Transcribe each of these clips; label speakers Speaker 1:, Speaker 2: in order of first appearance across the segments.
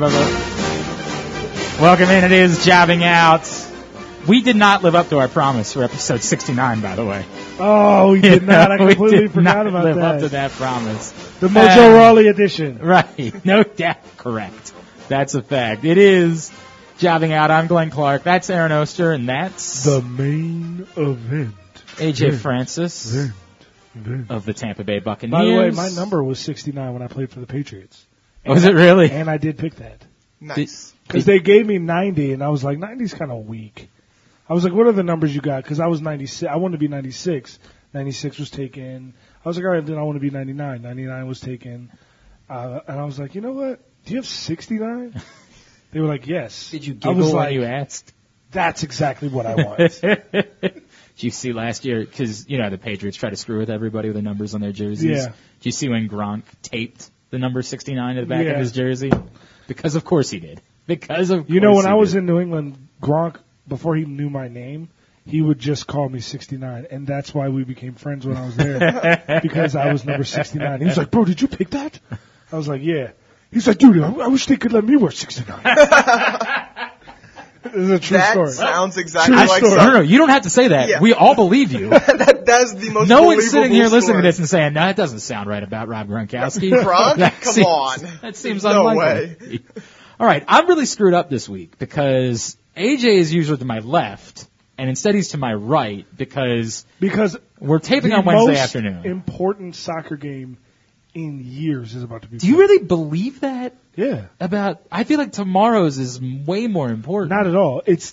Speaker 1: Oh,
Speaker 2: Welcome in, it is Jobbing Out. We did not live up to our promise for episode 69, by the way.
Speaker 1: Oh, we did not. I
Speaker 2: We
Speaker 1: completely
Speaker 2: did
Speaker 1: forgot
Speaker 2: not
Speaker 1: about
Speaker 2: live
Speaker 1: that.
Speaker 2: up to that promise.
Speaker 1: The Mojo
Speaker 2: Uh,
Speaker 1: Raleigh edition.
Speaker 2: Right. No doubt. Correct. That's a fact. It is Jobbing Out. I'm Glenn Clark. That's Aaron Oster, and that's
Speaker 1: The main event.
Speaker 2: AJ Francis
Speaker 1: Vent. Vent.
Speaker 2: of the Tampa Bay Buccaneers.
Speaker 1: By the way, my number was 69 when I played for the Patriots.
Speaker 2: Was it really?
Speaker 1: And I did pick that.
Speaker 3: Nice.
Speaker 1: Because they gave me 90, and I was like, 90's kind of weak. I was like, what are the numbers you got? Because I was 96. I wanted to be 96. 96 was taken. I was like, all right, then I want to be 99. 99 was taken. Uh, and I was like, you know what? Do you have 69? They were like, yes.
Speaker 2: Did you
Speaker 1: I
Speaker 2: giggle
Speaker 1: was
Speaker 2: when
Speaker 1: like,
Speaker 2: you asked?
Speaker 1: that's exactly what I want.
Speaker 2: Did you see last year? Because you know the Patriots try to screw with everybody with the numbers on their jerseys.
Speaker 1: Yeah.
Speaker 2: Did you see when Gronk taped the number 69 to the back
Speaker 1: Yeah.
Speaker 2: of his jersey? Because of course he did. Because of
Speaker 1: You know,
Speaker 2: course
Speaker 1: when
Speaker 2: he
Speaker 1: I was
Speaker 2: did.
Speaker 1: in New England, Gronk, before he knew my name, he would just call me 69, and that's why we became friends when I was there, because I was number 69. He was like, bro, did you pick that? I was like, yeah. He's like, dude, I, I wish they could let me wear 69. this is a true
Speaker 3: That
Speaker 1: story.
Speaker 3: sounds exactly like
Speaker 2: I don't
Speaker 3: some,
Speaker 2: know. You don't have to say that.
Speaker 3: Yeah.
Speaker 2: We all believe you.
Speaker 3: that. That is the most.
Speaker 2: no one's sitting here
Speaker 3: believable
Speaker 2: listening to
Speaker 3: story.
Speaker 2: this and saying, "No, that doesn't sound right about Rob Gronkowski."
Speaker 3: Gronk?
Speaker 2: That
Speaker 3: Come
Speaker 2: seems-
Speaker 3: on.
Speaker 2: that seems
Speaker 3: No
Speaker 2: unlikely. All right, I'm really screwed up this week because AJ is usually to my left, and instead he's to my right because
Speaker 1: Because
Speaker 2: we're taping
Speaker 1: the
Speaker 2: on Wednesday
Speaker 1: most
Speaker 2: afternoon.
Speaker 1: important soccer game in years is about to be
Speaker 2: Do you
Speaker 1: played.
Speaker 2: really believe that?
Speaker 1: Yeah.
Speaker 2: About, I feel like tomorrow's is way more important.
Speaker 1: Not at all. It's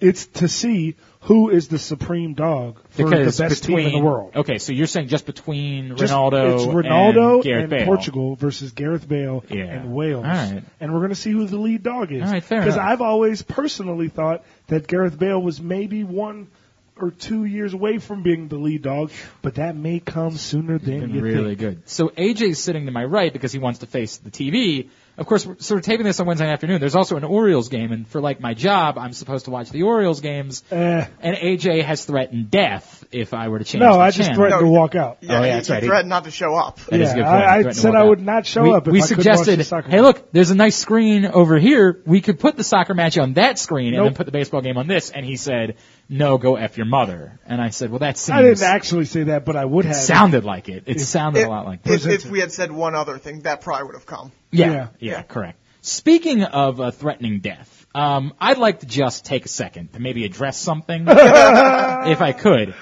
Speaker 1: it's to see who is the supreme dog for
Speaker 2: because
Speaker 1: the best
Speaker 2: between,
Speaker 1: team in the world.
Speaker 2: Okay, so you're saying just between
Speaker 1: Just-
Speaker 2: Ronaldo,
Speaker 1: it's Ronaldo
Speaker 2: and Gareth Bale.
Speaker 1: Portugal versus Gareth Bale
Speaker 2: Yeah.
Speaker 1: and Wales.
Speaker 2: All right.
Speaker 1: And we're going to see who the lead dog is.
Speaker 2: All right, fair
Speaker 1: Because
Speaker 2: enough.
Speaker 1: I've always personally thought that Gareth Bale was maybe one or two years away from being the lead dog, but that may come sooner than
Speaker 2: been
Speaker 1: you
Speaker 2: really
Speaker 1: think.
Speaker 2: good. So AJ's sitting to my right because he wants to face the TV. Of course, we're sort of taping this on Wednesday afternoon. There's also an Orioles game, and for like my job, I'm supposed to watch the Orioles games.
Speaker 1: Eh,
Speaker 2: And AJ has threatened death if I were to change.
Speaker 1: no,
Speaker 2: the
Speaker 1: I just
Speaker 2: channel.
Speaker 1: threatened
Speaker 3: No,
Speaker 1: to walk out.
Speaker 3: Yeah,
Speaker 2: Oh, yeah,
Speaker 3: he-
Speaker 2: that's
Speaker 3: he
Speaker 2: right. He-
Speaker 3: threatened not to show up.
Speaker 2: That is a good
Speaker 1: Yeah, I-
Speaker 2: point.
Speaker 1: I
Speaker 2: Threatened to
Speaker 1: said
Speaker 2: walk
Speaker 1: I
Speaker 2: out.
Speaker 1: would not show
Speaker 2: we,
Speaker 1: up if
Speaker 2: we
Speaker 1: I couldn't watch the
Speaker 2: suggested,
Speaker 1: soccer
Speaker 2: hey,
Speaker 1: match."
Speaker 2: look, there's a nice screen over here. We could put the soccer match on that screen and then
Speaker 1: Nope.
Speaker 2: put the baseball game on this. And he said, no, go f your mother. And I said, well, that seems.
Speaker 1: I didn't actually say that, but I would have.
Speaker 2: sounded like it. It sounded
Speaker 3: If-
Speaker 2: a lot like that.
Speaker 3: If, if we had said one other thing, that probably would have come.
Speaker 2: Yeah, yeah,
Speaker 1: Yeah.
Speaker 2: correct. Speaking of uh, threatening death, um, I'd like to just take a second to maybe address something, if I could.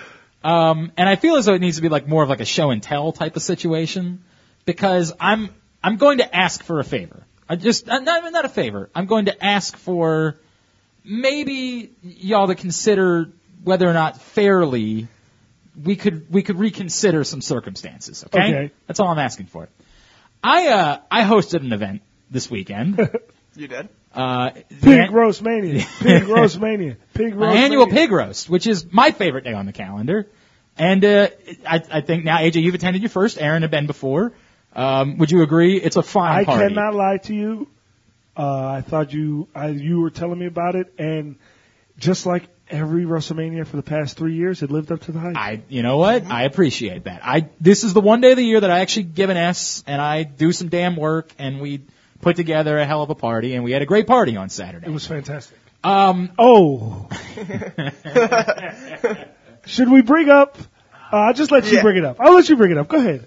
Speaker 2: Um, and I feel as though it needs to be like more of like a show and tell type of situation, because I'm I'm going to ask for a favor. I just uh, not not a favor. I'm going to ask for maybe y'all to consider whether or not fairly we could we could reconsider some circumstances. Okay,
Speaker 1: Okay.
Speaker 2: that's all I'm asking for. I uh I hosted an event this weekend.
Speaker 3: You did.
Speaker 2: Uh, the-
Speaker 1: Pig roast mania. Pig roast mania. Pig
Speaker 2: my
Speaker 1: roast
Speaker 2: annual
Speaker 1: mania.
Speaker 2: pig roast, which is my favorite day on the calendar. And uh, I, I think now AJ, you've attended your first. Aaron had been before. Um, would you agree? It's a fine
Speaker 1: I
Speaker 2: party.
Speaker 1: cannot lie to you. Uh, I thought you I, you were telling me about it, and just like every WrestleMania for the past three years, it lived up to the hype.
Speaker 2: I, you know what?
Speaker 1: Mm-hmm.
Speaker 2: I appreciate that. I this is the one day of the year that I actually give an S and I do some damn work and we put together a hell of a party and we had a great party on Saturday.
Speaker 1: it was fantastic.
Speaker 2: um,
Speaker 1: Oh, should we bring up? Uh, I'll just let you
Speaker 3: Yeah.
Speaker 1: bring it up. I'll let you bring it up. Go ahead.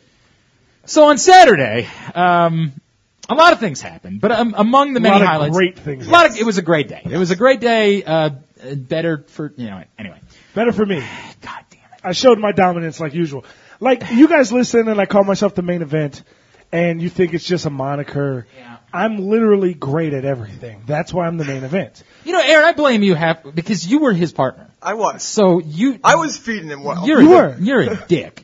Speaker 2: so on Saturday, um, a lot of things happened, but um, among the
Speaker 1: A
Speaker 2: many
Speaker 1: lot of
Speaker 2: highlights,
Speaker 1: great things
Speaker 2: A lot of, it was a great day. It was a great day. Uh, uh, better for you know. Anyway,
Speaker 1: Better for me.
Speaker 2: God damn it.
Speaker 1: I showed my dominance like usual. Like you guys listen, and I call myself the main event, and you think it's just a moniker.
Speaker 2: Yeah.
Speaker 1: I'm literally great at everything. That's why I'm the main event.
Speaker 2: You know, Aaron, I blame you half because you were his partner.
Speaker 3: I was.
Speaker 2: So you,
Speaker 3: I was feeding him well.
Speaker 2: You're
Speaker 1: You
Speaker 2: a,
Speaker 1: were.
Speaker 2: You're a dick.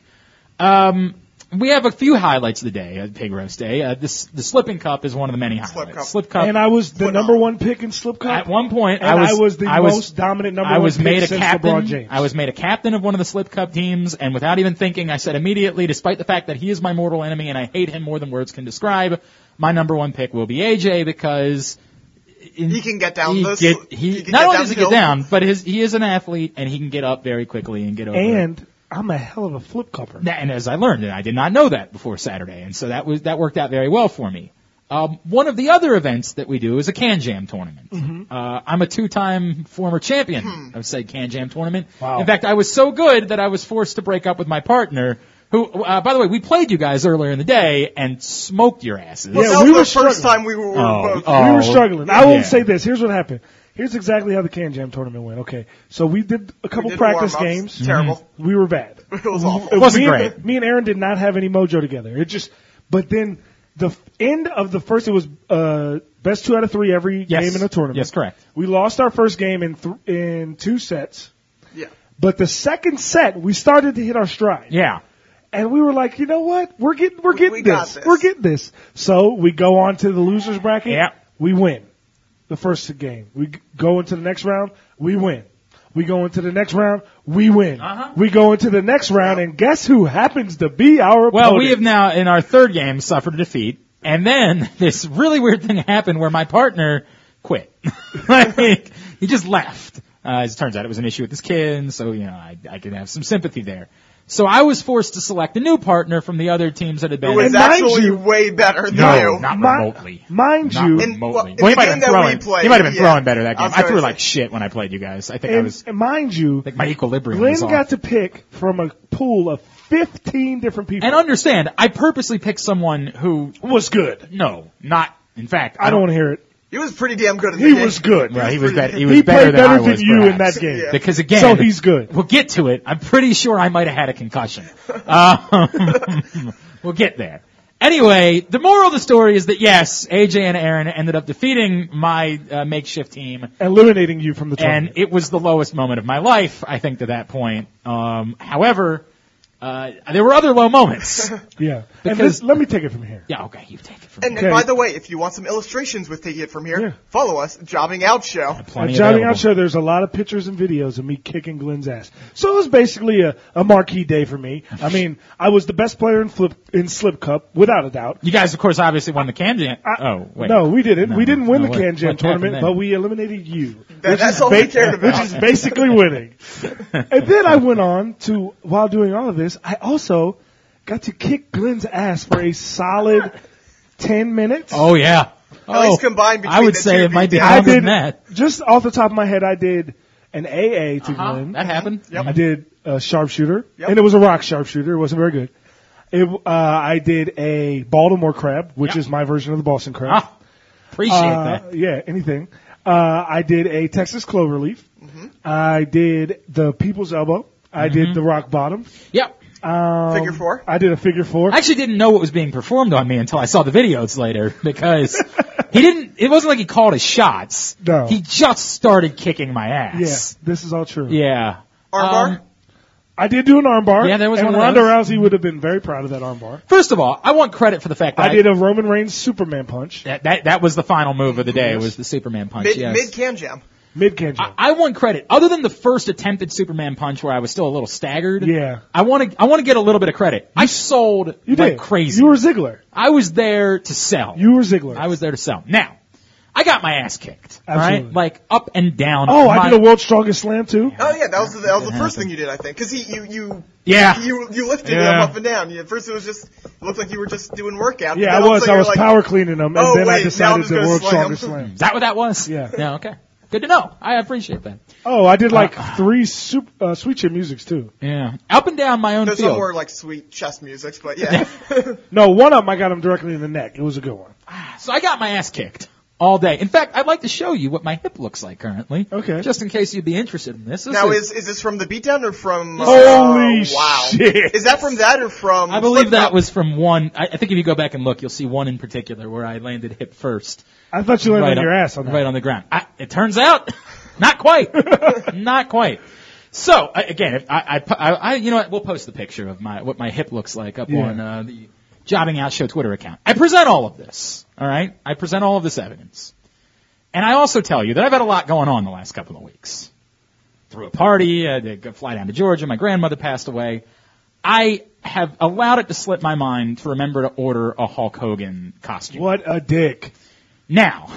Speaker 2: Um, we have a few highlights of the day at Pig Roast Day. Uh, this, the slipping cup is one of the many highlights.
Speaker 3: cup.
Speaker 1: and I was the number one pick in slip cup.
Speaker 2: at one point,
Speaker 1: and
Speaker 2: I was,
Speaker 1: the
Speaker 2: I was-
Speaker 1: most dominant number
Speaker 2: I was
Speaker 1: one pick
Speaker 2: made a
Speaker 1: since LeBron
Speaker 2: captain.
Speaker 1: James.
Speaker 2: I was made a captain of one of the slip cup teams, and without even thinking, I said immediately, despite the fact that he is my mortal enemy and I hate him more than words can describe, my number one pick will be AJ because in-
Speaker 3: He can get down
Speaker 2: he
Speaker 3: the sl-
Speaker 2: get- he-
Speaker 3: he can
Speaker 2: not
Speaker 3: get
Speaker 2: only
Speaker 3: down
Speaker 2: does he
Speaker 3: the
Speaker 2: get
Speaker 3: hill.
Speaker 2: down, but his he is an athlete and he can get up very quickly and get over. it.
Speaker 1: and I'm a hell of a flip cupper.
Speaker 2: That, and as I learned, and I did not know that before Saturday, and so that was that worked out very well for me. Um, one of the other events that we do is a Can Jam tournament. Uh, I'm a two-time former champion of said Can Jam tournament.
Speaker 1: Wow.
Speaker 2: In fact, I was so good that I was forced to break up with my partner. Who, uh, by the way, we played you guys earlier in the day and smoked your asses.
Speaker 1: Yeah,
Speaker 3: that was
Speaker 1: we
Speaker 3: the
Speaker 1: were
Speaker 3: first
Speaker 1: struggling.
Speaker 3: time we were, we were
Speaker 2: Oh,
Speaker 3: both.
Speaker 2: oh.
Speaker 1: we were struggling. I will
Speaker 2: yeah.
Speaker 1: say this. Here's what happened. Here's exactly how the Can Jam tournament went. Okay, so we did a couple
Speaker 3: did
Speaker 1: practice
Speaker 3: warm-ups.
Speaker 1: games.
Speaker 3: Terrible.
Speaker 1: We were bad.
Speaker 3: It was awful.
Speaker 2: Mm-hmm. It wasn't
Speaker 1: me
Speaker 2: great.
Speaker 1: And, me and Aaron did not have any mojo together. It just, but then the f- end of the first, it was uh, best two out of three every
Speaker 2: Yes.
Speaker 1: game in a tournament.
Speaker 2: Yes, correct.
Speaker 1: We lost our first game in th- in two sets,
Speaker 3: Yeah.
Speaker 1: but the second set we started to hit our stride.
Speaker 2: Yeah.
Speaker 1: And we were like, you know what? We're getting, we're
Speaker 3: We-
Speaker 1: getting
Speaker 3: we got
Speaker 1: this.
Speaker 3: this.
Speaker 1: We're getting this. So we go on to the losers bracket.
Speaker 2: Yep.
Speaker 1: We win the first game. We g- go into the next round. We win. We go into the next round. We win.
Speaker 2: Uh-huh.
Speaker 1: We go into the next round, and guess who happens to be our
Speaker 2: Well,
Speaker 1: opponent?
Speaker 2: we have now in our third game suffered a defeat, and then this really weird thing happened where my partner quit. like he just left. Uh, as it turns out, it was an issue with his kid, and so you know I, I could have some sympathy there. So I was forced to select a new partner from the other teams that had been.
Speaker 3: It was
Speaker 1: And mind
Speaker 3: actually
Speaker 1: you-
Speaker 3: way better than
Speaker 2: No,
Speaker 3: you.
Speaker 2: not
Speaker 1: Mi-
Speaker 2: remotely.
Speaker 1: Mind
Speaker 2: Not
Speaker 1: you,
Speaker 2: remotely.
Speaker 3: And, well,
Speaker 2: well, he
Speaker 3: the
Speaker 2: might have
Speaker 3: game
Speaker 2: been
Speaker 3: that
Speaker 2: throwing.
Speaker 3: we played,
Speaker 2: he might have been
Speaker 3: yeah.
Speaker 2: throwing better that
Speaker 3: I
Speaker 2: game.
Speaker 3: was
Speaker 2: I
Speaker 3: gonna
Speaker 2: threw
Speaker 3: say.
Speaker 2: like shit when I played you guys. I think I
Speaker 1: and,
Speaker 2: was
Speaker 1: and mind you,
Speaker 2: like my equilibrium
Speaker 1: Glenn
Speaker 2: was off.
Speaker 1: got to pick from a pool of 15 different people.
Speaker 2: and understand, I purposely picked someone who
Speaker 1: was good.
Speaker 2: no, not in fact.
Speaker 1: I don't want to hear it.
Speaker 3: He was pretty damn good at the
Speaker 1: He
Speaker 3: game.
Speaker 1: was good.
Speaker 2: Well, he was
Speaker 3: He
Speaker 2: better. He
Speaker 1: He,
Speaker 2: was better
Speaker 1: played better
Speaker 2: than, I
Speaker 1: than
Speaker 2: was,
Speaker 1: you in
Speaker 2: perhaps.
Speaker 1: that game.
Speaker 3: Yeah.
Speaker 2: Because again,
Speaker 1: So he's good.
Speaker 2: We'll get to it. I'm pretty sure I might have had a concussion. Um, we'll get there. Anyway, the moral of the story is that yes, AJ and Aaron ended up defeating my uh, makeshift team,
Speaker 1: Eliminating you from the tournament.
Speaker 2: and it was the lowest moment of my life, I think, to that point. Um, however, uh, there were other low moments.
Speaker 1: Yeah. and
Speaker 2: Because-
Speaker 1: this, let me take it from here.
Speaker 2: yeah, okay, you take it from
Speaker 3: And,
Speaker 2: me.
Speaker 3: and
Speaker 1: Okay.
Speaker 3: by the way, if you want some illustrations with Taking It From Here,
Speaker 1: Yeah.
Speaker 3: follow us, Jobbing Out Show.
Speaker 2: Plenty
Speaker 1: At Johnny
Speaker 2: available.
Speaker 1: Out Show, there's a lot of pictures and videos of me kicking Glenn's ass. So it was basically a, a marquee day for me. I mean, I was the best player in flip in Slip Cup, without a doubt.
Speaker 2: You guys, of course, obviously won the Can Jam.
Speaker 1: I-
Speaker 2: Oh, wait.
Speaker 1: No, we didn't.
Speaker 2: No,
Speaker 1: we didn't win
Speaker 2: no,
Speaker 1: the
Speaker 2: what-
Speaker 1: Can Jam
Speaker 2: what happened
Speaker 1: tournament,
Speaker 2: then?
Speaker 1: but we eliminated you.
Speaker 3: That-
Speaker 1: which
Speaker 3: that's
Speaker 1: is
Speaker 3: all we cared about.
Speaker 1: Which is basically winning. and then I went on to, while doing all of this, I also got to kick Glenn's ass for a solid 10 minutes.
Speaker 2: Oh yeah. Oh,
Speaker 3: At least combined
Speaker 2: I
Speaker 3: between
Speaker 2: would
Speaker 3: the
Speaker 2: say
Speaker 3: two
Speaker 2: it might be
Speaker 3: beatdowns.
Speaker 1: I
Speaker 2: longer
Speaker 1: did
Speaker 2: than that.
Speaker 1: just off the top of my head. I did an AA to
Speaker 2: Huh?
Speaker 1: Glenn.
Speaker 2: That happened.
Speaker 1: I did a sharpshooter,
Speaker 3: Yep.
Speaker 1: and it was a rock sharpshooter. It wasn't very good. It, uh, I did a Baltimore crab, which
Speaker 2: Yep.
Speaker 1: is my version of the Boston crab.
Speaker 2: Ah, appreciate
Speaker 1: Uh,
Speaker 2: that.
Speaker 1: yeah, anything. Uh, I did a Texas cloverleaf.
Speaker 2: Mm-hmm.
Speaker 1: I did the people's elbow. I did the rock bottom.
Speaker 2: Yep.
Speaker 1: Um,
Speaker 3: Figure four.
Speaker 1: I did a figure four.
Speaker 2: I actually didn't know what was being performed on me until I saw the videos later because he didn't. It wasn't like he called his shots.
Speaker 1: No.
Speaker 2: He just started kicking my
Speaker 1: yeah,
Speaker 2: ass.
Speaker 1: this is all true.
Speaker 2: Yeah.
Speaker 3: Armbar?
Speaker 2: Um,
Speaker 1: I did do an armbar.
Speaker 2: Yeah, there was
Speaker 1: and
Speaker 2: one of
Speaker 1: Ronda
Speaker 2: those.
Speaker 1: Rousey would have been very proud of that armbar.
Speaker 2: first of all, I want credit for the fact that
Speaker 1: I did a Roman Reigns Superman punch.
Speaker 2: that, that that was the final move of the day was the Superman punch.
Speaker 3: mid,
Speaker 2: yes.
Speaker 3: mid Can Jam.
Speaker 1: Mid can
Speaker 2: I, I want credit. Other than the first attempted Superman punch where I was still a little staggered.
Speaker 1: Yeah.
Speaker 2: I want to I want to get a little bit of credit. I sold
Speaker 1: You
Speaker 2: like
Speaker 1: did
Speaker 2: crazy.
Speaker 1: You were Ziggler.
Speaker 2: I was there to sell.
Speaker 1: You were Ziggler.
Speaker 2: I was there to sell. Now, I got my ass kicked. all right?
Speaker 1: Absolutely.
Speaker 2: Like up and down.
Speaker 1: Oh,
Speaker 2: My-
Speaker 1: I did a world's strongest slam too.
Speaker 3: Oh yeah, that was the, that was the
Speaker 2: It happened.
Speaker 3: first thing you did, I think, because he you you
Speaker 2: Yeah.
Speaker 3: you you lifted
Speaker 2: Yeah.
Speaker 3: him up and down. At first, it was just looked like you were just doing workout.
Speaker 1: Yeah,
Speaker 3: Then
Speaker 1: I
Speaker 3: all of a
Speaker 1: was.
Speaker 3: sudden
Speaker 1: I
Speaker 3: you're
Speaker 1: was
Speaker 3: like,
Speaker 1: power cleaning them, and
Speaker 3: "Oh,
Speaker 1: then I
Speaker 3: wait, now
Speaker 1: decided
Speaker 3: I'm just
Speaker 1: the
Speaker 3: gonna
Speaker 1: world's
Speaker 3: slam."
Speaker 1: strongest slam.
Speaker 2: Is that what that was?
Speaker 1: Yeah.
Speaker 2: Yeah. Okay. Good to know. I appreciate that.
Speaker 1: Oh, I did like
Speaker 2: uh.
Speaker 1: three sup- uh, sweet chip musics too.
Speaker 2: Yeah. Up and down my own
Speaker 3: There's
Speaker 2: field.
Speaker 3: some more like sweet chess music, but yeah,
Speaker 1: No, one of them I got him directly in the neck. It was a good one.
Speaker 2: So I got my ass kicked all day. In fact, I'd like to show you what my hip looks like currently.
Speaker 1: Okay.
Speaker 2: Just in case you'd be interested in this. This
Speaker 3: now
Speaker 2: is-
Speaker 3: is is this from the beatdown or from? uh,
Speaker 1: Holy
Speaker 3: wow.
Speaker 1: shit.
Speaker 3: Is that from that or from?
Speaker 2: I believe
Speaker 3: Slipknot?
Speaker 2: that was from one. I, I think if you go back and look, you'll see one in particular where I landed hip first,
Speaker 1: I thought you landed
Speaker 2: right
Speaker 1: on your ass on that.
Speaker 2: right on the ground. I, it turns out, not quite, not quite. So I- again, if I, I, pu- I, I- you know what? We'll post the picture of my what my hip looks like up
Speaker 1: Yeah.
Speaker 2: on uh, the Jobbing Out Show Twitter account. I present all of this. All right, I present all of this evidence, and I also tell you that I've had a lot going on the last couple of weeks. Threw a party, I had to fly down to Georgia. My grandmother passed away. I have allowed it to slip my mind to remember to order a Hulk Hogan costume.
Speaker 1: What a dick!
Speaker 2: Now,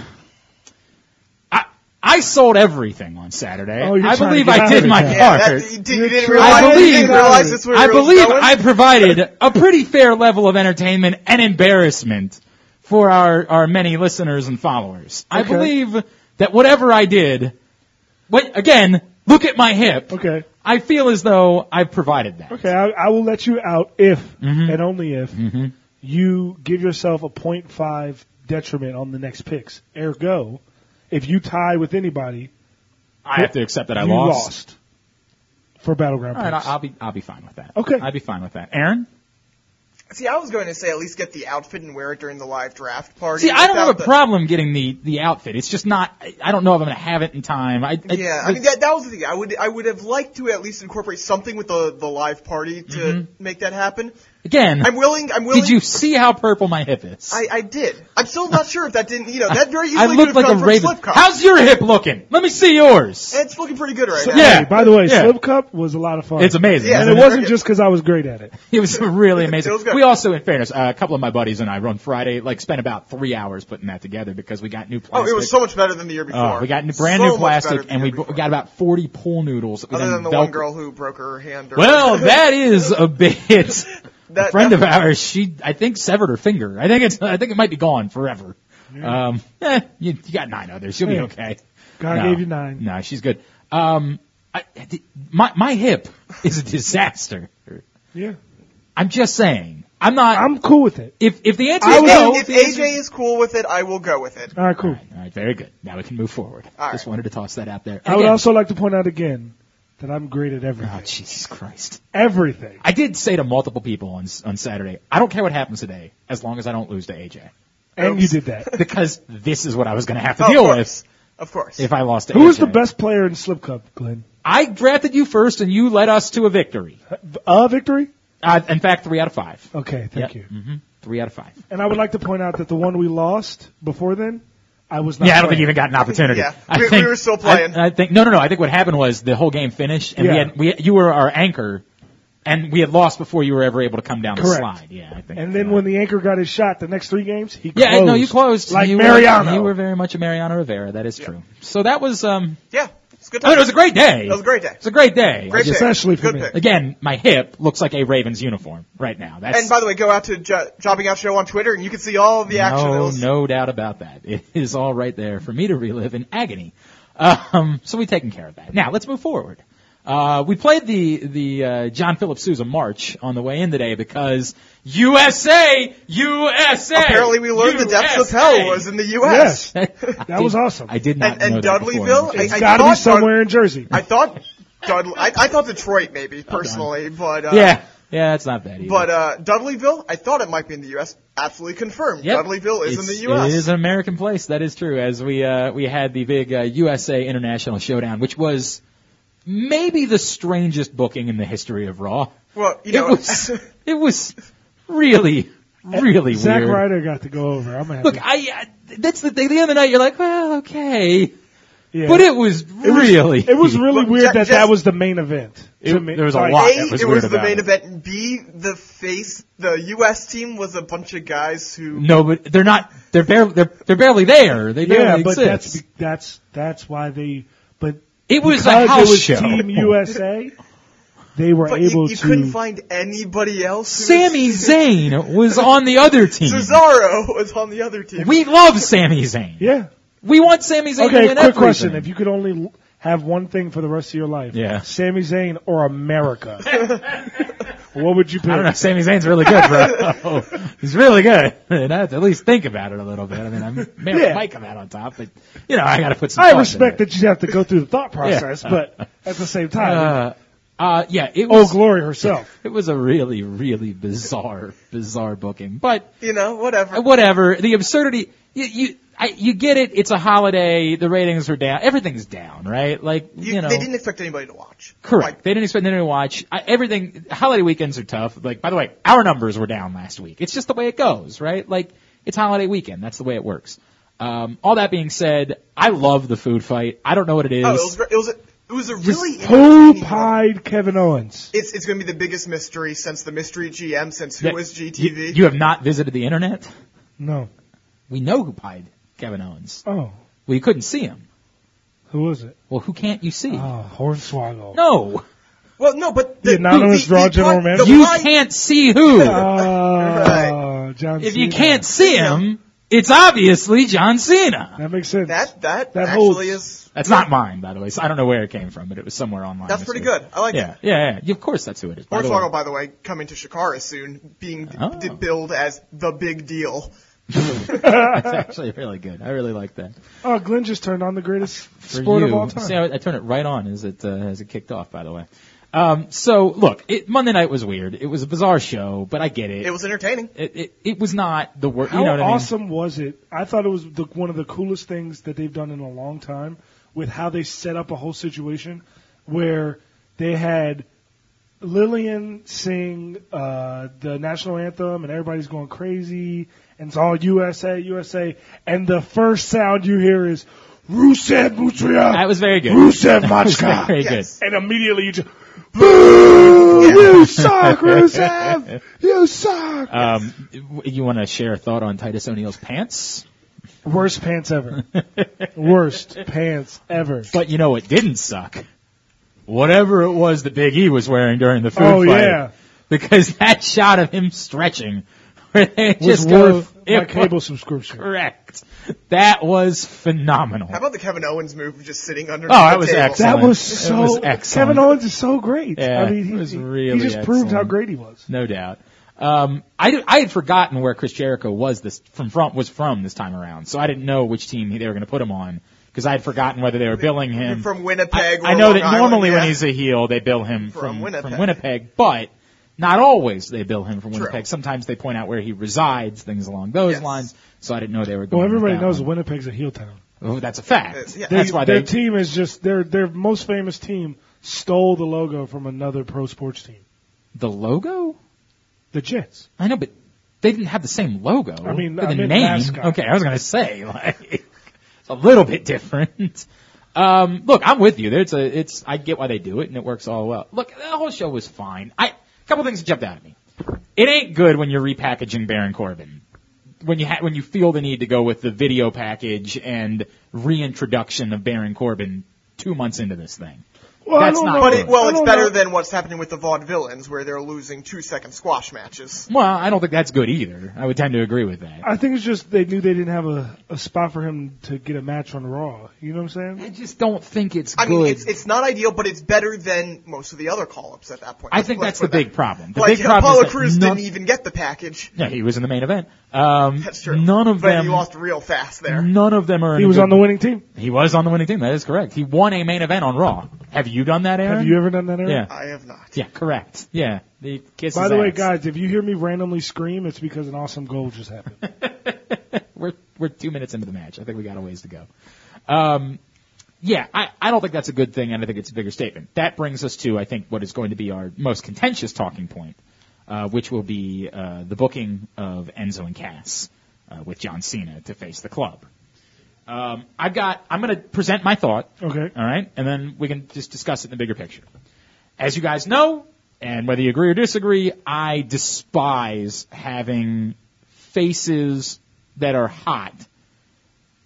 Speaker 2: I, I sold everything on Saturday.
Speaker 1: Oh, you're
Speaker 2: I
Speaker 1: trying
Speaker 2: believe
Speaker 1: to get
Speaker 2: I
Speaker 1: out
Speaker 2: did
Speaker 1: of
Speaker 2: my
Speaker 1: it,
Speaker 3: Yeah,
Speaker 2: part.
Speaker 3: that, you, did, you
Speaker 1: You're
Speaker 3: didn't
Speaker 1: true.
Speaker 3: realize,
Speaker 2: I
Speaker 3: you
Speaker 2: believe-
Speaker 3: didn't realize that's where
Speaker 2: I
Speaker 3: it was
Speaker 2: believe
Speaker 3: going.
Speaker 2: I provided a pretty fair level of entertainment and embarrassment for our, our many listeners and followers. I
Speaker 1: Okay.
Speaker 2: believe that whatever I did, what, again, look at my hip.
Speaker 1: Okay.
Speaker 2: I feel as though I've provided that.
Speaker 1: Okay, I, I will let you out if
Speaker 2: Mm-hmm.
Speaker 1: and only if you give yourself a 0.5 detriment on the next picks. Ergo, if you tie with anybody,
Speaker 2: I have to accept that I
Speaker 1: you
Speaker 2: lost.
Speaker 1: lost for battleground
Speaker 2: All right,
Speaker 1: picks.
Speaker 2: I- I'll be I'll be fine with that.
Speaker 1: Okay.
Speaker 2: I'll be fine with that. Aaron,
Speaker 3: See, I was going to say at least get the outfit and wear it during the live draft party.
Speaker 2: see, I don't
Speaker 3: without
Speaker 2: have a
Speaker 3: the-
Speaker 2: problem getting the the outfit. It's just not. I- I don't know if I'm going to have it in time. I, I
Speaker 3: Yeah, I mean that, that was the thing. I would I would have liked to at least incorporate something with the the live party to make that happen.
Speaker 2: again,
Speaker 3: I'm willing. I'm willing.
Speaker 2: Mm-hmm. did you see how purple my hip is?
Speaker 3: I, I did. I'm still not sure if that didn't. You know, that very easily
Speaker 2: I
Speaker 3: could
Speaker 2: look
Speaker 3: have
Speaker 2: like a
Speaker 3: come from
Speaker 2: raven.
Speaker 3: Slipknot.
Speaker 2: How's your hip looking? Let me see yours.
Speaker 3: It's looking pretty good right
Speaker 1: So-
Speaker 3: now.
Speaker 2: Yeah.
Speaker 1: hey, by the way,
Speaker 2: Yeah.
Speaker 1: Slip Cup was a lot of fun.
Speaker 2: It's amazing.
Speaker 3: Yeah.
Speaker 1: And
Speaker 2: isn't
Speaker 1: it
Speaker 2: it?
Speaker 1: wasn't just because I was great at it.
Speaker 2: It was really amazing.
Speaker 3: Feels good.
Speaker 2: We also, in fairness, uh, a couple of my buddies and I run Friday, like spent about three hours putting that together because we got new
Speaker 3: Oh,
Speaker 2: plastic.
Speaker 3: it was so much better than the year
Speaker 2: Oh,
Speaker 3: before.
Speaker 2: we got new- brand
Speaker 3: So
Speaker 2: new
Speaker 3: much better
Speaker 2: plastic
Speaker 3: than
Speaker 2: and
Speaker 3: the
Speaker 2: we
Speaker 3: year
Speaker 2: bro-
Speaker 3: before.
Speaker 2: got about 40 pool noodles. that we
Speaker 3: Other
Speaker 2: then
Speaker 3: than the
Speaker 2: belted-
Speaker 3: one girl who broke her hand. Or
Speaker 2: Well, that is a bit.
Speaker 3: That-
Speaker 2: a friend of
Speaker 3: that's-
Speaker 2: ours, she, I think, severed her finger. I think it's, I think it might be gone forever. Um, eh, you, you got nine others. You'll be
Speaker 1: Hey.
Speaker 2: okay.
Speaker 1: God gave you nine.
Speaker 2: No, she's good. Um, I, my my hip is a disaster.
Speaker 1: Yeah.
Speaker 2: I'm just saying. I'm not.
Speaker 1: I'm cool with it.
Speaker 2: if if the answer
Speaker 1: I
Speaker 2: is
Speaker 1: was-
Speaker 2: no,
Speaker 3: if,
Speaker 2: the
Speaker 3: if
Speaker 2: answer
Speaker 3: AJ is cool with it, I will go with it.
Speaker 2: Uh,
Speaker 1: All right, cool.
Speaker 2: All right, very good. Now we can move forward.
Speaker 3: All
Speaker 2: Just
Speaker 3: right.
Speaker 2: wanted to toss that out there.
Speaker 1: I would
Speaker 2: Again-
Speaker 1: also like to point out again that I'm great at
Speaker 2: Oh,
Speaker 1: everything.
Speaker 2: Jesus Christ.
Speaker 1: Everything.
Speaker 2: I did say to multiple people on on Saturday, I don't care what happens today, as long as I don't lose to AJ,
Speaker 1: And you did that.
Speaker 2: because this is what I was going to have to
Speaker 3: Oh,
Speaker 2: deal
Speaker 3: of
Speaker 2: with
Speaker 3: course. Of course.
Speaker 2: if I lost to AJ.
Speaker 1: Who was the best player in Slip Cup, Glenn?
Speaker 2: I drafted you first, and you led us to a victory.
Speaker 1: Uh, victory?
Speaker 2: Uh, in fact, three out of five.
Speaker 1: Okay, thank you.
Speaker 2: hmm Three out of five.
Speaker 1: And I would like to point out that the one we lost before then, I was not.
Speaker 2: yeah, I don't think
Speaker 1: playing.
Speaker 2: you even got an opportunity.
Speaker 3: Yeah.
Speaker 2: I
Speaker 3: We- we
Speaker 2: think-
Speaker 3: were still playing.
Speaker 2: I, I think no, no, no. I think what happened was the whole game finished, and
Speaker 1: Yeah.
Speaker 2: we had we you were our anchor, and we had lost before you were ever able to come down the
Speaker 1: Correct.
Speaker 2: slide. Yeah, I think.
Speaker 1: And then
Speaker 2: yeah.
Speaker 1: when the anchor got his shot, the next three games he
Speaker 2: yeah,
Speaker 1: closed.
Speaker 2: no, you closed
Speaker 1: like
Speaker 2: you
Speaker 1: Mariano.
Speaker 2: Were, you were very much a Mariano Rivera. That is true. So that was um.
Speaker 3: yeah, it's good.
Speaker 2: I mean, it was a great day.
Speaker 3: It was a great day.
Speaker 2: It's a great day.
Speaker 3: Great
Speaker 2: I just-
Speaker 3: pick.
Speaker 1: especially for
Speaker 3: good
Speaker 1: me.
Speaker 3: pick.
Speaker 2: Again, my hip looks like a Ravens uniform right now. That's
Speaker 3: And by the way, go out to jo- Jobbing Out Show on Twitter, and you can see all the action. It
Speaker 2: No,
Speaker 3: was-
Speaker 2: no doubt about that. It is all right there for me to relive in agony. Um, so we've taken care of that. Now let's move forward. Uh, we played the the uh, John Philip Sousa march on the way in today because USA, USA.
Speaker 3: Apparently, we learned the depths of hell was in the U.S.
Speaker 1: Yes, that was awesome.
Speaker 2: I did not
Speaker 3: And- and
Speaker 2: know that before.
Speaker 3: Dudleyville?
Speaker 1: it's
Speaker 3: I- I
Speaker 1: got to be
Speaker 3: thought-
Speaker 1: somewhere in Jersey.
Speaker 3: I thought Dudley. I, I thought Detroit maybe personally, but uh,
Speaker 2: yeah, yeah, that's not bad. Either.
Speaker 3: But uh, Dudleyville, I thought it might be in the U.S. Absolutely confirmed.
Speaker 2: Yep.
Speaker 3: Dudleyville is
Speaker 2: It's-
Speaker 3: in the U.S.
Speaker 2: It is an American place. That is true. As we uh, we had the big uh, USA International Showdown, which was maybe the strangest booking in the history of Raw.
Speaker 3: well, you
Speaker 2: it
Speaker 3: know,
Speaker 2: was it was really really
Speaker 1: Zach
Speaker 2: weird.
Speaker 1: Ryder got to go over. I'm gonna have
Speaker 2: Look,
Speaker 1: to,
Speaker 2: I, I that's the thing. The other night, you're like, well, okay,
Speaker 1: yeah.
Speaker 2: but it was really
Speaker 1: it was really
Speaker 3: Look,
Speaker 1: weird
Speaker 3: Jack-
Speaker 1: that that
Speaker 3: just-
Speaker 1: was the main event. to
Speaker 2: It-
Speaker 1: me.
Speaker 2: there was a
Speaker 1: Like,
Speaker 2: lot.
Speaker 3: A,
Speaker 2: that was
Speaker 3: it
Speaker 2: weird
Speaker 3: was the
Speaker 2: about
Speaker 3: main
Speaker 2: it.
Speaker 3: event. and B, the face, the U.S. team was a bunch of guys who.
Speaker 2: no, but they're not. They're barely they're, they're barely there. They
Speaker 1: Yeah,
Speaker 2: barely
Speaker 1: but
Speaker 2: exist.
Speaker 1: that's be- that's that's why they. But
Speaker 2: it was
Speaker 1: because
Speaker 2: a
Speaker 1: it
Speaker 2: house
Speaker 1: was
Speaker 2: show.
Speaker 1: Team USA. They were
Speaker 3: But
Speaker 1: able
Speaker 3: you, you
Speaker 1: to.
Speaker 3: couldn't find anybody else. who
Speaker 2: Sami
Speaker 3: was-
Speaker 2: Zayn was on the other team.
Speaker 3: Cesaro was on the other team.
Speaker 2: We love Sami Zayn.
Speaker 1: yeah.
Speaker 2: We want Sami Zayn to
Speaker 1: Okay,
Speaker 2: win
Speaker 1: quick
Speaker 2: everything.
Speaker 1: question. If you could only l- have one thing for the rest of your life,
Speaker 2: Yeah.
Speaker 1: Sami Zayn or America, what would you pick?
Speaker 2: I don't know. Sami Zayn's really good, bro. He's really good. And I have to at least think about it a little bit. I mean, I'm man,
Speaker 1: Yeah.
Speaker 2: might come out on top, but you know, I got to put some.
Speaker 1: I
Speaker 2: thought
Speaker 1: respect
Speaker 2: into it.
Speaker 1: that you have to go through the thought process,
Speaker 2: Yeah.
Speaker 1: but at the same time,
Speaker 2: Uh, uh, yeah, it
Speaker 1: oh,
Speaker 2: was
Speaker 1: glory herself.
Speaker 2: it was a really, really bizarre, bizarre booking. But
Speaker 3: you know, whatever.
Speaker 2: uh, whatever. The absurdity, you you, I, you get it. It's a holiday. The ratings are down. Everything's down, right? Like you,
Speaker 3: You-
Speaker 2: know,
Speaker 3: They didn't expect anybody to watch.
Speaker 2: Correct. They didn't expect anyone to watch. I, everything, holiday weekends are tough. Like, by the way, our numbers were down last week. It's just the way it goes, right? Like, it's holiday weekend. That's the way it works. Um, all that being said, I love the food fight. I don't know what it is.
Speaker 3: Like, oh, it was. great. It was. A, it was a really.
Speaker 1: Who
Speaker 3: entertaining-
Speaker 1: pied Kevin Owens?
Speaker 3: It's it's going to be the biggest mystery since the mystery GM since who
Speaker 2: That-
Speaker 3: was
Speaker 2: you,
Speaker 3: GTV.
Speaker 2: you have not visited the internet?
Speaker 1: No.
Speaker 2: We know who pied Kevin Owens.
Speaker 1: Oh.
Speaker 2: Well, you couldn't see him.
Speaker 1: Who was it?
Speaker 2: Well, who can't you see?
Speaker 1: Oh, Hornswoggle.
Speaker 2: no,
Speaker 3: Well, no, but the,
Speaker 1: The anonymous draw general
Speaker 3: plot-
Speaker 1: manager?
Speaker 3: the
Speaker 2: you
Speaker 3: plot-
Speaker 2: can't see who.
Speaker 1: Oh, John
Speaker 2: if you
Speaker 1: Cena.
Speaker 2: can't see him, it's obviously John Cena.
Speaker 1: That makes sense.
Speaker 3: That that,
Speaker 1: That holds.
Speaker 3: actually is
Speaker 2: That's not mine, by the way. So I don't know where it came from, but it was somewhere online.
Speaker 3: that's
Speaker 2: this
Speaker 3: pretty
Speaker 2: week.
Speaker 3: good. I like
Speaker 2: Yeah,
Speaker 3: it.
Speaker 2: yeah, yeah. Of course, that's who it is. By the way.
Speaker 3: Hornswoggle, by the way, coming to Shakara soon, being d-
Speaker 2: Oh.
Speaker 3: d- billed as the big deal.
Speaker 2: That's actually really good. I really like that.
Speaker 1: oh, Glenn just turned on the greatest
Speaker 2: For
Speaker 1: sport
Speaker 2: you,
Speaker 1: of all time.
Speaker 2: see, I, I turn it right on as it uh, as it kicked off. By the way, um, so look, it, Monday night was weird. It was a bizarre show, but I get it.
Speaker 3: It was entertaining.
Speaker 2: It, it, it was not the worst.
Speaker 1: How
Speaker 2: You know what I mean?
Speaker 1: awesome was it? I thought it was the, one of the coolest things that they've done in a long time with how they set up a whole situation where they had Lillian sing uh, the national anthem and everybody's going crazy and it's all USA, USA, and the first sound you hear is Rusev Mutria.
Speaker 2: That was very good.
Speaker 1: Rusev
Speaker 2: That was
Speaker 1: Machka.
Speaker 2: very
Speaker 3: Yes.
Speaker 1: And immediately you just, boo! You suck, Rusev! You suck!
Speaker 2: good. Um, w- you want to share a thought on Titus O'Neil's pants?
Speaker 1: Worst pants ever. Worst pants ever.
Speaker 2: But you know what didn't suck? Whatever it was that Big E was wearing during the food
Speaker 1: Oh,
Speaker 2: fight.
Speaker 1: yeah.
Speaker 2: Because that shot of him stretching where they
Speaker 1: was
Speaker 2: just go,
Speaker 1: worth
Speaker 2: it
Speaker 1: my cable
Speaker 2: was
Speaker 1: subscription.
Speaker 2: correct. That was phenomenal.
Speaker 3: How about the Kevin Owens move, of just sitting under?
Speaker 2: Oh, that
Speaker 3: the
Speaker 2: was
Speaker 3: table?
Speaker 2: excellent.
Speaker 1: That was
Speaker 2: It
Speaker 1: so.
Speaker 2: was excellent.
Speaker 1: Kevin Owens is so great.
Speaker 2: Yeah,
Speaker 1: I mean, he
Speaker 2: it was
Speaker 1: he-
Speaker 2: really
Speaker 1: He just proved how
Speaker 2: excellent.
Speaker 1: great he was.
Speaker 2: No doubt. Um, I, d- I had forgotten where Chris Jericho was this from, from was from this time around, so I didn't know which team they were going to put him on because I had forgotten whether they were billing him
Speaker 3: From
Speaker 2: I,
Speaker 3: Winnipeg. or
Speaker 2: I know
Speaker 3: Long
Speaker 2: that
Speaker 3: Island,
Speaker 2: normally
Speaker 3: yeah.
Speaker 2: when he's a heel, they bill him
Speaker 3: From
Speaker 2: from, from, Winnipeg.
Speaker 3: Winnipeg.
Speaker 2: but not always they bill him from Winnipeg.
Speaker 3: True.
Speaker 2: Sometimes they point out where he resides, things along those
Speaker 3: Yes.
Speaker 2: lines. So I didn't know they were going.
Speaker 1: Well, everybody
Speaker 2: with that
Speaker 1: knows
Speaker 2: one.
Speaker 1: Winnipeg's a heel town.
Speaker 2: Oh, that's a fact.
Speaker 3: Uh, yeah.
Speaker 2: That's
Speaker 1: They-
Speaker 2: why
Speaker 1: their
Speaker 2: they.
Speaker 1: team is just their their most famous team stole the logo from another pro sports team,
Speaker 2: the logo.
Speaker 1: the Jets.
Speaker 2: I know, but they didn't have the same logo.
Speaker 1: I mean,
Speaker 2: But
Speaker 1: I
Speaker 2: the
Speaker 1: meant
Speaker 2: name.
Speaker 1: mascot.
Speaker 2: Okay, I was gonna say like it's a little bit different. Um, look, I'm with you. There's a, it's I get why they do it, and it works all well. Look, the whole show was fine. I a couple things jumped out at me. It ain't good when you're repackaging Baron Corbin. When you ha- when you feel the need to go with the video package and reintroduction of Baron Corbin two months into this thing.
Speaker 1: Well,
Speaker 2: That's
Speaker 1: I don't
Speaker 2: not
Speaker 1: know.
Speaker 2: good.
Speaker 3: But it, well,
Speaker 1: I
Speaker 3: it's
Speaker 1: don't
Speaker 3: better
Speaker 1: know.
Speaker 3: than what's happening with the vaudevillains, where they're losing two-second squash matches.
Speaker 2: Well, I don't think that's good either. I would tend to agree with that.
Speaker 1: I think it's just they knew they didn't have a, a spot for him to get a match on Raw. You know what I'm
Speaker 2: I
Speaker 1: saying?
Speaker 2: just don't think it's
Speaker 3: I
Speaker 2: good.
Speaker 3: mean, it's it's not ideal, but it's better than most of the other call-ups at that point.
Speaker 2: I
Speaker 3: Let's-
Speaker 2: think that's
Speaker 3: let's
Speaker 2: the
Speaker 3: put that-
Speaker 2: big problem. The
Speaker 3: like
Speaker 2: big problem
Speaker 3: Apollo
Speaker 2: is that
Speaker 3: Crews
Speaker 2: none-
Speaker 3: didn't even get the package.
Speaker 2: Yeah, he was in the main event. Um,
Speaker 3: That's true.
Speaker 2: None of
Speaker 3: but
Speaker 2: them.
Speaker 3: he lost real fast there.
Speaker 2: None of them are. in
Speaker 1: He
Speaker 2: a
Speaker 1: was
Speaker 2: good-
Speaker 1: on the winning team.
Speaker 2: He was on the winning team. That is correct. He won a main event on Raw. Have you done that, Aaron?
Speaker 1: Have you ever done that? Aaron?
Speaker 2: Yeah.
Speaker 3: I have not.
Speaker 2: Yeah, correct. Yeah. The kiss.
Speaker 1: By
Speaker 2: his
Speaker 1: the way,
Speaker 2: ass.
Speaker 1: guys, if you hear me randomly scream, it's because an awesome goal just happened.
Speaker 2: we're we're two minutes into the match. I think we got a ways to go. Um, yeah, I, I don't think that's a good thing, and I think it's a bigger statement. That brings us to I think what is going to be our most contentious talking point, uh, which will be uh, the booking of Enzo and Cass uh, with John Cena to face the club. Um, I've got I'm going to present my thought.
Speaker 1: Okay.
Speaker 2: All right, and then we can just discuss it in the bigger picture. As you guys know, and whether you agree or disagree, I despise having faces that are hot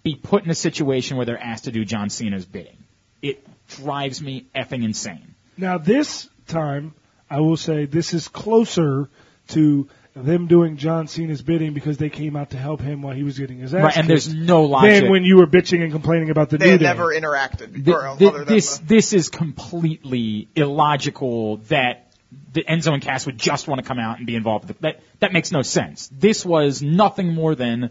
Speaker 2: be put in a situation where they're asked to do John Cena's bidding. It drives me effing insane.
Speaker 1: Now this time, I will say this is closer to them doing John Cena's bidding because they came out to help him while he was getting his ass
Speaker 2: Right, and there's
Speaker 1: kicked
Speaker 2: no logic.
Speaker 1: Than when you were bitching and complaining about the
Speaker 3: They
Speaker 1: New
Speaker 3: had
Speaker 1: Day.
Speaker 3: never interacted.
Speaker 2: Th-
Speaker 3: or
Speaker 2: th-
Speaker 3: other than
Speaker 2: this
Speaker 3: the-
Speaker 2: this is completely illogical that the Enzo and Cass would just want to come out and be involved. With that that makes no sense. This was nothing more than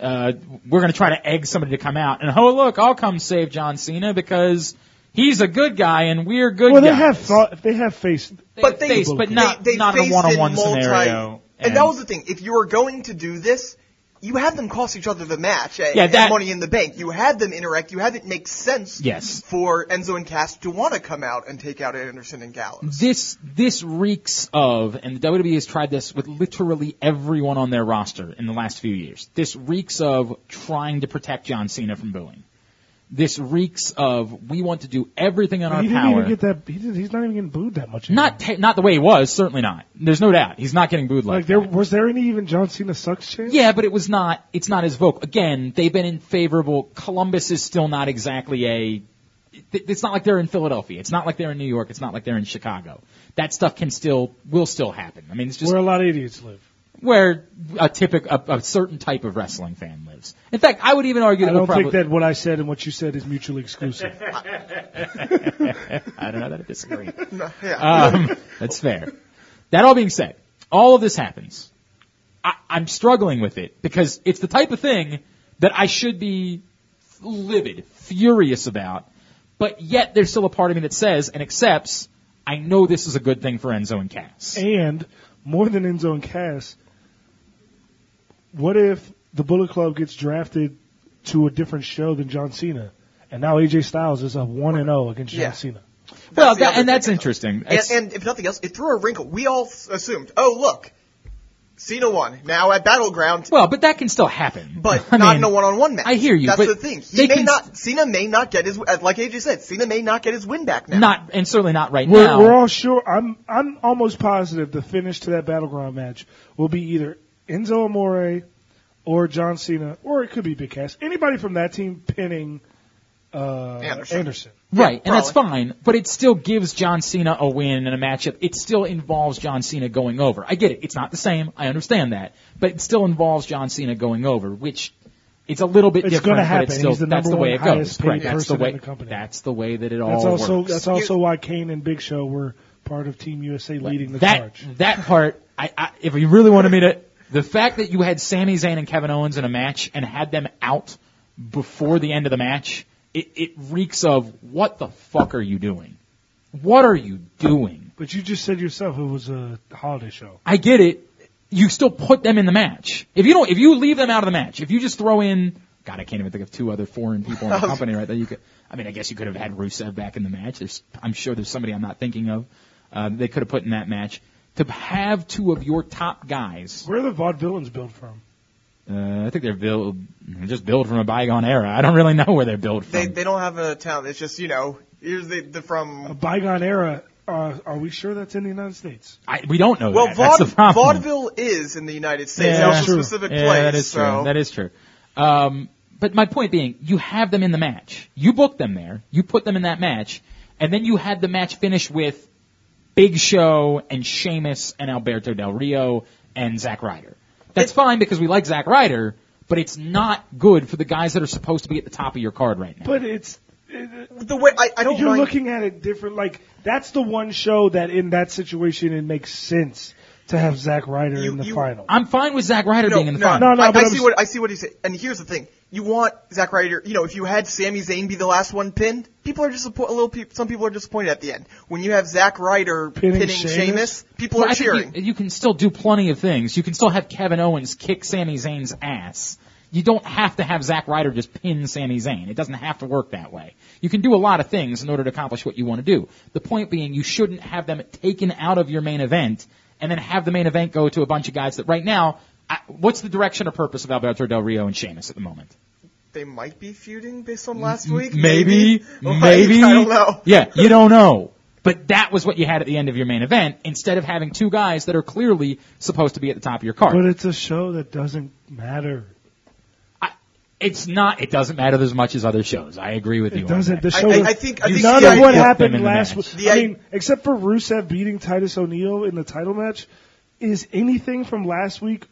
Speaker 2: uh, we're going to try to egg somebody to come out and oh look, I'll come save John Cena because he's a good guy and we're good
Speaker 1: Well,
Speaker 2: guys.
Speaker 1: they have thought. They have faced.
Speaker 3: But they-
Speaker 2: face, but not
Speaker 3: they, they
Speaker 2: not in
Speaker 3: faced
Speaker 2: a one-on-one
Speaker 3: in multi-
Speaker 2: scenario.
Speaker 3: And, that was the thing. If you were going to do this, you have them cost each other the match at,
Speaker 2: Yeah,
Speaker 3: at
Speaker 2: that-
Speaker 3: Money in the Bank. You had them interact. You had it make sense
Speaker 2: Yes.
Speaker 3: for Enzo and Cass to want to come out and take out Anderson and Gallows.
Speaker 2: This this reeks of, and the WWE has tried this with literally everyone on their roster in the last few years. This reeks of trying to protect John Cena from booing. This reeks of we want to do everything in our
Speaker 1: he didn't
Speaker 2: power.
Speaker 1: even get that. He did, he's not even getting booed that much. anymore.
Speaker 2: not ta- not the way he was, certainly not. There's no doubt he's not getting booed like,
Speaker 1: like there
Speaker 2: that.
Speaker 1: was there any even John Cena sucks chance?
Speaker 2: Yeah, but it was not. It's not as vocal. Again, they've been in favorable. Columbus is still not exactly a th- it's not like they're in Philadelphia. It's not like they're in New York. It's not like they're in Chicago. That stuff can still will still happen. I mean, it's just
Speaker 1: where a lot of idiots live.
Speaker 2: where a typical a, a certain type of wrestling fan lives. In fact, I would even argue
Speaker 1: I
Speaker 2: that
Speaker 1: don't
Speaker 2: we're probably,
Speaker 1: think that what I said and what you said is mutually exclusive.
Speaker 2: I don't know that I disagree.
Speaker 3: Yeah.
Speaker 2: Um, that's fair. That all being said, all of this happens. I, I'm struggling with it because it's the type of thing that I should be livid, furious about, but yet there's still a part of me that says and accepts, I know this is a good thing for Enzo and Cass.
Speaker 1: and more than Enzo and Cass, what if the Bullet Club gets drafted to a different show than John Cena, and now AJ Styles is a one and zero against John
Speaker 3: Yeah.
Speaker 1: Cena?
Speaker 2: well,
Speaker 3: the
Speaker 2: that,
Speaker 3: other
Speaker 2: and that's
Speaker 3: thing.
Speaker 2: interesting.
Speaker 3: And,
Speaker 2: It's-
Speaker 3: and if nothing else, it threw a wrinkle. We all s- assumed, oh look, Cena won. Now at Battleground,
Speaker 2: well, but that can still happen.
Speaker 3: but
Speaker 2: I
Speaker 3: not
Speaker 2: mean,
Speaker 3: in a one-on-one match.
Speaker 2: I hear you,
Speaker 3: That's
Speaker 2: but
Speaker 3: the thing.
Speaker 2: they
Speaker 3: He may
Speaker 2: can-
Speaker 3: not. Cena may not get his. uh, Like AJ said, Cena may not get his win back now.
Speaker 2: Not, and certainly not right
Speaker 1: We're,
Speaker 2: now.
Speaker 1: we're all sure. I'm I'm almost positive the finish to that battleground match will be either Enzo Amore or John Cena, or it could be Big Cass. Anybody from that team pinning uh,
Speaker 3: Anderson.
Speaker 1: Anderson.
Speaker 2: Right, and that's
Speaker 3: probably.
Speaker 2: fine, but it still gives John Cena a win in a matchup. It still involves John Cena going over. I get it. It's not the same. I understand that. But it still involves John Cena going over, which it's a little bit
Speaker 1: It's
Speaker 2: different,
Speaker 1: gonna
Speaker 2: but
Speaker 1: happen.
Speaker 2: it's still
Speaker 1: He's the
Speaker 2: that's
Speaker 1: number
Speaker 2: the way
Speaker 1: one
Speaker 2: it goes.
Speaker 1: highest paid
Speaker 2: Right, that's the
Speaker 1: person in
Speaker 2: way
Speaker 1: the company.
Speaker 2: that's the way that it all
Speaker 1: That's also
Speaker 2: works.
Speaker 1: that's also why Kane and Big Show were part of Team USA leading the
Speaker 2: that
Speaker 1: charge.
Speaker 2: that part I, I if you really wanted me to the fact that you had Sami Zayn and Kevin Owens in a match and had them out before the end of the match, it, it reeks of what the fuck are you doing? What are you doing?
Speaker 1: But you just said yourself it was a holiday show.
Speaker 2: I get it. You still put them in the match. If you don't, if you leave them out of the match, if you just throw in, God, I can't even think of two other foreign people in the company right there. You could, I mean, I guess you could have had Rusev back in the match. There's, I'm sure there's somebody I'm not thinking of. Uh, they could have put in that match to have two of your top guys.
Speaker 1: Where are the vaudevillains built from?
Speaker 2: Uh, I think they're built, just built from a bygone era. I don't really know where they're built from. Oh,
Speaker 3: They they don't have a town. It's just you know here's the, the
Speaker 1: A
Speaker 3: from.
Speaker 1: bygone era. Uh, are we sure that's in the United States?
Speaker 2: I, we don't know
Speaker 3: Well,
Speaker 2: that. That's the
Speaker 3: vaude-
Speaker 2: problem.
Speaker 3: vaudeville is in the United
Speaker 2: Yeah,
Speaker 3: States. That was
Speaker 1: that's true.
Speaker 3: a specific
Speaker 2: yeah,
Speaker 3: place.
Speaker 2: That is
Speaker 3: so.
Speaker 2: true. That is true. Um, but my point being, you have them in the match. You booked them there. You put them in that match, and then you had the match finish with Big Show and Sheamus and Alberto Del Rio and Zack Ryder. That's fine because we like Zack Ryder, but it's not good for the guys that are supposed to be at the top of your card right now.
Speaker 1: But it's uh,
Speaker 3: the way I, I don't.
Speaker 1: you're
Speaker 3: mind-
Speaker 1: looking at it different. Like that's the one show that in that situation it makes sense to have Zack Ryder
Speaker 3: You-
Speaker 1: in the
Speaker 3: you-
Speaker 1: final.
Speaker 2: I'm fine with Zack Ryder being in the
Speaker 3: no,
Speaker 2: final.
Speaker 1: No, no,
Speaker 3: I,
Speaker 1: but
Speaker 3: I
Speaker 1: I'm
Speaker 3: see
Speaker 1: s-
Speaker 3: what I see what he said. And here's the thing: you want Zack Ryder. You know, if you had Sami Zayn be the last one pinned, people are disappointed. A little, peop some people are disappointed at the end. When you have Zack Ryder
Speaker 1: Pinning
Speaker 3: pinning,
Speaker 1: Sheamus?
Speaker 3: Sheamus, people
Speaker 2: Well,
Speaker 3: are
Speaker 2: I think
Speaker 3: cheering.
Speaker 2: You, you can still do plenty of things. You can still have Kevin Owens kick Sami Zayn's ass. You don't have to have Zack Ryder just pin Sami Zayn. It doesn't have to work that way. You can do a lot of things in order to accomplish what you want to do. The point being, you shouldn't have them taken out of your main event and then have the main event go to a bunch of guys that right now. I, what's the direction or purpose of Alberto Del Rio and Sheamus at the moment?
Speaker 3: they might be feuding based on last week.
Speaker 2: Maybe,
Speaker 3: Like,
Speaker 2: maybe.
Speaker 3: I don't know.
Speaker 2: Yeah, you don't know. But that was what you had at the end of your main event instead of having two guys that are clearly supposed to be at the top of your card.
Speaker 1: but it's a show that doesn't matter.
Speaker 2: It's not. It doesn't matter as much as other shows. I agree with you.
Speaker 1: It
Speaker 2: on
Speaker 1: doesn't.
Speaker 2: that.
Speaker 1: The
Speaker 3: I-
Speaker 1: show.
Speaker 3: I-
Speaker 1: was-
Speaker 3: I think- I think
Speaker 1: none
Speaker 3: the
Speaker 1: of
Speaker 3: idea-
Speaker 1: what
Speaker 2: Put them
Speaker 1: happened
Speaker 2: in the
Speaker 1: last week.
Speaker 2: match.
Speaker 3: The
Speaker 1: I
Speaker 3: i-
Speaker 1: mean, except for Rusev beating Titus O'Neil in the title match, is anything from last week?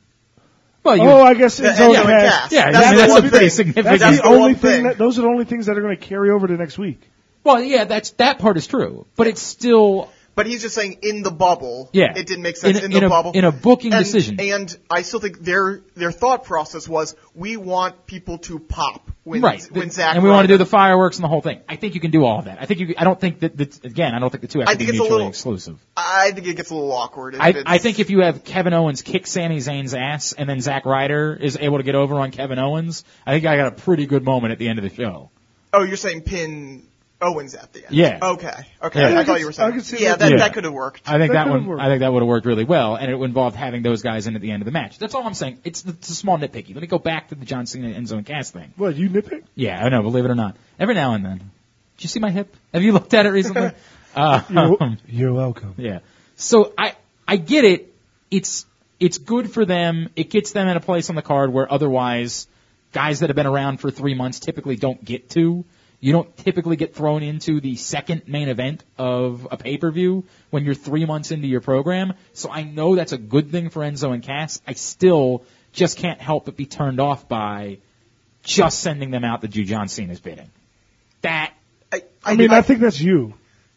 Speaker 2: well, you,
Speaker 1: oh, I guess it's
Speaker 3: Enzo
Speaker 1: okay.
Speaker 3: and Cass.
Speaker 2: Yeah,
Speaker 3: That's
Speaker 2: I mean,
Speaker 3: the
Speaker 2: that's
Speaker 3: one
Speaker 2: a pretty
Speaker 3: thing.
Speaker 2: significant-
Speaker 1: That's
Speaker 2: That's
Speaker 1: the
Speaker 3: the
Speaker 1: only
Speaker 3: one
Speaker 1: thing.
Speaker 3: thing.
Speaker 1: That, those are the only things that are going to carry over to next week.
Speaker 2: well, yeah. That's that part is true, but it's still
Speaker 3: But he's just saying in the bubble.
Speaker 2: Yeah.
Speaker 3: It didn't make sense
Speaker 2: In a-
Speaker 3: in, the
Speaker 2: in a-
Speaker 3: bubble.
Speaker 2: in a booking
Speaker 3: and,
Speaker 2: decision.
Speaker 3: And I still think their their thought process was we want people to pop when
Speaker 2: right.
Speaker 3: when Zack
Speaker 2: and we want to
Speaker 3: Ryder-
Speaker 2: do the fireworks and the whole thing. I think you can do all of that. I think you. I don't think that. that again, I don't think the two have
Speaker 3: I
Speaker 2: to be
Speaker 3: think it's a
Speaker 2: mutually
Speaker 3: little-
Speaker 2: exclusive.
Speaker 3: I think it gets a little awkward. if
Speaker 2: I,
Speaker 3: it's-
Speaker 2: I think if you have Kevin Owens kick Sami Zayn's ass and then Zack Ryder is able to get over on Kevin Owens, I think I got a pretty good moment at the end of the show.
Speaker 3: Oh, you're saying pin Owens at the end.
Speaker 2: Yeah.
Speaker 3: Okay. Okay.
Speaker 2: Yeah.
Speaker 3: I,
Speaker 2: I
Speaker 3: thought
Speaker 1: could-
Speaker 3: you were
Speaker 1: I
Speaker 3: saying.
Speaker 1: could see
Speaker 3: yeah,
Speaker 1: that.
Speaker 3: that,
Speaker 2: Yeah.
Speaker 3: that could have worked.
Speaker 2: I think
Speaker 1: That
Speaker 2: that,
Speaker 1: could've
Speaker 2: one.
Speaker 1: worked.
Speaker 2: I think that would have worked really well, and it would involve having those guys in at the end of the match. That's all I'm saying. It's, it's a small nitpicky. Let me go back to the John Cena Enzo and Cass thing.
Speaker 1: What you nipping?
Speaker 2: Yeah, I know. Believe it or not, every now and then. Did you see my hip? Have you looked at it recently? uh,
Speaker 3: Um,
Speaker 1: You're, you're welcome.
Speaker 2: yeah. So I I get it. It's it's good for them. It gets them in a place on the card where otherwise guys that have been around for three months typically don't get to. You don't typically get thrown into the second main event of a pay-per-view when you're three months into your program. So I know that's a good thing for Enzo and Cass. I still just can't help but be turned off by just sending them out to do John Cena's bidding. That
Speaker 3: I,
Speaker 1: I mean, I, think that's you.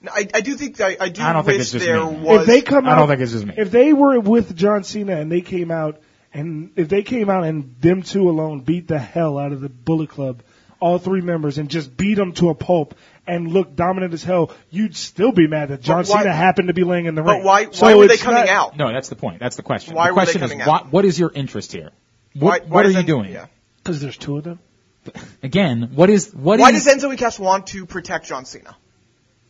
Speaker 3: I, I do think I, I do
Speaker 2: I don't think
Speaker 3: wish
Speaker 2: it's just
Speaker 3: there
Speaker 2: me.
Speaker 3: was.
Speaker 1: if they come out,
Speaker 2: I don't think it's just me.
Speaker 1: If they were with John Cena and they came out and if they came out and them two alone beat the hell out of the Bullet Club, all three members and just beat them to a pulp and looked dominant as hell, you'd still be mad that John
Speaker 3: But why-
Speaker 1: Cena happened to be laying in the
Speaker 3: but
Speaker 1: ring.
Speaker 3: why? Why
Speaker 1: So
Speaker 3: were they
Speaker 1: it's
Speaker 3: coming
Speaker 1: not-
Speaker 3: out?
Speaker 2: no, that's the point. That's the question.
Speaker 3: Why
Speaker 2: the
Speaker 3: were they
Speaker 2: question
Speaker 3: coming
Speaker 2: is,
Speaker 3: out?
Speaker 2: what, what is your interest here?
Speaker 3: Why,
Speaker 2: What,
Speaker 3: why
Speaker 2: what are
Speaker 3: does
Speaker 2: you
Speaker 3: En-
Speaker 2: doing?
Speaker 3: Yeah.
Speaker 1: Because there's two of them.
Speaker 2: Again, what is what
Speaker 3: Why
Speaker 2: is-
Speaker 3: does Enzo and Cass want to protect John Cena?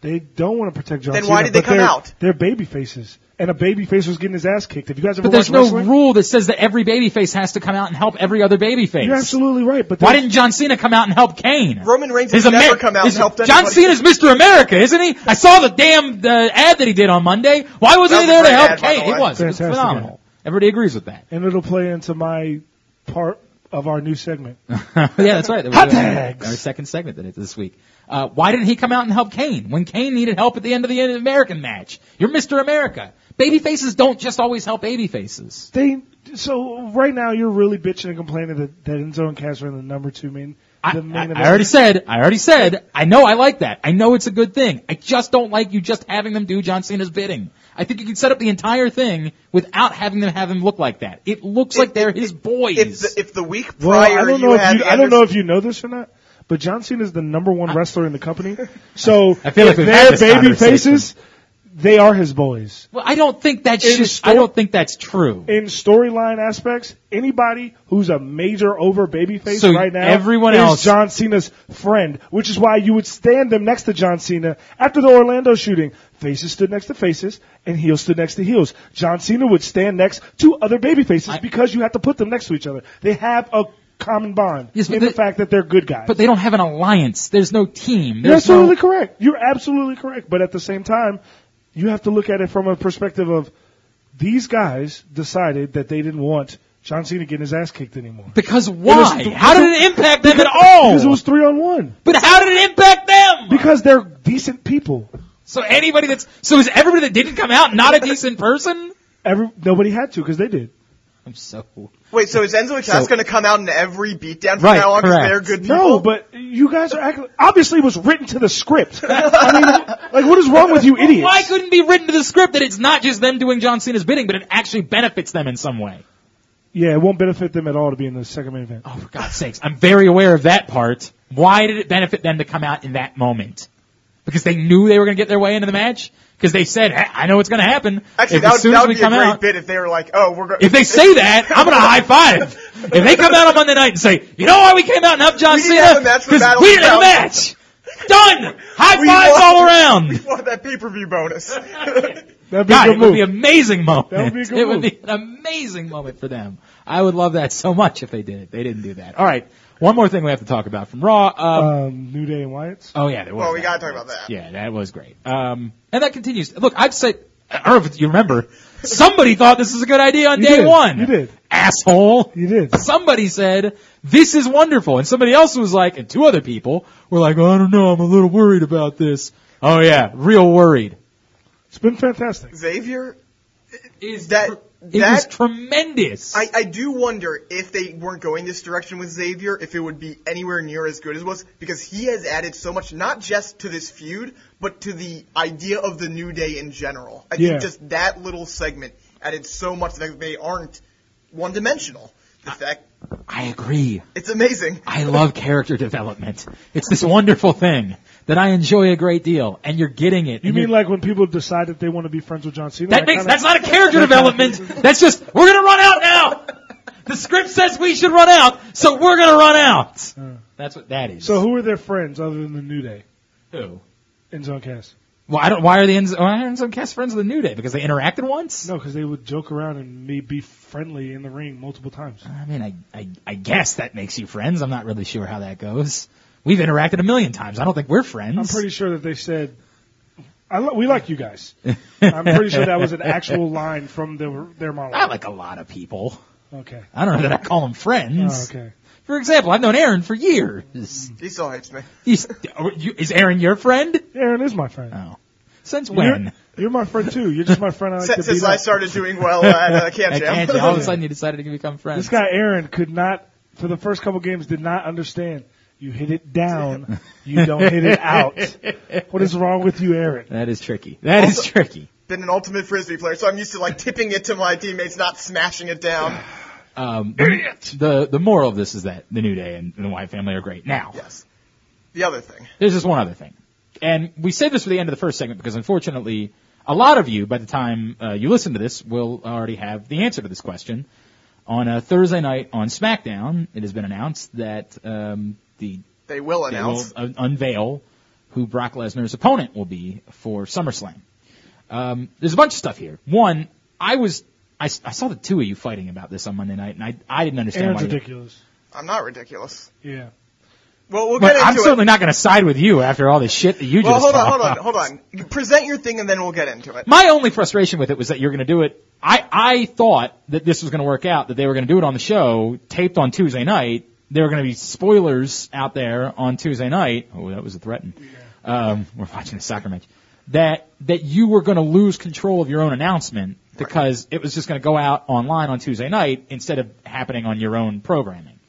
Speaker 1: They don't want to protect John
Speaker 3: Then
Speaker 1: Cena.
Speaker 3: why did they
Speaker 1: but
Speaker 3: come
Speaker 1: they're-
Speaker 3: out?
Speaker 1: They're baby faces, and a baby face was getting his ass kicked. Have you guys ever
Speaker 2: But there's
Speaker 1: watched
Speaker 2: no
Speaker 1: wrestling?
Speaker 2: rule that says that every babyface has to come out and help every other babyface.
Speaker 1: You're absolutely right. But
Speaker 2: Why
Speaker 1: there's-
Speaker 2: didn't John Cena come out and help Kane?
Speaker 3: Roman Reigns
Speaker 2: His
Speaker 3: has never
Speaker 2: Amer-
Speaker 3: come out and
Speaker 2: his-
Speaker 3: helped
Speaker 2: John
Speaker 3: anybody.
Speaker 2: Cena's Mr. America, isn't he? I saw the damn uh, ad that he did on Monday. Why wasn't he
Speaker 3: That was
Speaker 2: there
Speaker 3: a
Speaker 2: to
Speaker 3: great
Speaker 2: help
Speaker 3: ad, by the
Speaker 2: Kane? It
Speaker 3: way.
Speaker 2: was. It was
Speaker 1: Fantastic
Speaker 2: phenomenal. Everybody agrees with that.
Speaker 1: and it'll play into my part of our new segment.
Speaker 2: yeah, that's right.
Speaker 1: Hot
Speaker 2: That was
Speaker 1: tags.
Speaker 2: Our second segment that it- this week. Uh, why didn't he come out and help Kane when Kane needed help at the end of the American match? You're Mr. America. Babyfaces don't just always help babyfaces.
Speaker 1: They so right now you're really bitching and complaining that, that Enzo and Cass are in the number two main.
Speaker 2: I,
Speaker 1: the main
Speaker 2: I-
Speaker 1: event.
Speaker 2: I already said, I already said, I know I like that. I know it's a good thing. I just don't like you just having them do John Cena's bidding. I think you can set up the entire thing without having them have him look like that. It looks like they're his boys.
Speaker 3: If the, if the week
Speaker 1: Well,
Speaker 3: prior
Speaker 1: I don't
Speaker 3: you
Speaker 1: know
Speaker 3: had
Speaker 1: if you, I don't
Speaker 3: Anderson-
Speaker 1: know if you know this or not, but John Cena is the number one wrestler in the company. So
Speaker 2: I feel like
Speaker 1: if
Speaker 2: we've
Speaker 1: they're
Speaker 2: had this
Speaker 1: baby
Speaker 2: conversation.
Speaker 1: faces. They are his boys.
Speaker 2: well, I don't think that's
Speaker 1: In
Speaker 2: just,
Speaker 1: sto-
Speaker 2: I don't think that's true.
Speaker 1: in storyline aspects, anybody who's a major over babyface
Speaker 2: So
Speaker 1: right now
Speaker 2: everyone
Speaker 1: is
Speaker 2: else-
Speaker 1: John Cena's friend, which is why you would stand them next to John Cena after the Orlando shooting. Faces stood next to faces, and heels stood next to heels. John Cena would stand next to other babyfaces
Speaker 2: I-
Speaker 1: because you have to put them next to each other. They have a common bond
Speaker 2: Yes, but
Speaker 1: in
Speaker 2: they-
Speaker 1: the fact that they're good guys.
Speaker 2: But they don't have an alliance. There's no team.
Speaker 1: You're
Speaker 2: There's
Speaker 1: absolutely
Speaker 2: no,
Speaker 1: correct. You're absolutely correct. But at the same time, you have to look at it from a perspective of these guys decided that they didn't want John Cena getting his ass kicked anymore.
Speaker 2: because
Speaker 1: was
Speaker 2: why?
Speaker 1: th-
Speaker 2: how did it impact them at all?
Speaker 1: Because it was three on one.
Speaker 2: but how did it impact them?
Speaker 1: Because they're decent people.
Speaker 2: so anybody that's, so is everybody that didn't come out not a decent person?
Speaker 1: Every nobody had to because they did.
Speaker 2: I'm so
Speaker 3: Wait, so is Enzo and Cass
Speaker 2: So-
Speaker 3: going to come out in every beatdown from
Speaker 2: Right,
Speaker 3: now on
Speaker 2: correct.
Speaker 3: because they're good people?
Speaker 1: No, but you guys are actually, obviously it was written to the script. I mean, like what is wrong with you idiots?
Speaker 2: Why couldn't it be written to the script that it's not just them doing John Cena's bidding, but it actually benefits them in some way?
Speaker 1: yeah, it won't benefit them at all to be in the second main event.
Speaker 2: Oh, for God's sakes. I'm very aware of that part. Why did it benefit them to come out in that moment? Because they knew they were going to get their way into the match? Because they said, "Hey, I know what's going to happen.
Speaker 3: Actually,
Speaker 2: If-
Speaker 3: that
Speaker 2: as
Speaker 3: would,
Speaker 2: soon
Speaker 3: that
Speaker 2: as
Speaker 3: would
Speaker 2: we
Speaker 3: be a
Speaker 2: come
Speaker 3: great
Speaker 2: out,
Speaker 3: bit if they were like, oh, we're going
Speaker 2: if they say that, I'm going to high five. If they come out on Monday night and say, you know why we came out and helped John
Speaker 3: We
Speaker 2: Cena?
Speaker 3: didn't have a match with Battle
Speaker 2: we didn't have a
Speaker 3: Royale."
Speaker 2: match. Done. High
Speaker 3: We
Speaker 2: fives
Speaker 3: won.
Speaker 2: all around.
Speaker 3: want that pay-per-view bonus.
Speaker 1: That'd be
Speaker 2: God,
Speaker 1: a
Speaker 2: it
Speaker 1: good
Speaker 2: would
Speaker 1: move.
Speaker 2: be an amazing moment.
Speaker 1: That would be a good
Speaker 2: it would
Speaker 1: move.
Speaker 2: be an amazing moment for them. I would love that so much if they did it. They didn't do that. All right. One more thing we have to talk about from Raw. Um,
Speaker 1: um, New Day and Wyatt's.
Speaker 2: oh yeah, there was.
Speaker 3: well, we
Speaker 2: that.
Speaker 3: got to talk about that.
Speaker 2: Yeah, that was great. Um, and that continues. Look, I've said. I don't know if you remember. Somebody thought this was a good idea on
Speaker 1: You
Speaker 2: day
Speaker 1: did.
Speaker 2: one.
Speaker 1: You did.
Speaker 2: Asshole.
Speaker 1: You did.
Speaker 2: Somebody said, this is wonderful. And somebody else was like, and two other people were like, "Oh, I don't know, I'm a little worried about this. Oh yeah, real worried.
Speaker 1: It's been fantastic.
Speaker 3: Xavier,
Speaker 2: Is
Speaker 3: That-
Speaker 2: it
Speaker 3: that-
Speaker 2: was tremendous.
Speaker 3: I, I do wonder if they weren't going this direction with Xavier, if it would be anywhere near as good as it was, because he has added so much, not just to this feud, but to the idea of the New Day in general. I
Speaker 1: Yeah.
Speaker 3: think just that little segment added so much that they aren't one-dimensional. The fact,
Speaker 2: I agree.
Speaker 3: it's amazing.
Speaker 2: I love character development. It's this wonderful thing that I enjoy a great deal, and you're getting it.
Speaker 1: You
Speaker 2: and
Speaker 1: mean
Speaker 2: you're-
Speaker 1: like when people decide that they want to be friends with John Cena?
Speaker 2: that makes
Speaker 1: kinda-
Speaker 2: that's not a character development. That's just we're gonna run out now. The script says we should run out, so we're gonna run out. That's what that is.
Speaker 1: So who are their friends other than the New Day
Speaker 2: who?
Speaker 1: in Zone Cast?
Speaker 2: Well, I don't. Why are the Enzo, why are Enzo cast friends of the New Day? Because they interacted once.
Speaker 1: No, because they would joke around and may be friendly in the ring multiple times.
Speaker 2: I mean, I, I I guess that makes you friends. I'm not really sure how that goes. We've interacted a million times. I don't think we're friends.
Speaker 1: I'm pretty sure that they said, I li- "We like you guys." I'm pretty sure that was an actual line from the, their
Speaker 2: I
Speaker 1: monologue.
Speaker 2: like a lot of people.
Speaker 1: Okay.
Speaker 2: I don't know that I call them
Speaker 1: Oh,
Speaker 2: friends.
Speaker 1: okay. Hmm.
Speaker 2: For example, I've known Aaron for years.
Speaker 3: He still hates me.
Speaker 2: He's, are you- is Aaron your friend?
Speaker 1: Aaron is my friend.
Speaker 2: Oh. Since
Speaker 1: You're-
Speaker 2: when?
Speaker 1: You're, my friend too. You're just my friend. I like to
Speaker 3: Since, since
Speaker 1: beat
Speaker 3: I
Speaker 1: up.
Speaker 3: started doing well at uh, Camp
Speaker 2: I
Speaker 3: Jam.
Speaker 2: can't. All of a sudden you decided to become
Speaker 1: This
Speaker 2: friends.
Speaker 1: guy Aaron could not, for the first couple games, did not understand. You hit it down. You don't hit it out. What is wrong with you, Aaron?
Speaker 2: That is tricky. That is
Speaker 3: Also-
Speaker 2: tricky.
Speaker 3: Been an ultimate frisbee player, so I'm used to like tipping it to my teammates, not smashing it down.
Speaker 2: Um, the, the the moral of this is that the New Day and, and the Wyatt family are great. Now,
Speaker 3: Yes. The other thing.
Speaker 2: there's just one other thing, and we saved this for the end of the first segment because unfortunately, a lot of you by the time uh, you listen to this will already have the answer to this question. On a Thursday night on SmackDown, it has been announced that um, the
Speaker 3: They will
Speaker 2: they will
Speaker 3: announce.
Speaker 2: uh, unveil who Brock Lesnar's opponent will be for SummerSlam. Um, there's a bunch of stuff here. One, I was I, s- I saw the two of you fighting about this on Monday night, and I I didn't understand
Speaker 1: Aaron's
Speaker 2: why. you-
Speaker 1: ridiculous.
Speaker 3: I'm not ridiculous.
Speaker 1: Yeah.
Speaker 3: Well, we'll
Speaker 2: But
Speaker 3: get
Speaker 2: I'm
Speaker 3: into it.
Speaker 2: certainly not going to side with you after all the shit that you
Speaker 3: Well,
Speaker 2: just
Speaker 3: hold on,
Speaker 2: saw.
Speaker 3: hold on, hold on. You Present your thing and then we'll get into it.
Speaker 2: My only frustration with it was that you're going to do it. I I thought that this was going to work out, that they were going to do it on the show, taped on Tuesday night. There were going to be spoilers out there on Tuesday night. Oh, that was a threaten. Um, we're watching a soccer match. That that you were going to lose control of your own announcement because it was just going to go out online on Tuesday night instead of happening on your own programming.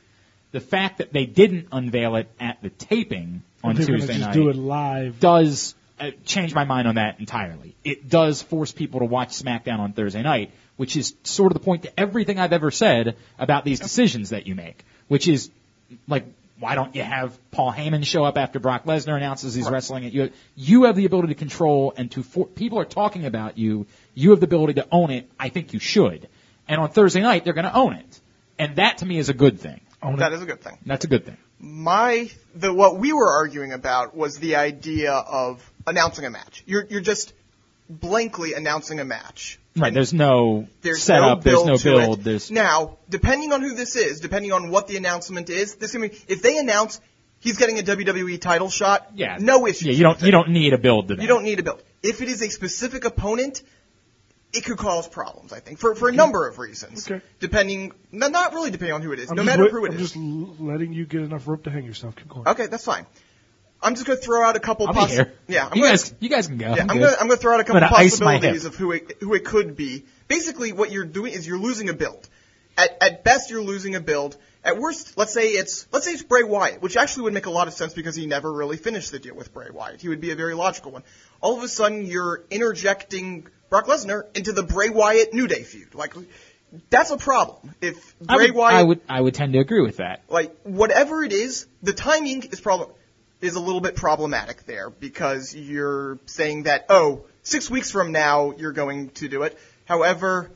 Speaker 2: The fact that they didn't unveil it at the taping on
Speaker 1: They're gonna
Speaker 2: Tuesday
Speaker 1: just
Speaker 2: night
Speaker 1: do it live.
Speaker 2: does uh, change my mind on that entirely. It does force people to watch SmackDown on Thursday night, which is sort of the point to everything I've ever said about these decisions that you make, which is like, why don't you have Paul Heyman show up after Brock Lesnar announces he's wrestling at you? You have the ability to control and to, for, people are talking about you. You have the ability to own it. I think you should. And on Thursday night, they're going to own it. And that to me is a good thing.
Speaker 3: That is a good thing.
Speaker 2: That's a good thing.
Speaker 3: My the what we were arguing about was the idea of announcing a match. You're you're just blankly announcing a match.
Speaker 2: Right. There's no
Speaker 3: There's
Speaker 2: setup.
Speaker 3: no
Speaker 2: there's
Speaker 3: build
Speaker 2: no
Speaker 3: to
Speaker 2: build.
Speaker 3: It.
Speaker 2: There's
Speaker 3: Now, depending on who this is, depending on what the announcement is, this can be if they announce he's getting a WWE title shot,
Speaker 2: Yeah.
Speaker 3: no issues.
Speaker 2: Yeah, you don't you don't need a build to that.
Speaker 3: You don't need a build. If it is a specific opponent, it could cause problems, I think, for, for a number of reasons.
Speaker 1: Okay.
Speaker 3: Depending, no, not really depending on who it is,
Speaker 1: I'm
Speaker 3: no
Speaker 1: just
Speaker 3: matter
Speaker 1: wait-
Speaker 3: who it is.
Speaker 1: I'm just l- letting you get enough rope to hang yourself. Keep going.
Speaker 3: Okay, that's fine. I'm just gonna throw out a couple.
Speaker 2: I'll
Speaker 3: possi-
Speaker 2: be here.
Speaker 3: Yeah, I'm
Speaker 2: you
Speaker 3: gonna,
Speaker 2: guys you guys can go.
Speaker 3: yeah,
Speaker 2: I'm,
Speaker 3: I'm,
Speaker 2: good.
Speaker 3: gonna I'm gonna throw out a couple
Speaker 2: I'm gonna ice my hip.
Speaker 3: possibilities of who it who it could be. Basically, what you're doing is you're losing a build. At at best, you're losing a build. At worst, let's say it's let's say it's Bray Wyatt, which actually would make a lot of sense because he never really finished the deal with Bray Wyatt. He would be a very logical one. All of a sudden, you're interjecting Brock Lesnar into the Bray Wyatt New Day feud. Like, that's a problem. If
Speaker 2: I
Speaker 3: Bray
Speaker 2: would,
Speaker 3: Wyatt
Speaker 2: I would I would tend to agree with that.
Speaker 3: like whatever it is, the timing is problem is a little bit problematic there because you're saying that oh, six weeks from now you're going to do it. However,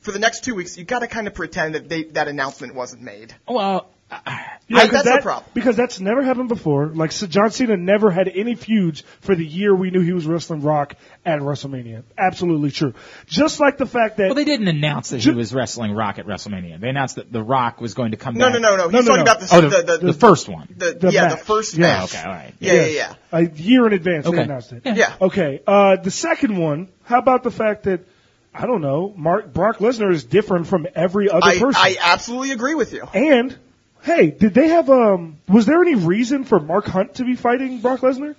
Speaker 3: for the next two weeks, you got to kind of pretend that they, that announcement wasn't made.
Speaker 2: Well,
Speaker 1: Yeah,
Speaker 3: I-
Speaker 1: 'cause
Speaker 3: that's the
Speaker 1: that,
Speaker 3: problem.
Speaker 1: Because that's never happened before. Like, so John Cena never had any feuds for the year we knew he was wrestling Rock at WrestleMania. Absolutely true. Just like the fact that
Speaker 2: well, they didn't announce that he was wrestling Rock at Wrestlemania. They announced that the Rock was going to come
Speaker 3: No,
Speaker 2: back.
Speaker 3: no, no, no. He's
Speaker 1: No, no,
Speaker 3: talking
Speaker 1: no.
Speaker 3: about the
Speaker 2: Oh,
Speaker 3: the, the,
Speaker 2: the first one.
Speaker 3: the,
Speaker 1: the
Speaker 3: yeah
Speaker 1: match.
Speaker 3: the first
Speaker 1: Yeah,
Speaker 3: match.
Speaker 2: okay, all right.
Speaker 3: Yeah,
Speaker 1: Yes.
Speaker 3: yeah,
Speaker 1: A year in advance
Speaker 2: Okay.
Speaker 1: they announced it.
Speaker 2: Yeah.
Speaker 3: yeah. Yeah.
Speaker 1: Okay. Uh, the second one. How about the fact that I don't know. Mark Brock Lesnar is different from every other
Speaker 3: I,
Speaker 1: person.
Speaker 3: I absolutely agree with you.
Speaker 1: and hey, did they have um? Was there any reason for Mark Hunt to be fighting Brock Lesnar?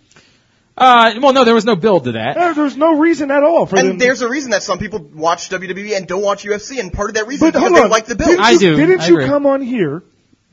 Speaker 2: Uh, well, no, there was no build to that.
Speaker 1: There, there's no reason at all for them.
Speaker 3: And there's a reason that some people watch WWE and don't watch UFC, and part of that reason
Speaker 1: But
Speaker 3: is because
Speaker 1: hold
Speaker 3: they
Speaker 1: on.
Speaker 3: like the build.
Speaker 1: Didn't
Speaker 2: I
Speaker 1: you,
Speaker 2: do.
Speaker 1: Didn't
Speaker 2: I
Speaker 1: you
Speaker 2: agree.
Speaker 1: come on here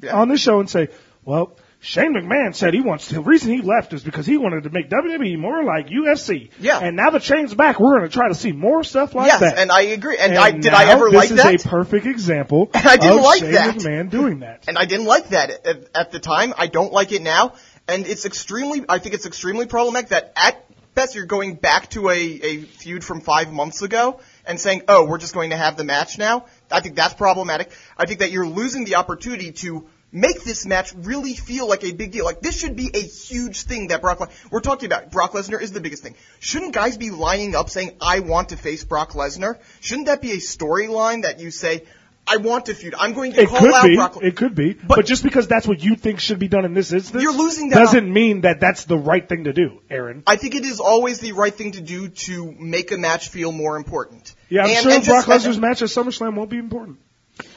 Speaker 3: Yeah.
Speaker 1: on the show and say, well, Shane McMahon said he wants the reason he left is because he wanted to make WWE more like UFC.
Speaker 3: Yeah.
Speaker 1: And now the chain's back. We're going to try to see more stuff like
Speaker 3: yes,
Speaker 1: that.
Speaker 3: and I agree. And, I did I
Speaker 1: now
Speaker 3: ever like that?
Speaker 1: This is a perfect example.
Speaker 3: I didn't
Speaker 1: of
Speaker 3: like
Speaker 1: Shane
Speaker 3: that.
Speaker 1: McMahon doing that.
Speaker 3: and I didn't like that at, at the time. I don't like it now, and it's extremely. I think it's extremely problematic that at best you're going back to a, a feud from five months ago and saying, "Oh, we're just going to have the match now." I think that's problematic. I think that you're losing the opportunity to make this match really feel like a big deal. Like this should be a huge thing that Brock. Le- we're talking about Brock Lesnar is the biggest thing. Shouldn't guys be lining up saying, "I want to face Brock Lesnar"? Shouldn't that be a storyline that you say? I want to feud. I'm going to
Speaker 1: It
Speaker 3: call
Speaker 1: could
Speaker 3: out
Speaker 1: be.
Speaker 3: Brock. Le-
Speaker 1: It could be. But, just because that's what you think should be done in this instance
Speaker 3: You're losing that
Speaker 1: doesn't mean that that's the right thing to do, Aaron.
Speaker 3: I think it is always the right thing to do to make a match feel more important.
Speaker 1: Yeah, I'm
Speaker 3: And-
Speaker 1: sure
Speaker 3: and
Speaker 1: Brock
Speaker 3: just-
Speaker 1: Lesnar's match at SummerSlam won't be important.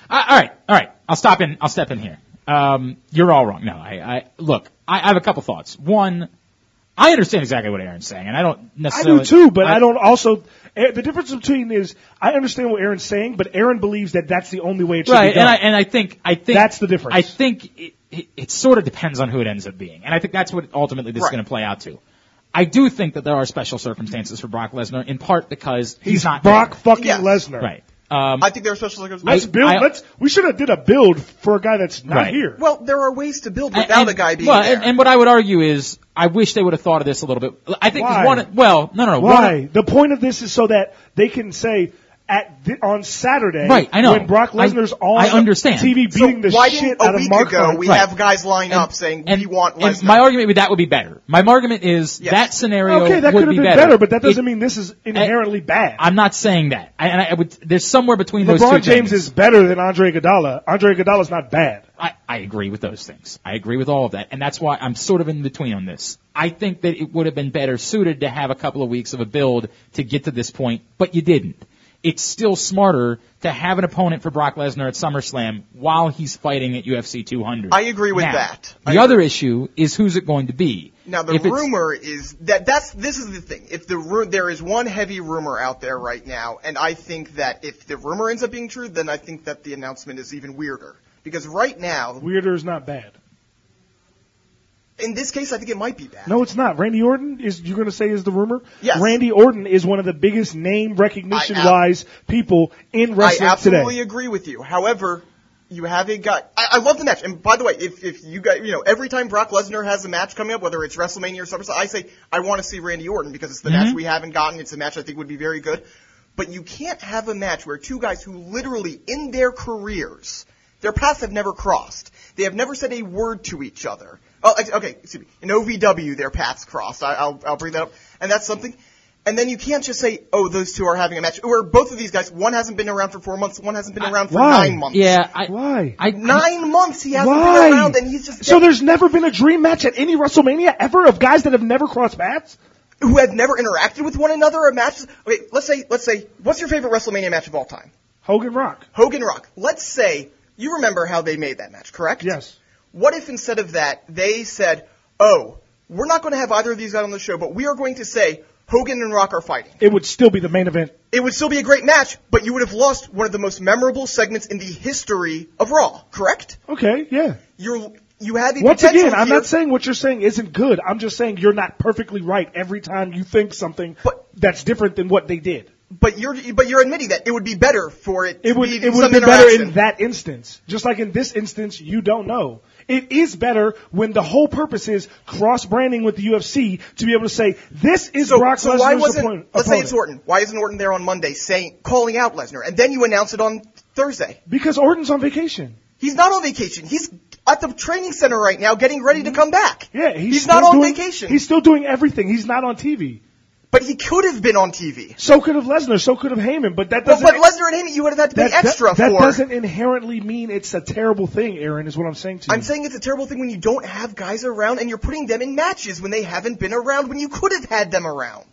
Speaker 2: I, all right, all right. I'll stop in. I'll step in here. Um, you're all wrong. No, I, I look. I, I have a couple thoughts. One, I understand exactly what Aaron's saying, and I don't
Speaker 1: I
Speaker 2: necessarily.
Speaker 1: do too, but I, don't also. eh, The difference between is I understand what Aaron's saying, but Aaron believes that that's the only way it should
Speaker 2: Right,
Speaker 1: be done.
Speaker 2: and I and I think I think
Speaker 1: That's the difference.
Speaker 2: I think it, it, it sort of depends on who it ends up being, and I think that's what ultimately this is
Speaker 3: Right.
Speaker 2: going to play out to. I do think that there are special circumstances for Brock Lesnar, in part because he's, not
Speaker 1: Brock
Speaker 2: there.
Speaker 1: fucking
Speaker 3: Yeah.
Speaker 1: Lesnar.
Speaker 2: Right. Um,
Speaker 3: I think there are special
Speaker 1: Let's
Speaker 3: circumstances.
Speaker 1: build.
Speaker 2: I-
Speaker 1: let's. We should have did a build for a guy that's not
Speaker 2: Right.
Speaker 1: here.
Speaker 3: well, there are ways to build
Speaker 2: and-
Speaker 3: without
Speaker 2: and-
Speaker 3: a guy being
Speaker 2: well,
Speaker 3: there.
Speaker 2: And, and what I would argue is, I wish they would have thought of this a little bit. I think there's
Speaker 1: Why?
Speaker 2: one. Well, no, no, no.
Speaker 1: Why?
Speaker 2: One,
Speaker 1: the point of this is so that they can say at the, on Saturday,
Speaker 2: Right, I know.
Speaker 1: when Brock
Speaker 2: I-
Speaker 1: Lesnar's on
Speaker 2: I understand.
Speaker 1: TV
Speaker 3: so
Speaker 1: beating the
Speaker 3: why
Speaker 1: shit
Speaker 3: didn't
Speaker 1: out
Speaker 3: a
Speaker 1: of
Speaker 3: week
Speaker 1: Mark
Speaker 3: ago
Speaker 1: Hunt.
Speaker 3: we
Speaker 2: Right.
Speaker 3: have guys line up saying
Speaker 2: and,
Speaker 3: we want
Speaker 2: and
Speaker 3: Lesnar?
Speaker 2: my argument with that would be better. My argument is
Speaker 3: Yes.
Speaker 2: that scenario
Speaker 1: Okay, that
Speaker 2: would
Speaker 1: could have
Speaker 2: be
Speaker 1: been better,
Speaker 2: better,
Speaker 1: but that
Speaker 2: It-
Speaker 1: doesn't mean this is inherently bad.
Speaker 2: I'm not saying that. I, and I would. There's somewhere between those two
Speaker 1: LeBron James
Speaker 2: things.
Speaker 1: is better than Andre Iguodala. Andre Iguodala's not bad.
Speaker 2: I, I agree with those things. I agree with all of that. And that's why I'm sort of in between on this. I think that it would have been better suited to have a couple of weeks of a build to get to this point, but you didn't. It's still smarter to have an opponent for Brock Lesnar at SummerSlam while he's fighting at UFC 200.
Speaker 3: I agree with
Speaker 2: Now,
Speaker 3: that.
Speaker 2: The
Speaker 3: I agree.
Speaker 2: other issue is who's it going to be?
Speaker 3: Now the
Speaker 2: If it's-
Speaker 3: rumor is that that's this is the thing. If the ru- there is one heavy rumor out there right now, and I think that if the rumor ends up being true, then I think that the announcement is even weirder. Because right now,
Speaker 1: Weirder is not bad.
Speaker 3: in this case, I think it might be bad.
Speaker 1: No, it's not. Randy Orton is you're going to say is the rumor.
Speaker 3: Yes.
Speaker 1: Randy Orton is one of the biggest name recognition wise people in
Speaker 3: I
Speaker 1: wrestling
Speaker 3: absolutely
Speaker 1: today.
Speaker 3: agree with you. However, you have a guy. I, I love the match. And by the way, if if you guys, you know, every time Brock Lesnar has a match coming up, whether it's WrestleMania or SummerSlam, I say I want to see Randy Orton because it's the match
Speaker 1: Mm-hmm.
Speaker 3: we haven't gotten. It's a match I think would be very good. But you can't have a match where two guys who literally in their careers, their paths have never crossed. They have never said a word to each other. Oh, ex- okay, excuse me. In OVW, their paths crossed. I, I'll, I'll bring that up. And that's something. And then you can't just say, oh, those two are having a match. Or both of these guys, one hasn't been around for four months, one hasn't been around for
Speaker 1: Uh, why?
Speaker 3: nine months.
Speaker 2: Yeah. I,
Speaker 1: Why?
Speaker 2: I,
Speaker 3: Nine months he hasn't
Speaker 1: Why?
Speaker 3: been around and he's just
Speaker 1: so there's never been a dream match at any WrestleMania ever of guys that have never crossed paths.
Speaker 3: who have never interacted with one another or matches. Okay, let's say, let's say, what's your favorite WrestleMania match of all time?
Speaker 1: Hogan Rock.
Speaker 3: Hogan Rock. Let's say you remember how they made that match, correct?
Speaker 1: Yes.
Speaker 3: What if instead of that they said, "Oh, we're not going to have either of these guys on the show, but we are going to say Hogan and Rock are fighting."
Speaker 1: It would still be the main event.
Speaker 3: It would still be a great match, but you would have lost one of the most memorable segments in the history of Raw, correct?
Speaker 1: Okay, yeah.
Speaker 3: You're you have the
Speaker 1: Once
Speaker 3: potential
Speaker 1: again, I'm
Speaker 3: here-
Speaker 1: not saying what you're saying isn't good. I'm just saying you're not perfectly right every time you think something
Speaker 3: But-
Speaker 1: that's different than what they did.
Speaker 3: but you're but you're admitting that it would be better for it. to
Speaker 1: It would
Speaker 3: be
Speaker 1: it would
Speaker 3: some
Speaker 1: be better in
Speaker 3: interaction.
Speaker 1: that instance. Just like in this instance, you don't know. It is better when the whole purpose is cross branding with the UFC to be able to say this is
Speaker 3: So,
Speaker 1: Brock
Speaker 3: so
Speaker 1: Lesnar's
Speaker 3: why wasn't
Speaker 1: opponent.
Speaker 3: let's say it's
Speaker 1: opponent.
Speaker 3: Orton? Why isn't Orton there on Monday saying calling out Lesnar, and then you announce it on Thursday?
Speaker 1: Because Orton's on vacation.
Speaker 3: He's not on vacation. He's at the training center right now, getting ready to come back.
Speaker 1: Mm-hmm. Yeah, he's,
Speaker 3: not
Speaker 1: still
Speaker 3: on
Speaker 1: doing-
Speaker 3: vacation.
Speaker 1: He's still doing everything. He's not on TV.
Speaker 3: but he could have been on TV.
Speaker 1: So could have Lesnar. So could have Heyman. But that
Speaker 3: But,
Speaker 1: doesn't.
Speaker 3: but Lesnar and him, you would have had to pay
Speaker 1: that, that-
Speaker 3: extra
Speaker 1: that
Speaker 3: for.
Speaker 1: doesn't inherently mean it's a terrible thing, Aaron. Is what I'm saying to you.
Speaker 3: I'm saying it's a terrible thing when you don't have guys around and you're putting them in matches when they haven't been around when you could have had them around.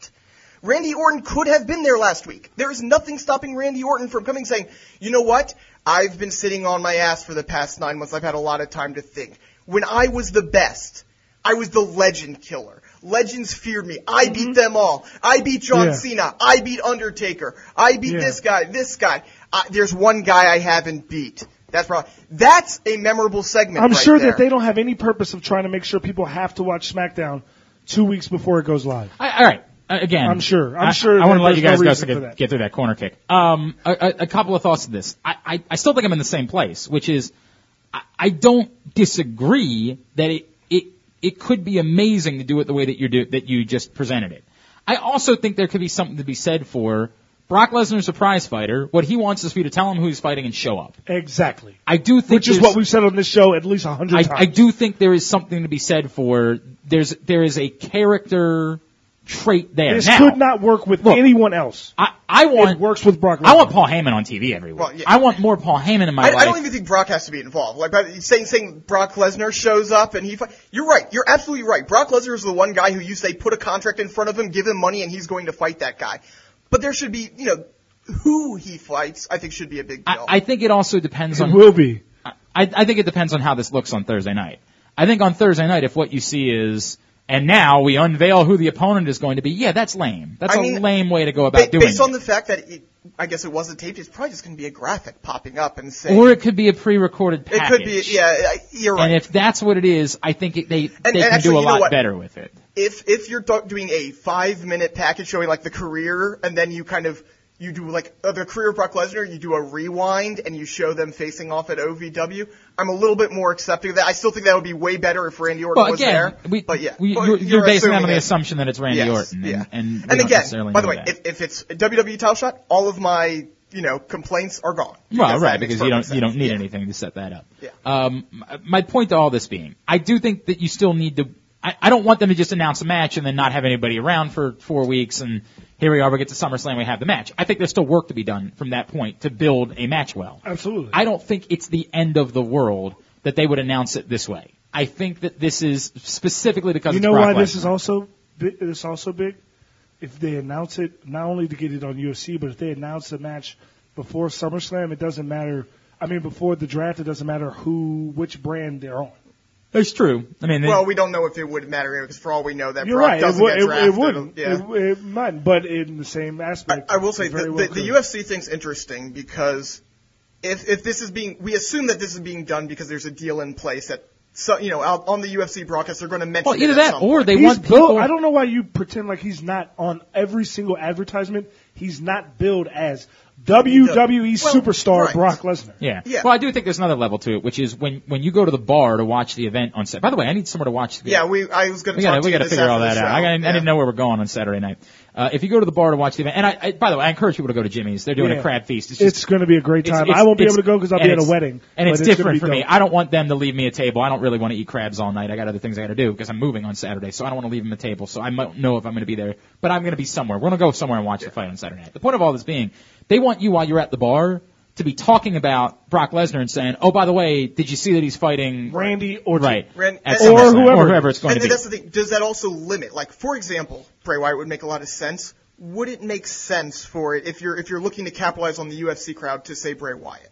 Speaker 3: Randy Orton could have been there last week. There is nothing stopping Randy Orton from coming saying, you know what? I've been sitting on my ass for the past nine months. I've had a lot of time to think. When I was the best, I was the legend killer. Legends feared me. I beat them all. I beat John
Speaker 1: Mm-hmm. Yeah.
Speaker 3: Cena. I beat Undertaker. I beat
Speaker 1: Yeah.
Speaker 3: this guy, this guy. I, there's one guy I haven't beat. That's probably, that's a memorable segment.
Speaker 1: I'm
Speaker 3: right
Speaker 1: sure
Speaker 3: there.
Speaker 1: that they don't have any purpose of trying to make sure people have to watch SmackDown two weeks before it goes live.
Speaker 2: I, all right. Uh, Again,
Speaker 1: I'm sure. I'm
Speaker 2: I-
Speaker 1: sure
Speaker 2: I, want
Speaker 1: that
Speaker 2: to let you
Speaker 1: there's
Speaker 2: guys
Speaker 1: no
Speaker 2: go so
Speaker 1: reason
Speaker 2: I
Speaker 1: for
Speaker 2: can
Speaker 1: that.
Speaker 2: get through that corner kick. Um, a, a, a couple of thoughts to this. I, I, I still think I'm in the same place, which is I, I don't disagree that it, it it could be amazing to do it the way that you do that you just presented it. I also think there could be something to be said for Brock Lesnar's a prize fighter. What he wants is for you to tell him who he's fighting and show up.
Speaker 1: Exactly.
Speaker 2: I do think
Speaker 1: Which is
Speaker 2: there's-
Speaker 1: what we've said on this show at least a hundred times.
Speaker 2: I, I do think there is something to be said for there's there is a character trait there.
Speaker 1: This
Speaker 2: now,
Speaker 1: could not work with
Speaker 2: Look.
Speaker 1: anyone else.
Speaker 2: I, I want
Speaker 1: It works with Brock
Speaker 2: I
Speaker 1: Lesnar.
Speaker 2: want Paul Heyman on TV every week.
Speaker 3: Well, yeah.
Speaker 2: I want more Paul Heyman in my
Speaker 3: I,
Speaker 2: life.
Speaker 3: I don't even think Brock has to be involved. Like by- saying saying Brock Lesnar shows up and he fi- you're right. You're absolutely right. Brock Lesnar is the one guy who you say put a contract in front of him, give him money, and he's going to fight that guy. But there should be you know who he fights, I think should be a big
Speaker 2: I,
Speaker 3: deal.
Speaker 2: I think it also depends
Speaker 1: It
Speaker 2: on
Speaker 1: will be.
Speaker 2: I, I think it depends on how this looks on Thursday night. I think on Thursday night, if what you see is, and now we unveil who the opponent is going to be, yeah, that's lame. That's
Speaker 3: I
Speaker 2: a
Speaker 3: mean,
Speaker 2: lame way to go about
Speaker 3: Ba-
Speaker 2: doing
Speaker 3: based on
Speaker 2: it.
Speaker 3: the fact that it, I guess it wasn't taped, it's probably just going to be a graphic popping up and saying
Speaker 2: or it could be a pre-recorded
Speaker 3: it
Speaker 2: package.
Speaker 3: could be. Yeah, I- you're right.
Speaker 2: And if that's what it is, I think it, they, they
Speaker 3: and
Speaker 2: can
Speaker 3: actually,
Speaker 2: do a
Speaker 3: you know
Speaker 2: lot
Speaker 3: what?
Speaker 2: better with it.
Speaker 3: if if you're do- doing a five minute package showing like the career, and then you kind of you do like uh, the career of Brock Lesnar, you do a rewind and you show them facing off at OVW. I'm a little bit more accepting of that. I still think that would be way better if Randy Orton
Speaker 2: Well,
Speaker 3: was
Speaker 2: again,
Speaker 3: there.
Speaker 2: we,
Speaker 3: but yeah,
Speaker 2: we,
Speaker 3: But
Speaker 2: you're, you're basing that on
Speaker 3: assuming
Speaker 2: the
Speaker 3: it.
Speaker 2: assumption that it's Randy
Speaker 3: Yes,
Speaker 2: Orton.
Speaker 3: yeah.
Speaker 2: And, and, we
Speaker 3: And
Speaker 2: don't
Speaker 3: again,
Speaker 2: necessarily
Speaker 3: by the
Speaker 2: know
Speaker 3: way,
Speaker 2: that.
Speaker 3: if, if it's a WWE title shot, all of my you know complaints are gone.
Speaker 2: Well,
Speaker 3: that
Speaker 2: right,
Speaker 3: makes
Speaker 2: because you don't
Speaker 3: perfect
Speaker 2: you
Speaker 3: sense.
Speaker 2: don't need
Speaker 3: Yeah.
Speaker 2: anything to set that up.
Speaker 3: Yeah.
Speaker 2: Um, m- my point to all this being, I do think that you still need to. I, I don't want them to just announce a match and then not have anybody around for four weeks, and here we are, we get to SummerSlam, we have the match. I think there's still work to be done from that point to build a match well.
Speaker 1: Absolutely.
Speaker 2: I don't think it's the end of the world that they would announce it this way. I think that this is specifically because
Speaker 1: you
Speaker 2: it's
Speaker 1: know
Speaker 2: Brock
Speaker 1: why this
Speaker 2: Lesnar.
Speaker 1: is also bi- this also big? If they announce it, not only to get it on UFC, but if they announce the match before SummerSlam, it doesn't matter. I mean, before the draft, it doesn't matter who, which brand they're on.
Speaker 2: It's true. I mean,
Speaker 3: Well, we don't know if it would matter because for all we know that
Speaker 1: You're
Speaker 3: Brock
Speaker 1: right. It,
Speaker 3: doesn't
Speaker 1: w-
Speaker 3: get
Speaker 1: it,
Speaker 3: drafted.
Speaker 1: it wouldn't.
Speaker 3: Yeah.
Speaker 1: It, it might, but in the same
Speaker 3: I,
Speaker 1: aspect.
Speaker 3: I will
Speaker 1: it
Speaker 3: say the,
Speaker 1: very well
Speaker 3: the, the
Speaker 1: could.
Speaker 3: UFC thing's interesting because if if this is being, we assume that this is being done because there's a deal in place that so you know out on the UFC broadcast they're going to mention
Speaker 2: well
Speaker 3: it
Speaker 2: either
Speaker 3: at
Speaker 2: that
Speaker 3: some
Speaker 2: or
Speaker 3: point.
Speaker 2: they
Speaker 1: He's
Speaker 2: want people.
Speaker 1: billed- I don't know why you pretend like he's not on every single advertisement. He's not billed as WWE
Speaker 3: Well,
Speaker 1: superstar
Speaker 3: right.
Speaker 1: Brock Lesnar.
Speaker 2: Yeah.
Speaker 3: Yeah.
Speaker 2: Well, I do think there's another level to it, which is when when you go to the bar to watch the event on set. By the way, I need somewhere to watch. The,
Speaker 3: yeah we I was going
Speaker 2: We
Speaker 3: to talk
Speaker 2: gotta,
Speaker 3: to
Speaker 2: we
Speaker 3: you
Speaker 2: gotta
Speaker 3: this
Speaker 2: figure all
Speaker 3: after
Speaker 2: that
Speaker 3: the
Speaker 2: out.
Speaker 3: show.
Speaker 2: I, gotta,
Speaker 3: yeah.
Speaker 2: I didn't know where we're going on Saturday night. Uh, if you go to the bar to watch the event, and I, I by the way, I encourage people to go to Jimmy's. They're doing
Speaker 1: Yeah.
Speaker 2: a crab feast. It's just
Speaker 1: It's going to be a great
Speaker 2: it's-
Speaker 1: time.
Speaker 2: it's-
Speaker 1: I won't be
Speaker 2: it's-
Speaker 1: able to go because I'll
Speaker 2: and
Speaker 1: be at a
Speaker 2: it's-
Speaker 1: wedding.
Speaker 2: And it's
Speaker 1: but gonna
Speaker 2: different
Speaker 1: be
Speaker 2: for me.
Speaker 1: dope.
Speaker 2: I don't want them to leave me a table. I don't really want to eat crabs all night. I got other things I got to do because I'm moving on Saturday, so I don't want to leave them a table. So I don't know if I'm going to be there, but I'm going to be somewhere. We're going to go somewhere and watch the fight on Saturday night. The point of all this being, they want you while you're at the bar to be talking about Brock Lesnar and saying, "Oh, by the way, did you see that he's fighting
Speaker 1: Randy Orton.
Speaker 2: Right.
Speaker 3: Ran-
Speaker 2: At
Speaker 3: and-
Speaker 2: SummerSlam,
Speaker 1: Or whoever.
Speaker 2: or whoever it's going
Speaker 3: and
Speaker 2: to be.
Speaker 3: that's the thing. Does that also limit? Like, for example, Bray Wyatt would make a lot of sense. Would it make sense for it if you're if you're looking to capitalize on the UFC crowd to say Bray Wyatt?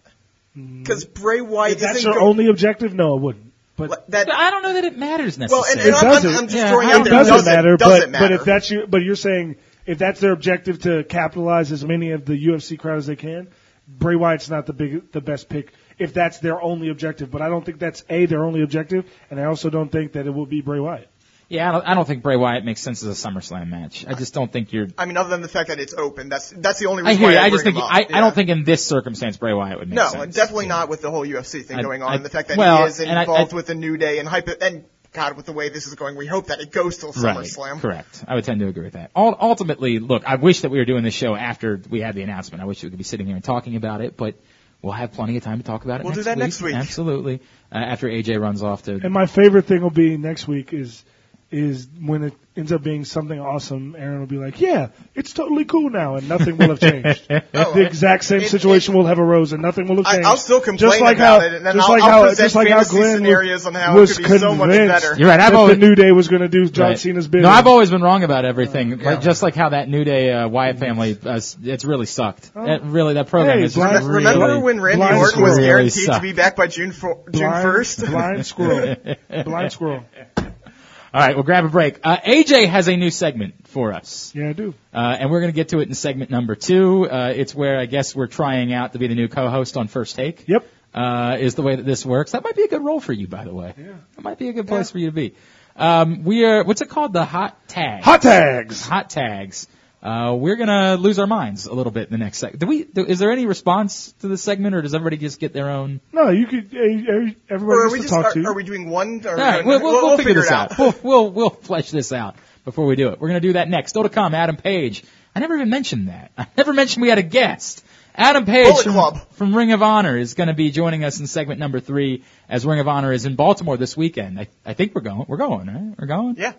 Speaker 2: Mm-hmm.
Speaker 3: Because Bray Wyatt
Speaker 1: If that's
Speaker 3: isn't
Speaker 1: your
Speaker 3: go-
Speaker 1: only objective, no, it wouldn't. But
Speaker 3: like, that.
Speaker 2: But I don't know that it matters
Speaker 3: Well,
Speaker 2: necessarily.
Speaker 3: and, and
Speaker 1: It
Speaker 3: I'm,
Speaker 1: doesn't.
Speaker 3: I'm, I'm just
Speaker 2: Yeah,
Speaker 3: throwing
Speaker 2: I
Speaker 3: out
Speaker 1: it
Speaker 2: don't
Speaker 3: there.
Speaker 2: know.
Speaker 1: doesn't,
Speaker 2: Doesn't-
Speaker 1: matter.
Speaker 3: Doesn't
Speaker 1: but
Speaker 3: matter.
Speaker 1: but if that's you, but you're saying if that's their objective to capitalize as many of the UFC crowd as they can, Bray Wyatt's not the big the best pick. If that's their only objective, but I don't think that's a their only objective, and I also don't think that it will be Bray Wyatt.
Speaker 2: yeah, I don't, I don't think Bray Wyatt makes sense as a SummerSlam match. I just don't think you're.
Speaker 3: I mean, other than the fact that it's open, that's that's the only
Speaker 2: I
Speaker 3: reason
Speaker 2: hear
Speaker 3: why
Speaker 2: you.
Speaker 3: I,
Speaker 2: I
Speaker 3: bring
Speaker 2: just think
Speaker 3: him up.
Speaker 2: I, I
Speaker 3: Yeah.
Speaker 2: don't think in this circumstance Bray Wyatt would make
Speaker 3: No,
Speaker 2: sense.
Speaker 3: definitely not with the whole UFC thing
Speaker 2: I-
Speaker 3: going on,
Speaker 2: I-
Speaker 3: and the fact that
Speaker 2: well,
Speaker 3: he is
Speaker 2: and I-
Speaker 3: involved
Speaker 2: I-
Speaker 3: with the New Day and hype and God, with the way this is going, we hope that it goes till
Speaker 2: Right.
Speaker 3: SummerSlam.
Speaker 2: Correct. I would tend to agree with that. Ul- Ultimately, look, I wish that we were doing this show after we had the announcement. I wish we could be sitting here and talking about it, but we'll have plenty of time to talk about it.
Speaker 3: We'll do
Speaker 2: next
Speaker 3: that
Speaker 2: week.
Speaker 3: next week.
Speaker 2: Absolutely. Uh, after AJ runs off to.
Speaker 1: And my favorite thing will be next week is is when it ends up being something awesome. Aaron will be like, "Yeah, it's totally cool now," and nothing will have changed.
Speaker 3: Oh,
Speaker 1: the exact same
Speaker 3: it-
Speaker 1: situation will have arose, and nothing will have
Speaker 3: I-
Speaker 1: changed.
Speaker 3: I'll still complain
Speaker 1: just like
Speaker 3: about
Speaker 1: how,
Speaker 3: it, and then
Speaker 1: just
Speaker 3: I'll-
Speaker 1: like
Speaker 3: I'll
Speaker 1: how,
Speaker 3: present
Speaker 1: just like how
Speaker 3: fantasy
Speaker 1: Glenn
Speaker 3: scenarios
Speaker 1: was,
Speaker 3: on how it
Speaker 1: was
Speaker 3: could be so much
Speaker 1: convinced
Speaker 3: better.
Speaker 2: You're right, I've
Speaker 1: that
Speaker 2: always-
Speaker 1: the New Day was going to do John
Speaker 2: Right.
Speaker 1: Cena's business.
Speaker 2: No, I've always been wrong about
Speaker 3: Uh,
Speaker 2: everything. Like, just like how that New Day uh, Wyatt
Speaker 3: Mm-hmm.
Speaker 2: family, uh, s- it's really sucked. That- really, that program
Speaker 1: Oh. Hey,
Speaker 2: is
Speaker 1: Brian-
Speaker 2: really.
Speaker 3: Remember, remember when Randy
Speaker 1: Blind
Speaker 3: Orton was
Speaker 1: squirrel.
Speaker 3: guaranteed
Speaker 2: Really
Speaker 3: to be back by June four, June
Speaker 1: blind,
Speaker 3: 1st?
Speaker 1: blind squirrel, blind squirrel.
Speaker 2: All right, we'll grab a break. Uh, AJ has a new segment for us,
Speaker 1: Yeah, I do.
Speaker 2: uh, and we're going to get to it in segment number two. Uh, it's where I guess we're trying out to be the new co-host on First Take.
Speaker 1: Yep.
Speaker 2: Uh, is the way that this works. That might be a good role for you, by the way. Yeah. That might be a good place
Speaker 1: Yeah.
Speaker 2: for you to be. Um, we are. What's it called? The hot tag.
Speaker 1: Hot tags.
Speaker 2: hot tags. Uh, we're gonna lose our minds a little bit in the next sec. Do we? Do, is there any response to this segment, or does everybody just get their own?
Speaker 1: No, you could. eh, eh,
Speaker 3: Or are
Speaker 1: Everybody
Speaker 3: we
Speaker 1: gets to
Speaker 3: just
Speaker 1: talk
Speaker 3: are,
Speaker 1: to. you.
Speaker 3: are we doing one? Or
Speaker 2: All right, we'll, we'll, we'll, figure, this out. we'll, we'll we'll flesh this out before we do it. We're gonna do that next. Still to come, Adam Page. I never even mentioned that. I never mentioned we had a guest. Adam Page
Speaker 3: Bullet
Speaker 2: from,
Speaker 3: Club.
Speaker 2: from Ring of Honor is going to be joining us in segment number three as Ring of Honor is in Baltimore this weekend. I, I think we're going. We're going, right? We're going.
Speaker 3: Yeah,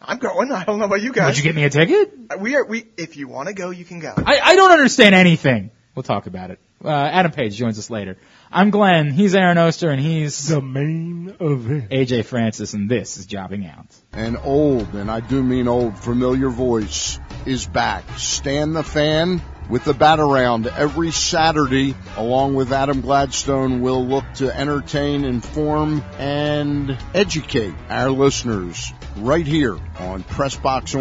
Speaker 3: I'm going. I don't know about you
Speaker 2: Would
Speaker 3: guys.
Speaker 2: you get me a ticket?
Speaker 3: we are. We if you want to go, you can go.
Speaker 2: I, I don't understand anything. We'll talk about it. Uh, Adam Page joins us later. I'm Glenn. He's Aaron Oster, and he's
Speaker 1: the main event.
Speaker 2: AJ Francis, and this is Jobbing Out.
Speaker 4: An old, and I do mean old, familiar voice is back. Stan the Fan with the bat around every Saturday, along with Adam Gladstone. We'll look to entertain, inform, and educate our listeners right here on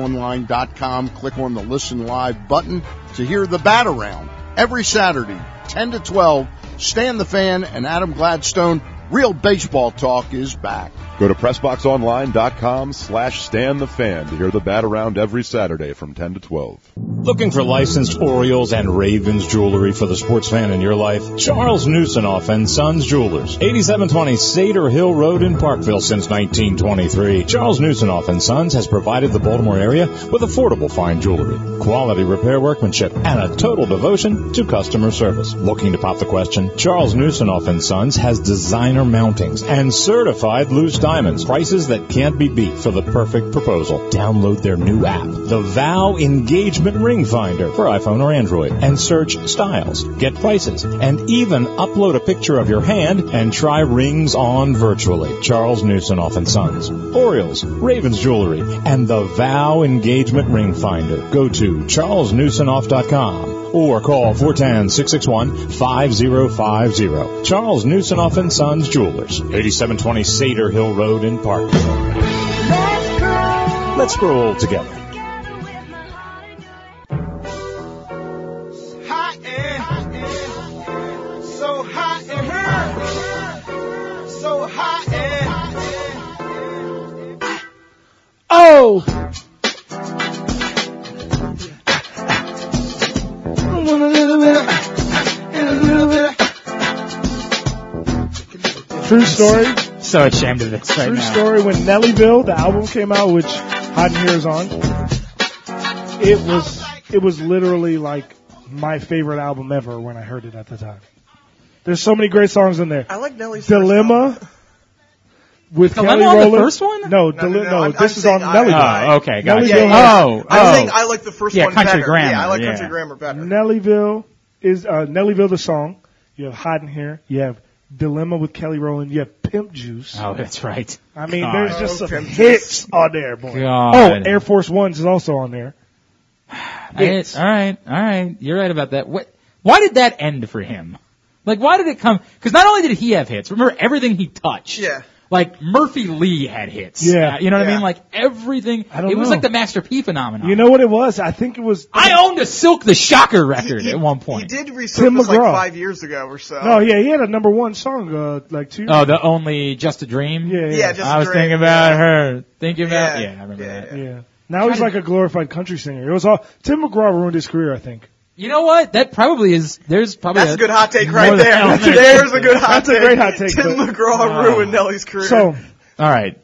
Speaker 4: PressBoxOnline.com. Click on the Listen Live button to hear the bat around every Saturday, 10 to 12. Stan the Fan and Adam Gladstone. Real baseball talk is back.
Speaker 5: Go to PressBoxOnline.com slash Stan the Fan to hear the bat around every Saturday from 10 to 12.
Speaker 6: Looking for licensed Orioles and Ravens jewelry for the sports fan in your life? Charles Nusinoff and Sons Jewelers, 8720 Seder Hill Road in Parkville since 1923. Charles Nusinoff and Sons has provided the Baltimore area with affordable fine jewelry, quality repair workmanship, and a total devotion to customer service. Looking to pop the question? Charles Nusinoff and Sons has designer mountings and certified loose diamonds, prices that can't be beat for the perfect proposal. Download their new app, the Vow Engagement Ring Finder for iPhone or Android, and search styles, get prices, and even upload a picture of your hand and try rings on virtually. Charles Newsonoff and Sons, Orioles, Ravens Jewelry, and the Vow Engagement Ring Finder. Go to charlesnewsonoff.com or call 410-661-5050. Charles Newsonoff and Sons Jewelers, 8720 Seder Hill Road in Parkville. Let's grow old together.
Speaker 2: Oh,
Speaker 7: Hot air, so hot and hurt, so hot and
Speaker 1: Oh! I want a little bit of- and a little bit of- True story.
Speaker 2: So ashamed of this right
Speaker 1: True
Speaker 2: now.
Speaker 1: story. When Nellyville, the album came out, which Hot in Here is on, it was it was literally like my favorite album ever when I heard it at the time. There's so many great songs in there.
Speaker 3: I like Nelly's first
Speaker 1: Dilemma with
Speaker 2: Dilemma
Speaker 1: Kelly
Speaker 2: on the
Speaker 1: Rowland.
Speaker 2: first one?
Speaker 1: No,
Speaker 3: No, no,
Speaker 1: Dile-
Speaker 3: no,
Speaker 1: no,
Speaker 3: I'm-
Speaker 1: this
Speaker 3: I'm
Speaker 1: is on
Speaker 3: saying I-
Speaker 1: Nellyville.
Speaker 2: Oh, okay,
Speaker 1: Nelly
Speaker 2: gotcha.
Speaker 1: Bill.
Speaker 3: Yeah,
Speaker 2: Oh,
Speaker 3: I
Speaker 2: oh.
Speaker 3: think I like the first
Speaker 2: Yeah,
Speaker 3: one
Speaker 2: Country
Speaker 3: better.
Speaker 2: Grammar,
Speaker 3: yeah, I like
Speaker 2: yeah.
Speaker 3: Country Grammar better.
Speaker 1: Nellyville is uh, Nellyville the song. You have Hot in Here. You have Dilemma with Kelly Rowland. You have Pimp Juice.
Speaker 2: Oh, that's right.
Speaker 1: I mean,
Speaker 2: God.
Speaker 1: there's just
Speaker 3: Oh,
Speaker 1: some
Speaker 3: Pimp Juice.
Speaker 1: hits on there, boy.
Speaker 2: God.
Speaker 1: Oh, and Air Force Ones is also on there.
Speaker 2: I, all right, all right. You're right about that. What? Why did that end for him? Like, why did it come? Because not only did he have hits, remember everything he touched.
Speaker 3: Yeah.
Speaker 2: Like Murphy Lee had hits.
Speaker 1: Yeah.
Speaker 2: Uh, you know what I
Speaker 3: Yeah.
Speaker 2: mean? Like everything.
Speaker 1: I don't
Speaker 2: it was
Speaker 1: know.
Speaker 2: like the Master P phenomenon.
Speaker 1: You know what it was? I think it was.
Speaker 2: I owned a Silk the Shocker record
Speaker 3: He- he-
Speaker 2: at one point.
Speaker 3: He did
Speaker 1: Tim
Speaker 3: resurface like
Speaker 1: McGraw.
Speaker 3: five years ago or so.
Speaker 1: No, yeah, he had a number one song uh, like two.
Speaker 2: Oh, the only Just a Dream.
Speaker 1: yeah, yeah,
Speaker 3: Yeah, just
Speaker 2: I was
Speaker 3: Drake,
Speaker 2: thinking about
Speaker 3: yeah.
Speaker 2: her. Thinking about
Speaker 3: Yeah,
Speaker 2: yeah, I remember
Speaker 3: yeah,
Speaker 2: that.
Speaker 3: yeah.
Speaker 1: yeah. Now he's like a glorified country singer. It was all Tim McGraw ruined his career, I think.
Speaker 2: You know what? That probably is. There's probably
Speaker 3: That's a good hot take
Speaker 2: more
Speaker 3: right
Speaker 2: than
Speaker 3: there.
Speaker 2: element.
Speaker 3: There's a good hot
Speaker 1: That's a
Speaker 3: take.
Speaker 1: great hot take,
Speaker 3: Tim
Speaker 1: but-
Speaker 3: McGraw ruined Nelly's career.
Speaker 1: So
Speaker 2: All right.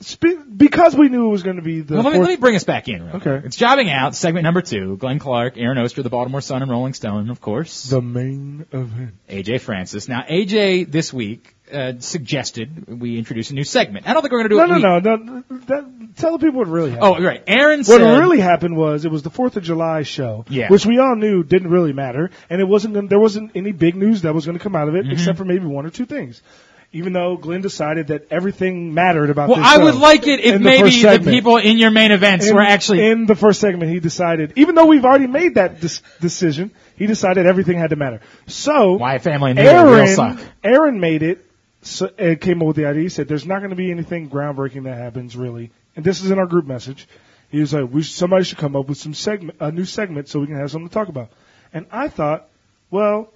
Speaker 1: spe- because we knew it was going to be the
Speaker 2: Well, let, me,
Speaker 1: fourth,
Speaker 2: let me bring us back in. Real
Speaker 1: Okay.
Speaker 2: quick. It's jobbing out. Segment number two. Glenn Clark, Aaron Oster, the Baltimore Sun, and Rolling Stone, of course.
Speaker 1: the main event.
Speaker 2: AJ Francis. Now, AJ this week uh, suggested we introduce a new segment. I don't think we're going to do
Speaker 1: No,
Speaker 2: it.
Speaker 1: no,
Speaker 2: week-
Speaker 1: no, no. That, tell the people what really happened.
Speaker 2: Oh, right. Aaron
Speaker 1: What
Speaker 2: said.
Speaker 1: really happened was it was the Fourth of July show,
Speaker 2: Yeah.
Speaker 1: which we all knew didn't really matter, and it wasn't gonna, there wasn't any big news that was going to come out of it
Speaker 2: Mm-hmm.
Speaker 1: except for maybe one or two things. Even though Glenn decided that everything mattered about
Speaker 2: Well,
Speaker 1: this
Speaker 2: I
Speaker 1: show.
Speaker 2: would like it if
Speaker 1: In the
Speaker 2: maybe
Speaker 1: first
Speaker 2: the,
Speaker 1: segment.
Speaker 2: people in your main events
Speaker 1: in,
Speaker 2: were actually.
Speaker 1: in the first segment he decided, even though we've already made that dis- decision, he decided everything had to matter. So
Speaker 2: why family and Neighbor will
Speaker 1: Aaron,
Speaker 2: suck.
Speaker 1: Aaron made it. So, uh, came up with the idea. He said, "There's not going to be anything groundbreaking that happens, really." And this is in our group message. He was like, "We should, somebody should come up with some segment, a new segment, so we can have something to talk about." And I thought, well,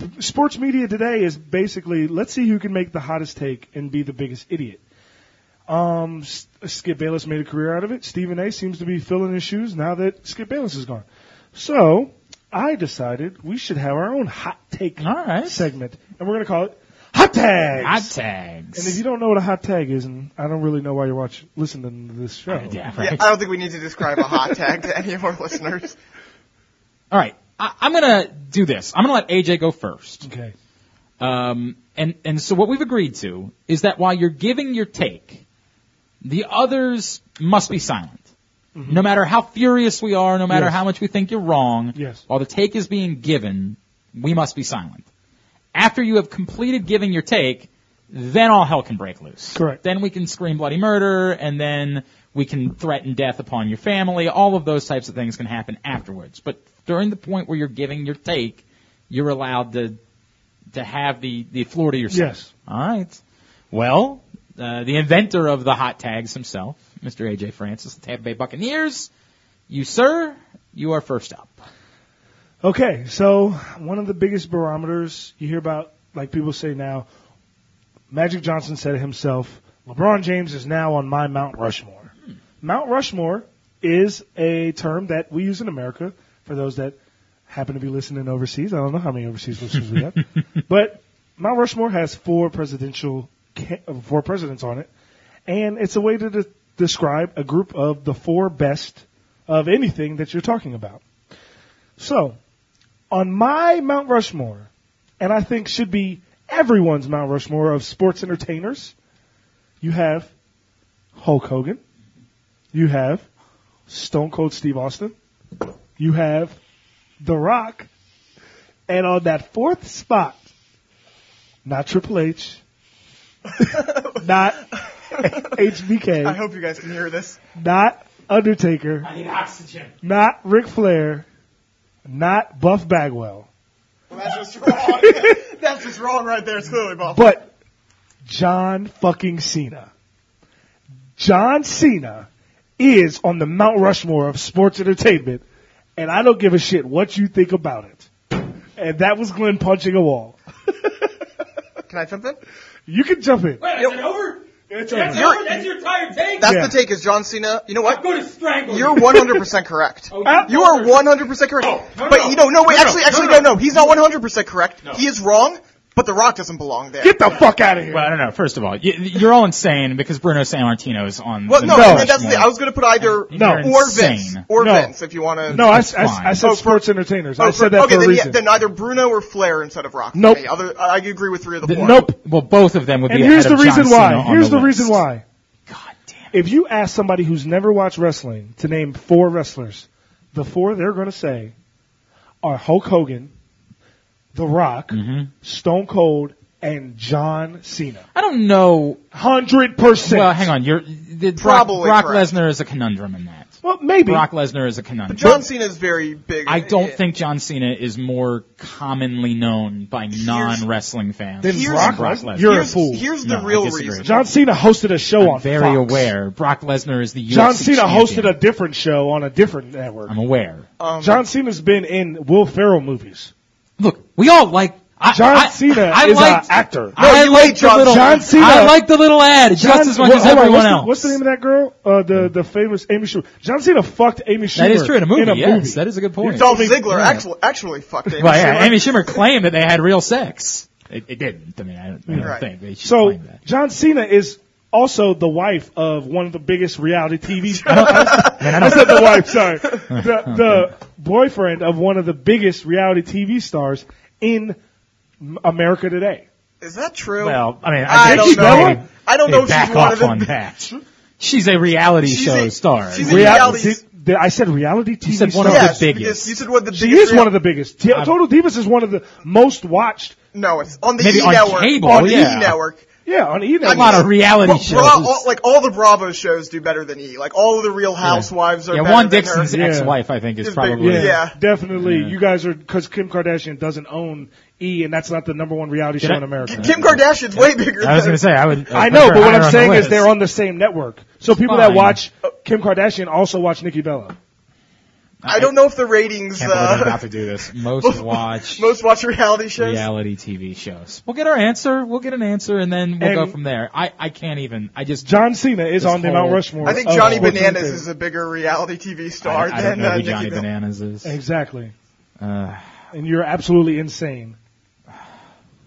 Speaker 1: th- sports media today is basically let's see who can make the hottest take and be the biggest idiot. Um, S- Skip Bayless made a career out of it. Stephen A. seems to be filling his shoes now that Skip Bayless is gone. So I decided we should have our own hot take
Speaker 2: All right.
Speaker 1: segment, and we're going to call it Hot Tags.
Speaker 2: Hot tags.
Speaker 1: And if you don't know what a hot tag is, and I don't really know why you're watching, listening to this show.
Speaker 2: yeah,
Speaker 3: yeah,
Speaker 2: right.
Speaker 3: I don't think we need to describe a hot tag to any of our listeners.
Speaker 2: All right. I, I'm gonna do this. I'm gonna let AJ go first.
Speaker 1: Okay.
Speaker 2: Um, and, and so what we've agreed to is that while you're giving your take, the others must be silent. No matter how furious we are, no matter
Speaker 1: Mm-hmm. Yes.
Speaker 2: how much we think you're wrong,
Speaker 1: Yes.
Speaker 2: while the take is being given, we must be silent. After you have completed giving your take, then all hell can break loose.
Speaker 1: Correct.
Speaker 2: Then we can scream bloody murder, and then we can threaten death upon your family. All of those types of things can happen afterwards. But during the point where you're giving your take, you're allowed to to have the the floor to yourself.
Speaker 1: Yes.
Speaker 2: All right. Well, uh, the inventor of the hot tags himself, Mr. AJ Francis, the Tampa Bay Buccaneers. You sir, you are first up.
Speaker 1: Okay, so one of the biggest barometers you hear about, like people say now, Magic Johnson said it himself, LeBron James is now on my Mount Rushmore. Mount Rushmore is a term that we use in America for those that happen to be listening overseas. I don't know how many overseas listeners we have, but Mount Rushmore has four presidential, ca- uh, four presidents on it, and it's a way to de- describe a group of the four best of anything that you're talking about. So, on my Mount Rushmore, and I think should be everyone's Mount Rushmore of sports entertainers, you have Hulk Hogan, you have Stone Cold Steve Austin, you have The Rock, and on that fourth spot, not Triple H, not HBK,
Speaker 3: I hope you guys can hear this.
Speaker 1: not Undertaker. I need oxygen. Not Ric Flair. Not Buff Bagwell.
Speaker 3: Well, that's just wrong. that's just wrong right there. It's clearly Bob.
Speaker 1: But John fucking Cena. John Cena is on the Mount Rushmore of sports entertainment, and I don't give a shit what you think about it. And that was Glenn punching a wall.
Speaker 3: Can I jump in?
Speaker 1: You can jump in.
Speaker 8: Wait, is it over?
Speaker 1: It's
Speaker 8: That's,
Speaker 1: over.
Speaker 3: You're-
Speaker 8: over? That's your entire take?
Speaker 3: That's
Speaker 1: Yeah.
Speaker 3: the take. Is John Cena? You know
Speaker 8: I'm
Speaker 3: what?
Speaker 8: going to strangle
Speaker 3: You're
Speaker 8: you.
Speaker 3: 100% correct.
Speaker 8: Oh,
Speaker 3: You are 100% correct.
Speaker 8: no, no,
Speaker 3: but
Speaker 8: no.
Speaker 3: you know, no, wait,
Speaker 8: No, no,
Speaker 3: actually,
Speaker 8: no,
Speaker 3: actually,
Speaker 8: no,
Speaker 3: no,
Speaker 8: no.
Speaker 3: no, he's not 100% correct. He is wrong, but The Rock doesn't belong there.
Speaker 1: Get the fuck out of here.
Speaker 2: Well, I don't know. First of all, you, you're all insane because Bruno Sammartino is on.
Speaker 3: well,
Speaker 2: the
Speaker 3: no,
Speaker 2: Mount
Speaker 3: and that's the
Speaker 2: Rushmore.
Speaker 3: thing. I was gonna put either
Speaker 2: No. You're
Speaker 3: or Vince
Speaker 2: insane.
Speaker 3: or
Speaker 1: No.
Speaker 3: Vince if you want to.
Speaker 1: no, I,
Speaker 2: That's
Speaker 1: I-
Speaker 2: fine.
Speaker 1: I said
Speaker 2: Oh,
Speaker 1: sports entertainers. I said that
Speaker 3: okay,
Speaker 1: for a
Speaker 3: then, yeah,
Speaker 1: reason.
Speaker 3: then either Bruno or Flair instead of Rock. for
Speaker 1: Nope.
Speaker 3: me. Other, I I agree with three of the,
Speaker 2: The-
Speaker 3: four.
Speaker 2: nope. Well, both of them would
Speaker 1: and
Speaker 2: be.
Speaker 1: here's
Speaker 2: ahead
Speaker 1: the
Speaker 2: of
Speaker 1: reason
Speaker 2: John
Speaker 1: why.
Speaker 2: Cena on
Speaker 1: Here's the
Speaker 2: list.
Speaker 1: reason why.
Speaker 2: God damn. It.
Speaker 1: if you ask somebody who's never watched wrestling to name four wrestlers, the four they're going to say are Hulk Hogan, The Rock,
Speaker 2: Mm-hmm.
Speaker 1: Stone Cold, and John Cena.
Speaker 2: I don't know.
Speaker 1: Hundred percent.
Speaker 2: Well, hang on. You're the,
Speaker 3: Probably
Speaker 2: Brock, Brock
Speaker 3: correct.
Speaker 2: Lesnar is a conundrum in that.
Speaker 1: Well, maybe.
Speaker 2: Brock Lesnar is a conundrum.
Speaker 3: John Cena is very big.
Speaker 2: I don't
Speaker 3: Yeah.
Speaker 2: think John Cena is more commonly known by non-wrestling fans.
Speaker 1: Then
Speaker 2: than
Speaker 1: Brock Lesnar. You're a
Speaker 3: here's,
Speaker 1: fool.
Speaker 3: Here's
Speaker 2: No,
Speaker 3: the
Speaker 2: I
Speaker 3: real
Speaker 2: disagree.
Speaker 3: reason.
Speaker 1: John Cena hosted a show on
Speaker 2: I'm very
Speaker 1: Fox.
Speaker 2: aware. Brock Lesnar is the UFC
Speaker 1: John Cena
Speaker 2: champion.
Speaker 1: hosted a Uh, different show on a different network.
Speaker 2: I'm aware.
Speaker 3: Um,
Speaker 1: John Cena's been in Will Ferrell movies.
Speaker 2: Look, we all like. I,
Speaker 1: John
Speaker 2: I,
Speaker 1: Cena
Speaker 2: I
Speaker 1: is
Speaker 2: liked,
Speaker 1: an actor.
Speaker 2: I
Speaker 3: you
Speaker 2: like
Speaker 3: hate
Speaker 2: the
Speaker 3: John-
Speaker 2: little.
Speaker 1: John Cena-
Speaker 2: I like the little ad just as much
Speaker 1: well,
Speaker 2: as
Speaker 1: hold on,
Speaker 2: everyone
Speaker 1: what's
Speaker 2: else. Hmm.
Speaker 1: The, what's the name of that girl? Uh, the the famous Amy Schumer. John Cena fucked Amy Schumer.
Speaker 2: That is true in a movie. yes,
Speaker 1: movie.
Speaker 2: that is a good point.
Speaker 3: Dolph Ziggler
Speaker 2: Yeah.
Speaker 3: actually actually fucked Amy
Speaker 2: Well, yeah,
Speaker 3: Schumer.
Speaker 2: Amy Schumer claimed that they had real sex. It, it didn't. I mean, I don't, I don't
Speaker 3: Right.
Speaker 2: think they should
Speaker 1: So
Speaker 2: claim that.
Speaker 1: John Cena is also the wife of one of the biggest reality TV.
Speaker 2: Man, I
Speaker 1: I
Speaker 2: don't-
Speaker 1: said the wife. Sorry, the, the boyfriend of one of the biggest reality TV stars in M- America today.
Speaker 3: Is that true?
Speaker 2: well, I mean,
Speaker 3: I
Speaker 2: I, guess
Speaker 3: don't
Speaker 2: she
Speaker 3: know.
Speaker 2: maybe-
Speaker 3: I don't know
Speaker 2: maybe
Speaker 3: if
Speaker 2: back
Speaker 3: she's one
Speaker 2: off
Speaker 3: of the-
Speaker 2: on that. She's a reality
Speaker 3: She's
Speaker 2: show
Speaker 3: a-
Speaker 2: star.
Speaker 3: she's a
Speaker 2: Re-
Speaker 3: reality-
Speaker 1: Did- did I said reality TV.
Speaker 2: said one of
Speaker 1: stars.
Speaker 2: the
Speaker 3: yes,
Speaker 2: biggest.
Speaker 3: because you said one of the
Speaker 1: She
Speaker 3: biggest.
Speaker 1: is one of the biggest. T- Total Divas is one of the most watched.
Speaker 3: No, it's on the
Speaker 2: Maybe
Speaker 3: E
Speaker 2: on
Speaker 3: network.
Speaker 2: cable,
Speaker 3: on
Speaker 2: yeah.
Speaker 3: the E network.
Speaker 1: Yeah, on either.
Speaker 2: a lot of reality
Speaker 3: Bra-
Speaker 2: shows.
Speaker 3: Bra- all, like all the Bravo shows do better than E. Like all of the Real Housewives are
Speaker 2: yeah,
Speaker 3: better
Speaker 2: Juan
Speaker 3: than
Speaker 2: Dixon's
Speaker 3: her.
Speaker 1: Yeah.
Speaker 2: ex-wife, I think, is
Speaker 3: Is big-
Speaker 2: probably.
Speaker 1: Yeah,
Speaker 3: Yeah.
Speaker 1: definitely. You guys are because Kim Kardashian doesn't own E, and that's not the number one reality show
Speaker 2: I-
Speaker 1: in America.
Speaker 3: Kim Kardashian's way bigger.
Speaker 2: I was
Speaker 3: than
Speaker 2: going to say I would.
Speaker 1: I know, but what I'm saying is they're
Speaker 2: all.
Speaker 1: on the same network. So people
Speaker 2: Fine.
Speaker 1: that watch Kim Kardashian also watch Nikki Bella.
Speaker 3: I don't know if the ratings.
Speaker 2: Can't believe I'm
Speaker 3: uh,
Speaker 2: about to do this. Most watch
Speaker 3: most watch reality shows.
Speaker 2: reality TV shows. We'll get our answer. We'll get an answer, and then we'll go
Speaker 1: And-
Speaker 2: from there. I I can't even. I just.
Speaker 1: John Cena is
Speaker 2: This
Speaker 1: on the Mount
Speaker 2: whole-
Speaker 1: Rushmore.
Speaker 3: I think
Speaker 1: of
Speaker 2: Oh,
Speaker 3: Johnny
Speaker 1: sports
Speaker 3: Bananas
Speaker 1: entertainers.
Speaker 3: is a bigger reality TV
Speaker 2: I,
Speaker 3: star
Speaker 2: I don't
Speaker 3: than
Speaker 2: know
Speaker 3: uh,
Speaker 2: who
Speaker 3: Nikki
Speaker 2: Johnny
Speaker 3: Bell.
Speaker 2: Bananas is.
Speaker 1: exactly,
Speaker 2: Uh,
Speaker 1: and you're absolutely insane.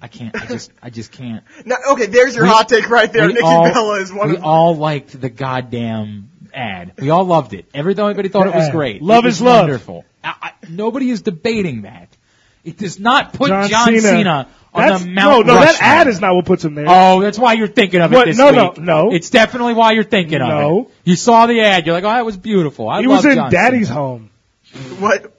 Speaker 2: I can't. I just. I just can't.
Speaker 3: No, okay, there's your
Speaker 2: We-
Speaker 3: hot take right there.
Speaker 2: we
Speaker 3: Nikki
Speaker 2: all,
Speaker 3: Bella is one
Speaker 2: We
Speaker 3: of
Speaker 2: all liked the goddamn ad. We all loved it. Everybody everybody thought it was
Speaker 1: ad.
Speaker 2: great.
Speaker 1: Love
Speaker 2: It was
Speaker 1: is love.
Speaker 2: Wonderful. I, I, nobody is debating that. It does not put John,
Speaker 1: John,
Speaker 2: Cena, on
Speaker 1: That's-
Speaker 2: the Mount
Speaker 1: no, no, that
Speaker 2: Rushmore.
Speaker 1: ad is not what puts him there.
Speaker 2: Oh, that's why you're thinking of it
Speaker 1: What?
Speaker 2: this
Speaker 1: No, no,
Speaker 2: week.
Speaker 1: no.
Speaker 2: It's definitely why you're thinking of it.
Speaker 1: No.
Speaker 2: You saw the ad. You're like, oh, that was beautiful. I
Speaker 1: he
Speaker 2: love
Speaker 1: was in
Speaker 2: John
Speaker 1: Daddy's
Speaker 2: Cena.
Speaker 1: home.
Speaker 3: what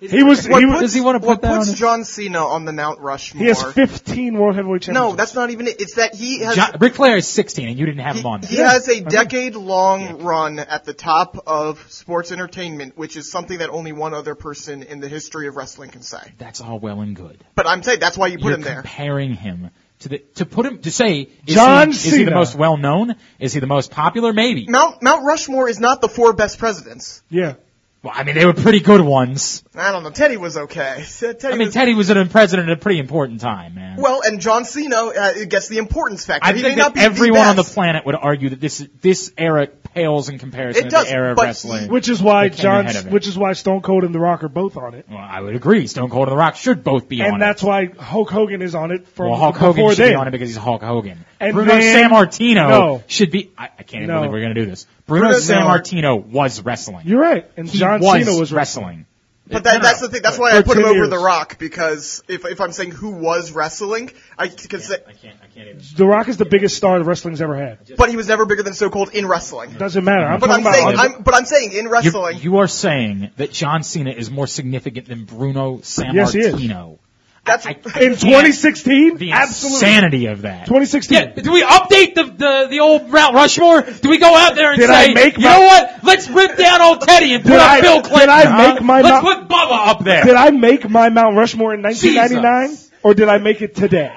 Speaker 1: He was. He
Speaker 3: What
Speaker 1: was.
Speaker 3: puts,
Speaker 2: does he wanna put
Speaker 3: what
Speaker 2: that
Speaker 3: puts
Speaker 2: on his-
Speaker 3: John Cena on the Mount Rushmore?
Speaker 1: He has 15 world heavyweight championships.
Speaker 3: no, that's not even it. It's that he has
Speaker 2: John, Ric Flair is 16, and you didn't have him on.
Speaker 3: He, he
Speaker 2: there.
Speaker 3: has a decade-long run at the top of sports entertainment, which is something that only one other person in the history of wrestling can say.
Speaker 2: That's all well and good.
Speaker 3: But I'm saying that's why you put
Speaker 2: You're
Speaker 3: him there.
Speaker 2: comparing him to the to put him to say is,
Speaker 1: John
Speaker 2: he, is he the
Speaker 1: Cena.
Speaker 2: most well known? Is he the most popular? Maybe.
Speaker 3: Mount Mount Rushmore is not the four best presidents.
Speaker 1: Yeah.
Speaker 2: Well, I mean, they were pretty good ones.
Speaker 3: I don't know. Teddy was okay. Teddy
Speaker 2: I mean,
Speaker 3: was,
Speaker 2: Teddy was an president at a pretty important time, man.
Speaker 3: well, and John Cena uh, gets the importance factor.
Speaker 2: I
Speaker 3: he
Speaker 2: think
Speaker 3: may not
Speaker 2: that
Speaker 3: be
Speaker 2: everyone
Speaker 3: the
Speaker 2: on the
Speaker 3: best.
Speaker 2: planet would argue that this this era pales in comparison
Speaker 3: It
Speaker 2: to
Speaker 3: does,
Speaker 2: the era of
Speaker 3: but
Speaker 2: wrestling.
Speaker 1: Which is why
Speaker 2: They came
Speaker 1: John.
Speaker 2: ahead of it.
Speaker 1: Which is why Stone Cold and The Rock are both on it.
Speaker 2: well, I would agree. Stone Cold and The Rock should both be on
Speaker 1: And
Speaker 2: it.
Speaker 1: that's why Hulk Hogan is on it from
Speaker 2: Well, Hulk Hogan
Speaker 1: before
Speaker 2: should
Speaker 1: then.
Speaker 2: be on it because he's Hulk Hogan.
Speaker 1: And
Speaker 2: Bruno
Speaker 1: then-
Speaker 2: San Martino
Speaker 1: No.
Speaker 2: should be. I, I can't even
Speaker 1: No.
Speaker 2: believe we're going to do this. Bruno,
Speaker 3: Bruno
Speaker 2: San
Speaker 3: San-
Speaker 2: Martino was wrestling.
Speaker 1: You're right. And
Speaker 2: He
Speaker 1: John
Speaker 2: was
Speaker 1: Cena was
Speaker 2: wrestling.
Speaker 3: But that,
Speaker 2: No,
Speaker 3: that's
Speaker 2: no.
Speaker 3: the thing. That's why I
Speaker 1: For
Speaker 3: put him
Speaker 1: 10
Speaker 3: over
Speaker 1: years.
Speaker 3: The Rock because if if I'm saying who was wrestling, I could say,
Speaker 2: I can't. I can't even.
Speaker 1: The Rock is the biggest star the wrestling's ever had.
Speaker 3: but he was never bigger than So Cold in wrestling.
Speaker 1: Doesn't matter. I'm
Speaker 3: But
Speaker 1: talking
Speaker 3: I'm
Speaker 1: about.
Speaker 3: saying, I'm, but I'm saying in
Speaker 2: You're,
Speaker 3: wrestling,
Speaker 2: you are saying that John Cena is more significant than Bruno San
Speaker 1: Yes, he is.
Speaker 2: Martino.
Speaker 3: that's
Speaker 1: in 2016,
Speaker 2: The
Speaker 1: absolutely.
Speaker 2: insanity of that.
Speaker 1: 2016.
Speaker 2: Yeah, do we update the, the the old Mount Rushmore? Do we go out there and
Speaker 1: Did
Speaker 2: say,
Speaker 1: I make
Speaker 2: you
Speaker 1: my-
Speaker 2: know what? Let's rip down old Teddy and put
Speaker 1: Did
Speaker 2: up
Speaker 1: I-
Speaker 2: Bill
Speaker 1: did
Speaker 2: Clinton.
Speaker 1: I
Speaker 2: huh?
Speaker 1: make my
Speaker 2: Let's
Speaker 1: Mount-
Speaker 2: put Bubba up there.
Speaker 1: Did I make my Mount Rushmore in 1999,
Speaker 2: Jesus.
Speaker 1: or did I make it today?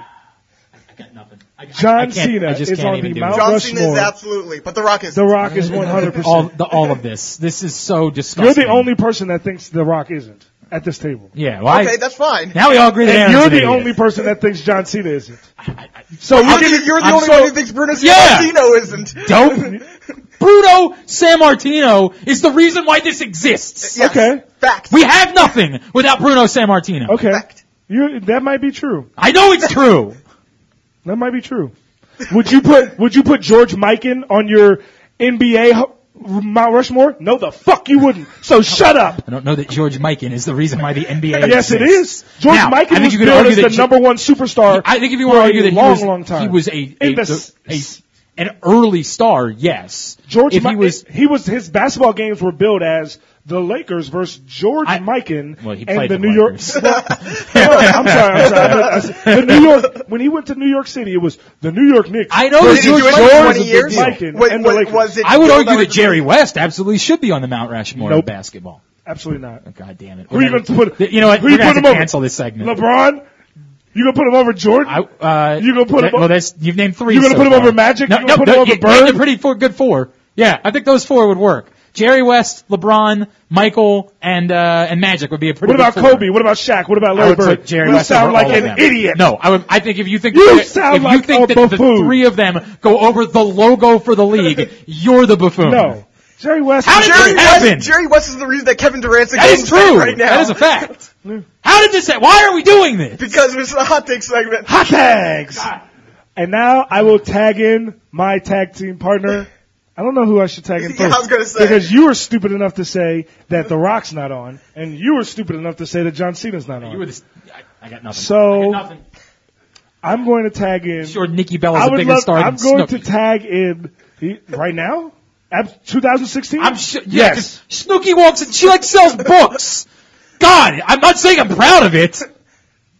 Speaker 2: got nothing. I- I-
Speaker 1: John
Speaker 2: I can't-
Speaker 1: Cena
Speaker 2: I just
Speaker 1: is
Speaker 2: can't
Speaker 1: on
Speaker 2: even
Speaker 1: the
Speaker 2: do it.
Speaker 1: Mount
Speaker 3: John Cena is
Speaker 1: Rushmore.
Speaker 3: absolutely, but The Rock is.
Speaker 1: The Rock is 100.
Speaker 2: all
Speaker 1: percent
Speaker 2: the, all of this. This is so disgusting.
Speaker 1: You're the only person that thinks The Rock isn't at this table.
Speaker 2: Yeah. Well, I-
Speaker 3: okay, that's fine.
Speaker 2: now we all agree that
Speaker 1: And
Speaker 2: Aaron's
Speaker 1: you're
Speaker 2: an
Speaker 1: the
Speaker 2: idiot.
Speaker 1: only person that thinks John Cena isn't.
Speaker 3: So you're,
Speaker 1: I'll
Speaker 3: the-
Speaker 1: give you-
Speaker 3: you're the
Speaker 1: I'm
Speaker 3: only
Speaker 1: so-
Speaker 3: one who thinks Bruno
Speaker 2: Yeah.
Speaker 3: Sammartino isn't.
Speaker 2: dope. Bruno San Martino is the reason why this exists.
Speaker 3: Yes.
Speaker 1: Okay.
Speaker 3: Fact.
Speaker 2: We have nothing without Bruno San Martino.
Speaker 1: Okay,
Speaker 3: Fact.
Speaker 1: you that might be true.
Speaker 2: I know it's true.
Speaker 1: That might be true. Would you put Would you put George Mikan on your NBA ho- Mount Rushmore? No, the fuck you wouldn't. So shut up.
Speaker 2: I don't know that George Mikan is the reason why the NBA
Speaker 1: Yes,
Speaker 2: exists.
Speaker 1: it is. George
Speaker 2: Now, I
Speaker 1: Mikan
Speaker 2: think
Speaker 1: was
Speaker 2: you could
Speaker 1: billed
Speaker 2: argue
Speaker 1: as
Speaker 2: that
Speaker 1: the
Speaker 2: Ge-
Speaker 1: number one superstar.
Speaker 2: I think if you
Speaker 1: for
Speaker 2: want to argue
Speaker 1: a
Speaker 2: that
Speaker 1: long,
Speaker 2: he was,
Speaker 1: long time.
Speaker 2: he was a, a,
Speaker 1: In the-
Speaker 2: a- an early star, yes.
Speaker 1: George
Speaker 2: if
Speaker 1: Mi-
Speaker 2: he was
Speaker 1: he was his basketball games were billed as the Lakers versus George
Speaker 2: I-
Speaker 1: Mikan
Speaker 2: well, he
Speaker 1: and
Speaker 2: played
Speaker 1: the
Speaker 2: the
Speaker 1: New York.
Speaker 2: Lakers.
Speaker 1: Well, I'm sorry, I'm sorry. I meant- I said- the New York when he went to New York City, it was the New York Knicks.
Speaker 2: I know that
Speaker 3: Did he do
Speaker 2: George
Speaker 1: George
Speaker 3: it for
Speaker 1: is a
Speaker 3: 20
Speaker 1: big
Speaker 3: years?
Speaker 1: Mikan
Speaker 3: Wait,
Speaker 1: and the
Speaker 3: wait,
Speaker 1: Lakers.
Speaker 3: was it
Speaker 2: I would
Speaker 3: Bill
Speaker 2: argue that
Speaker 3: Belichick?
Speaker 2: Jerry West absolutely should be on the Mount Rushmore
Speaker 1: Nope.
Speaker 2: of basketball.
Speaker 1: Absolutely not.
Speaker 2: God damn it.
Speaker 1: Who you gonna
Speaker 2: Whatever.
Speaker 1: put-
Speaker 2: You know what?
Speaker 1: who
Speaker 2: We're
Speaker 1: you
Speaker 2: going to
Speaker 1: put him over?
Speaker 2: cancel this segment.
Speaker 1: LeBron, you gonna put him over Jordan?
Speaker 2: I, uh,
Speaker 1: You gonna put him
Speaker 2: that- Well,
Speaker 1: up-
Speaker 2: that's you've named three.
Speaker 1: You gonna
Speaker 2: so
Speaker 1: put him
Speaker 2: far.
Speaker 1: over Magic?
Speaker 2: No,
Speaker 1: You
Speaker 2: no,
Speaker 1: gonna put
Speaker 2: no,
Speaker 1: him over
Speaker 2: you-
Speaker 1: Bird?
Speaker 2: They're pretty four, good four. Yeah, I think those four would work. Jerry West, LeBron, Michael, and uh, and Magic would be a pretty.
Speaker 1: what
Speaker 2: good
Speaker 1: about
Speaker 2: four.
Speaker 1: Kobe? What about Shaq? What about
Speaker 2: I
Speaker 1: Larry
Speaker 2: would put
Speaker 1: Bird?
Speaker 2: Jerry
Speaker 1: you
Speaker 2: West
Speaker 1: sound
Speaker 2: over
Speaker 1: like
Speaker 2: all of
Speaker 1: an
Speaker 2: them.
Speaker 1: idiot.
Speaker 2: No, I would. I think if you think
Speaker 1: You
Speaker 2: that,
Speaker 1: sound
Speaker 2: if you
Speaker 1: like
Speaker 2: think
Speaker 1: a
Speaker 2: that the
Speaker 1: buffoon.
Speaker 2: three of them go over the logo for the league, you're the buffoon.
Speaker 1: No. Jerry West.
Speaker 2: How did
Speaker 3: Jerry
Speaker 2: It happened.
Speaker 3: West, Jerry West is the reason that Kevin Durant's a
Speaker 2: that is
Speaker 3: Golden State
Speaker 2: true.
Speaker 3: right now.
Speaker 2: That is a fact. How did this? ha- Why are we doing this?
Speaker 3: Because it's a hot take segment.
Speaker 1: Hot tags. And now I will tag in my tag team partner. I don't know who I should tag in first.
Speaker 3: Yeah, I was gonna say.
Speaker 1: Because you were stupid enough to say that The Rock's not on, and you were stupid enough to say that John Cena's not
Speaker 2: You were
Speaker 1: on.
Speaker 2: the, I, I got nothing.
Speaker 1: So-
Speaker 2: I got nothing.
Speaker 1: I'm going to tag in.
Speaker 2: Sure, Nikki Bella's
Speaker 1: I
Speaker 2: a
Speaker 1: would
Speaker 2: bigger
Speaker 1: love.
Speaker 2: star
Speaker 1: I'm
Speaker 2: than
Speaker 1: going to
Speaker 2: Snooki.
Speaker 1: tag in he- right now. Ab- 2016.
Speaker 2: I'm sure. Yeah,
Speaker 1: Yes.
Speaker 2: yes. Snooki walks and she like sells books. God, I'm not saying I'm proud of it.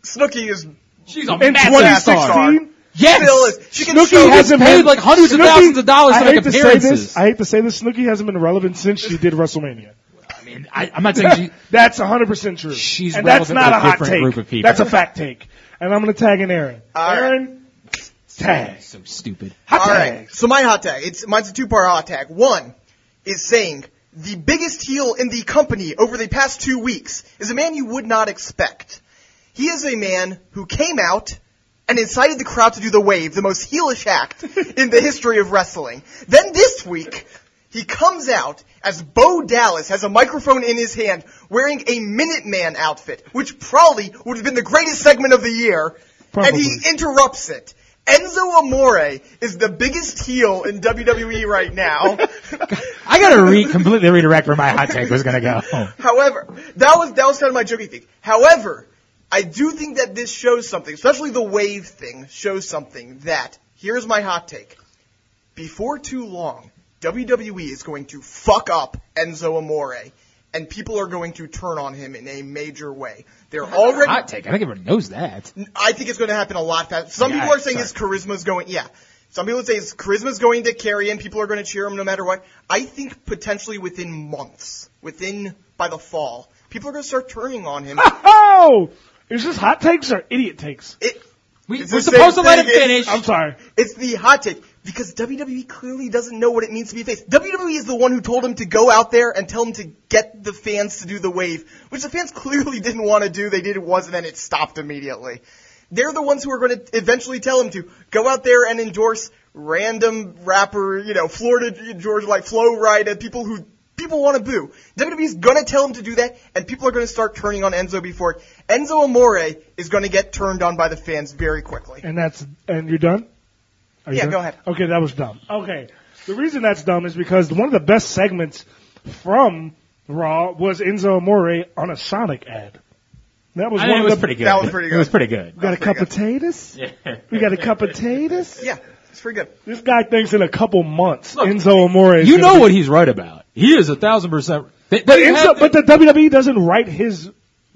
Speaker 3: Snooki is
Speaker 2: She's a
Speaker 1: in
Speaker 2: massive star.
Speaker 1: 2016.
Speaker 2: Yes.
Speaker 3: still is. She can
Speaker 1: Snooki
Speaker 3: still
Speaker 2: has
Speaker 1: hasn't
Speaker 2: paid
Speaker 1: been-
Speaker 2: like hundreds of
Speaker 1: Snooki-
Speaker 2: thousands of dollars
Speaker 1: I
Speaker 2: for like
Speaker 1: hate to say
Speaker 2: appearances.
Speaker 1: this. I hate to say this. Snooki hasn't been relevant since she did WrestleMania.
Speaker 2: I mean, I, I'm not saying she.
Speaker 1: that's 100% true.
Speaker 2: She's
Speaker 1: and that's
Speaker 2: relevant
Speaker 1: not
Speaker 2: with
Speaker 1: a
Speaker 2: a
Speaker 1: hot
Speaker 2: different
Speaker 1: take.
Speaker 2: group of people.
Speaker 1: That's a fact take. And I'm going to tag in Aaron.
Speaker 3: All right.
Speaker 1: Aaron, tag.
Speaker 2: So stupid.
Speaker 1: Hot
Speaker 3: All
Speaker 1: tag.
Speaker 3: right. So my hot tag. It's mine's a two-part hot tag. One is saying the biggest heel in the company over the past two weeks is a man you would not expect. He is a man who came out and incited the crowd to do the wave, the most heelish act in the history of wrestling. Then this week, he comes out as Bo Dallas has a microphone in his hand wearing a Minuteman outfit, which probably would have been the greatest segment of the year. And he
Speaker 1: Probably.
Speaker 3: interrupts it. Enzo Amore is the biggest heel in WWE right now.
Speaker 2: I gotta re- completely redirect where my hot take was gonna go.
Speaker 3: However, that was that was kind of my jokey thing. However, I do think that this shows something, especially the wave thing shows something that here's my hot take. E Before too long, WWE is going to fuck up Enzo Amore. and people are going to turn on him in a major way. They're already.
Speaker 2: Hot take. I think everyone knows that.
Speaker 3: I think it's going to happen a lot faster. Some
Speaker 2: Yeah,
Speaker 3: people are saying
Speaker 2: sorry.
Speaker 3: his charisma's going. Yeah. Some people say his charisma's going to carry and people are going to cheer him no matter what. I think potentially within months, within by the fall, people are going to start turning on him.
Speaker 2: Ah!
Speaker 1: Oh, is this hot takes or idiot takes?
Speaker 3: it,
Speaker 2: We,
Speaker 3: It's
Speaker 2: we're
Speaker 3: the same
Speaker 2: supposed to let him
Speaker 3: thing, it-
Speaker 2: finish.
Speaker 1: I'm sorry.
Speaker 3: it's the hot take because WWE clearly doesn't know what it means to be a face. WWE is the one who told him to go out there and tell him to get the fans to do the wave, which the fans clearly didn't want to do. They did it once and then it stopped immediately. They're the ones who are going to eventually tell him to go out there and endorse random rapper, you know, Florida George like Flow Rida, people who people want to boo. WWE's going to tell him to do that and people are going to start turning on Enzo before it. Enzo Amore is going to get turned on by the fans very quickly.
Speaker 1: And that's and you're done. Are you
Speaker 3: Yeah,
Speaker 1: done?
Speaker 3: go ahead.
Speaker 1: Okay, that was dumb. Okay, the reason that's dumb is because one of the best segments from Raw was Enzo Amore on a Sonic ad. That was one
Speaker 2: I mean, it
Speaker 1: of
Speaker 2: was
Speaker 1: the.
Speaker 2: pretty good.
Speaker 3: That was pretty
Speaker 2: It was
Speaker 3: good.
Speaker 2: pretty good.
Speaker 1: we got a
Speaker 3: pretty
Speaker 1: cup of potatoes. We got a cup of potatoes.
Speaker 3: Yeah, it's pretty good.
Speaker 1: This guy thinks in a couple months
Speaker 2: Look,
Speaker 1: Enzo Amore. Is
Speaker 2: You
Speaker 1: gonna
Speaker 2: know
Speaker 1: be-
Speaker 2: what he's right about. He is a thousand percent. They,
Speaker 1: But
Speaker 2: they have-
Speaker 1: Enzo, but the WWE doesn't write his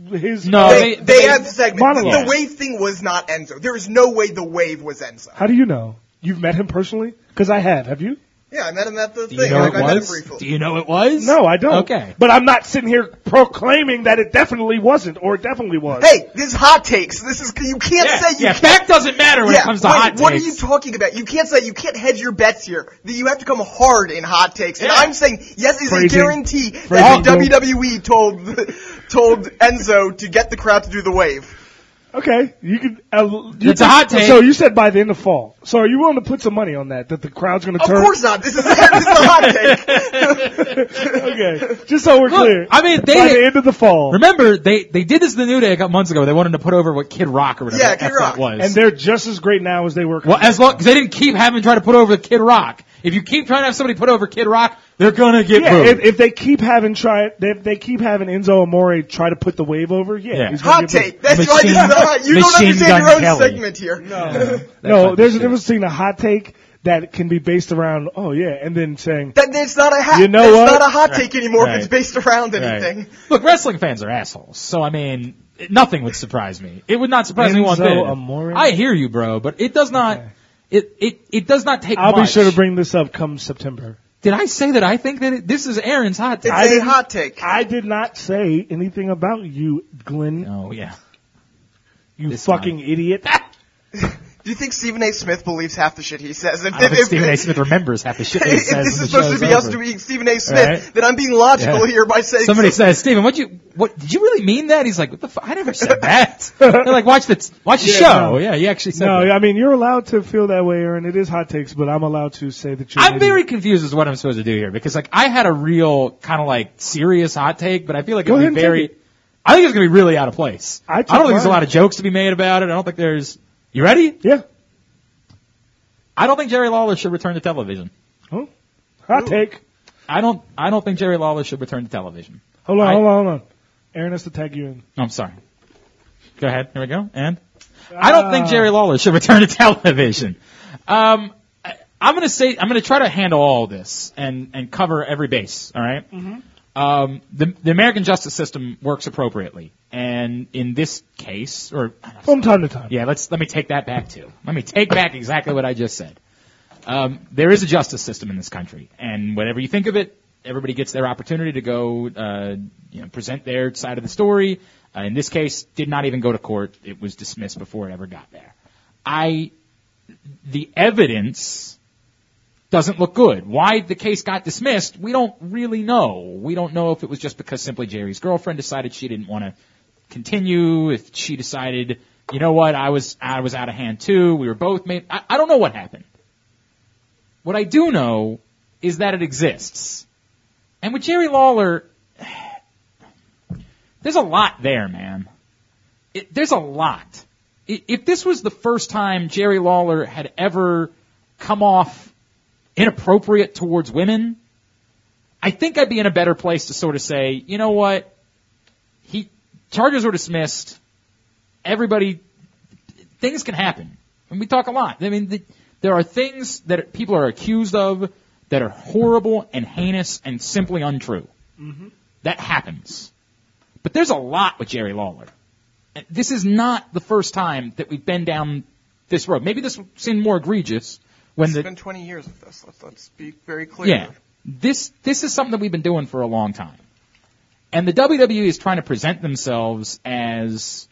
Speaker 1: his.
Speaker 2: No,
Speaker 1: uh,
Speaker 3: they, they had segments. The,
Speaker 1: Monologues.
Speaker 3: the wave thing was not Enzo. There is no way the wave was Enzo.
Speaker 1: How do you know? You've met him personally? Because I have. Have you?
Speaker 3: Yeah, I met him at the thing.
Speaker 2: Do you know
Speaker 3: like,
Speaker 2: it
Speaker 3: I met him
Speaker 2: was? Do
Speaker 3: briefly.
Speaker 2: you know it was?
Speaker 1: No, I don't.
Speaker 2: Okay.
Speaker 1: But I'm not sitting here proclaiming that it definitely wasn't or it definitely was.
Speaker 3: Hey, this is hot takes. This is you can't
Speaker 2: Yeah,
Speaker 3: say you
Speaker 2: yeah,
Speaker 3: can't.
Speaker 2: fact doesn't matter when
Speaker 3: yeah,
Speaker 2: it comes to
Speaker 3: wait,
Speaker 2: hot
Speaker 3: what
Speaker 2: takes.
Speaker 3: are you talking about? You can't say you can't hedge your bets here. That You have to come hard in hot takes. And
Speaker 2: Yeah.
Speaker 3: I'm saying yes is a
Speaker 1: Phrasing.
Speaker 3: guarantee
Speaker 1: Phrasing.
Speaker 3: that the WWE told told Enzo to get the crowd to do the wave.
Speaker 1: Okay, you could. Uh, you
Speaker 2: It's a hot take.
Speaker 1: So you said by the end of fall. So are you willing to put some money on that? That the crowd's going to
Speaker 3: Of
Speaker 1: turn?
Speaker 3: course not. This is this is a hot take.
Speaker 1: okay, just so we're
Speaker 2: Look,
Speaker 1: clear.
Speaker 2: I mean, they-
Speaker 1: by the end of the fall,
Speaker 2: Remember, they they did this in the New Day a couple months ago. They wanted to put over what Kid Rock or whatever
Speaker 3: Yeah,
Speaker 2: the
Speaker 3: Kid
Speaker 2: F that
Speaker 3: Rock.
Speaker 2: was.
Speaker 1: and they're just as great now as they were.
Speaker 2: well, as long 'cause they didn't keep having to try to put over Kid Rock. If you keep trying to have somebody put over Kid Rock, they're gonna get
Speaker 1: yeah,
Speaker 2: booed.
Speaker 1: if, if they keep having try, if they keep having Enzo Amore try to put the wave over, yeah,
Speaker 2: Yeah.
Speaker 1: he's gonna
Speaker 3: hot
Speaker 1: get booed.
Speaker 3: take. That's why this is
Speaker 2: Machine-
Speaker 3: a hot. You don't
Speaker 2: Machine
Speaker 3: understand your
Speaker 2: Gun
Speaker 3: own
Speaker 2: Kelly.
Speaker 3: segment here. No.
Speaker 1: No,
Speaker 2: That's
Speaker 1: there's a
Speaker 2: not
Speaker 1: difference between a hot take that can be based around, oh yeah, and then saying,
Speaker 3: That it's not a hot.
Speaker 1: You know
Speaker 3: it's
Speaker 1: what?
Speaker 3: not a hot take anymore
Speaker 2: Right.
Speaker 3: if it's based around
Speaker 2: Right.
Speaker 3: anything.
Speaker 2: Look, wrestling fans are assholes. So I mean, it- nothing would surprise me. It would not surprise me one
Speaker 1: Enzo
Speaker 2: bit.
Speaker 1: Amore?
Speaker 2: I hear you, bro, but it does not. It, it it does not take
Speaker 1: I'll be
Speaker 2: much.
Speaker 1: sure to bring this up come September.
Speaker 2: Did I say that I think that it, this is Aaron's hot take?
Speaker 3: It's
Speaker 1: I
Speaker 3: a
Speaker 1: didn't-
Speaker 3: hot take.
Speaker 1: I did not say anything about you, Glenn.
Speaker 2: oh yeah.
Speaker 1: you
Speaker 2: this
Speaker 1: fucking idiot.
Speaker 3: Do you think Stephen A. Smith believes half the shit he says? If,
Speaker 2: I don't
Speaker 3: if-
Speaker 2: think
Speaker 3: if-
Speaker 2: Stephen A. Smith remembers half the shit that he
Speaker 3: if
Speaker 2: says. when
Speaker 3: this
Speaker 2: the
Speaker 3: is supposed
Speaker 2: show's
Speaker 3: to be us
Speaker 2: over.
Speaker 3: being Stephen A. Smith,
Speaker 2: Right.
Speaker 3: then I'm being logical
Speaker 2: Yeah.
Speaker 3: here by saying
Speaker 2: Somebody
Speaker 3: so-
Speaker 2: says, "Steven, what you what did you really mean that?" He's like, "What the fuck? I never said that." They're like, "Watch the watch the
Speaker 1: Yeah,
Speaker 2: show."
Speaker 1: no.
Speaker 2: Yeah, he actually said.
Speaker 1: No,
Speaker 2: that.
Speaker 1: I mean you're allowed to feel that way, Aaron. It is hot takes, but I'm allowed to say that you're. an
Speaker 2: I'm
Speaker 1: idiot.
Speaker 2: very confused as to what I'm supposed to do here because like I had a real kind of like serious hot take, but I feel like it
Speaker 1: Go
Speaker 2: would
Speaker 1: ahead and take
Speaker 2: be very.
Speaker 1: it.
Speaker 2: I think it's gonna be really out of place.
Speaker 1: I took
Speaker 2: don't think there's a
Speaker 1: mine.
Speaker 2: lot of jokes to be made about it. I don't think there's. You ready?
Speaker 1: Yeah.
Speaker 2: I don't think Jerry Lawler should return to television.
Speaker 1: Oh. Hot take.
Speaker 2: I don't. I don't think Jerry Lawler should return to television.
Speaker 1: Hold on,
Speaker 2: I-
Speaker 1: hold on, hold on. Aaron has to tag you in.
Speaker 2: I'm sorry. Go ahead. Here we go. And I don't think
Speaker 1: Ah.
Speaker 2: Jerry Lawler should return to television. Um, I, I'm gonna say I'm gonna try to handle all this and and cover every base. All right? Um, the the American justice system works appropriately, and in this case, or
Speaker 1: From time to time.
Speaker 2: yeah, let's let me take that back too. Let me take back exactly what I just said. Um, there is a justice system in this country, and whatever you think of it, everybody gets their opportunity to go, uh, you know, present their side of the story. Uh, in this case, did not even go to court; it was dismissed before it ever got there. I, the evidence doesn't look good. Why the case got dismissed, we don't really know. We don't know if it was just because simply Jerry's girlfriend decided she didn't want to continue, if she decided, you know what, I was I was out of hand too. We were both made. I, I don't know what happened. What I do know is that it exists. And with Jerry Lawler, there's a lot there, man. It, there's a lot. I- If this was the first time Jerry Lawler had ever come off inappropriate towards women, I think I'd be in a better place to sort of say, you know what, he charges were dismissed. Everybody, things can happen, and we talk a lot. I mean, the, there are things that
Speaker 3: Mm-hmm.
Speaker 2: people are accused of that are horrible and heinous and simply untrue. That happens. But there's a lot with Jerry Lawler. And This is not the first time that we've been down this road. Maybe this seemed more egregious when
Speaker 3: It's
Speaker 2: the
Speaker 3: been 20 years with this. Let's, let's be very clear.
Speaker 2: yeah. This this is something that we've been doing for a long time. And the WWE is trying to present themselves as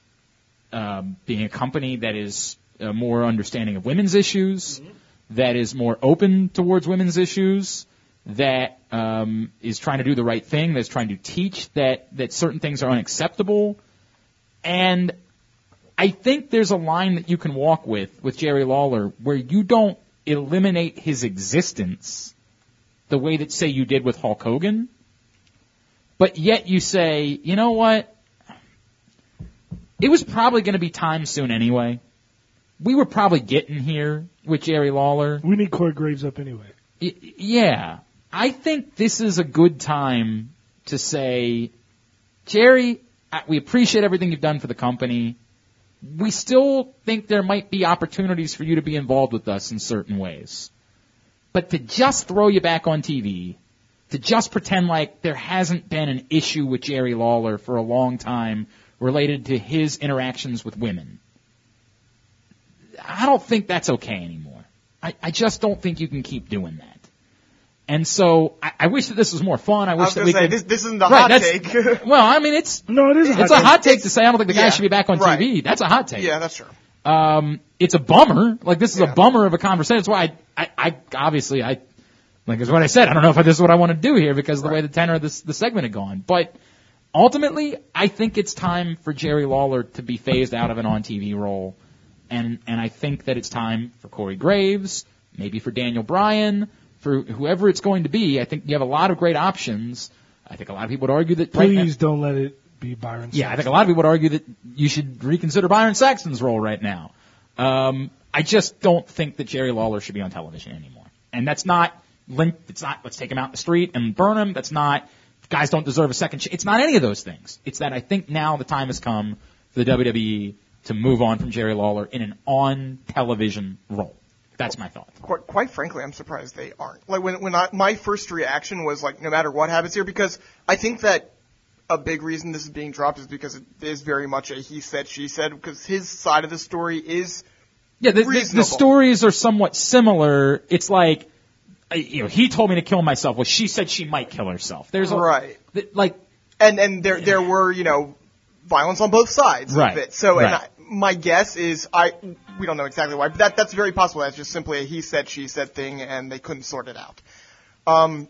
Speaker 2: um, being a company that is uh, more understanding of women's issues, that is more open towards women's issues, that um, is trying to do the right thing, that's trying to teach that that certain things are unacceptable. And I think there's a line that you can walk with with Jerry Lawler where you don't eliminate his existence the way that say you did with Hulk Hogan, but yet you say, you know what? It was probably going to be time soon anyway. We were probably getting here with Jerry Lawler.
Speaker 1: We need Corey Graves up anyway.
Speaker 2: Y- yeah, I think this is a good time to say, Jerry, I- we appreciate everything you've done for the company. We still think there might be opportunities for you to be involved with us in certain ways. But to just throw you back on TV, to just pretend like there hasn't been an issue with Jerry Lawler for a long time related to his interactions with women, I don't think that's okay anymore. I, I just don't think you can keep doing that. And so I, I wish that this was more fun. I
Speaker 3: I
Speaker 2: wish
Speaker 3: was
Speaker 2: that
Speaker 3: going
Speaker 2: we
Speaker 3: to say,
Speaker 2: could.
Speaker 3: this, this isn't the
Speaker 2: Right,
Speaker 3: hot
Speaker 2: that's-
Speaker 3: take.
Speaker 2: Well, I mean, it's
Speaker 1: No, it is a hot
Speaker 2: it's a
Speaker 1: take.
Speaker 2: hot take to say I don't think the guy
Speaker 3: Yeah,
Speaker 2: should be back on
Speaker 3: right.
Speaker 2: TV. That's a hot take.
Speaker 3: yeah, that's true.
Speaker 2: Um, it's a bummer. Like this is
Speaker 3: Yeah.
Speaker 2: a bummer of a conversation. That's why I, I, I obviously I, like is what I said. I don't know if this is what I want to do here because of the way the tenor of this the segment had gone. But ultimately, I think it's time for Jerry Lawler to be phased out of an on TV role, and and I think that it's time for Corey Graves, maybe for Daniel Bryan, for whoever it's going to be. I think you have a lot of great options. I think a lot of people would argue that right now-
Speaker 1: Please don't let it be Byron.
Speaker 2: yeah, I
Speaker 1: Saxton.
Speaker 2: think a lot of people would argue that you should reconsider Byron Saxton's role right now. Um, I just don't think that Jerry Lawler should be on television anymore. And that's not linked. It's not let's take him out in the street and burn him. That's not guys don't deserve a second. Ch- it's not any of those things. It's that I think now the time has come for the WWE to move on from Jerry Lawler in an on television role. That's my thought.
Speaker 3: quite, quite frankly, I'm surprised they aren't. Like when when I, my first reaction was like, no matter what happens here, because I think that a big reason this is being dropped is because it is very much a he said she said because his side of the story is
Speaker 2: Yeah, the, the, the
Speaker 3: Reasonable.
Speaker 2: stories are somewhat similar. It's like, I- you know, he told me to kill myself. Well, she said she might kill herself. There's a,
Speaker 3: Right.
Speaker 2: th- like,
Speaker 3: and and there there were you know violence on both sides
Speaker 2: Right,
Speaker 3: of it. So and
Speaker 2: right.
Speaker 3: I, my guess is I we don't know exactly why, but that that's very possible. That's just simply a he said she said thing, and they couldn't sort it out. Um,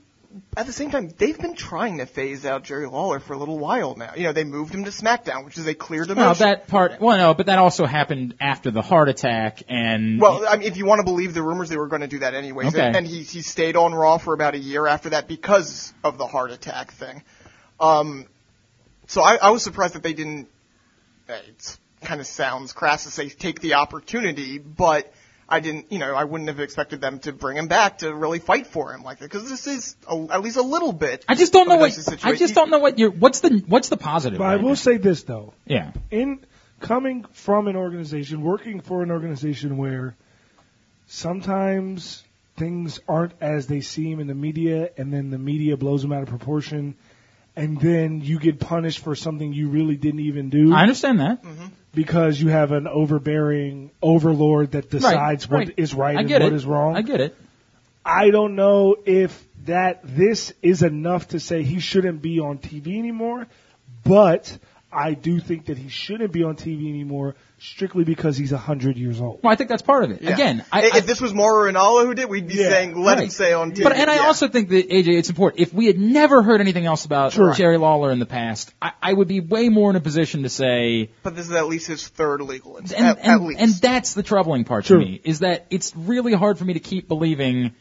Speaker 3: at the same time, they've been trying to phase out Jerry Lawler for a little while now. You know, they moved him to SmackDown, which is a clear demotion.
Speaker 2: well, that part. Well, no, but that also happened after the heart attack, and
Speaker 3: Well, I mean, if you want to believe the rumors, they were going to do that anyways.
Speaker 2: Okay.
Speaker 3: And, and he he stayed on Raw for about a year after that because of the heart attack thing. Um, so I, I was surprised that they didn't. It kind of sounds crass to say take the opportunity, but I didn't. You know, I wouldn't have expected them to bring him back to really fight for him like that because this is a, at least a little bit.
Speaker 2: I just don't know
Speaker 3: of a
Speaker 2: what.
Speaker 3: dicey
Speaker 2: I
Speaker 3: situation.
Speaker 2: just don't know what you're. What's the what's the positive?
Speaker 1: But I
Speaker 2: right
Speaker 1: will
Speaker 2: now?
Speaker 1: say this though.
Speaker 2: Yeah.
Speaker 1: in coming from an organization, working for an organization where sometimes things aren't as they seem in the media, and then the media blows them out of proportion, and then you get punished for something you really didn't even do
Speaker 2: I understand that.
Speaker 3: Mm-hmm.
Speaker 1: because you have an overbearing overlord that decides what is right
Speaker 2: I
Speaker 1: and
Speaker 2: get
Speaker 1: what
Speaker 2: it.
Speaker 1: is wrong.
Speaker 2: I get it.
Speaker 1: I don't know if that this is enough to say he shouldn't be on TV anymore, but I do think that he shouldn't be on TV anymore strictly because he's 100 years old.
Speaker 2: Well, I think that's part of it.
Speaker 3: Yeah.
Speaker 2: Again, I,
Speaker 3: if
Speaker 2: I,
Speaker 3: this was Mauro Ranallo who did, we'd be
Speaker 1: Yeah,
Speaker 3: saying let him
Speaker 2: right.
Speaker 3: stay on TV.
Speaker 2: But and I
Speaker 3: Yeah.
Speaker 2: also think that AJ, it's important. If we had never heard anything else about
Speaker 1: Sure.
Speaker 2: Jerry Lawler in the past, I, I would be way more in a position to say,
Speaker 3: But this is at least his third legal. ins-
Speaker 2: and
Speaker 3: at,
Speaker 2: and,
Speaker 3: at least.
Speaker 2: and that's the troubling part
Speaker 1: True.
Speaker 2: to me is that it's really hard for me to keep believing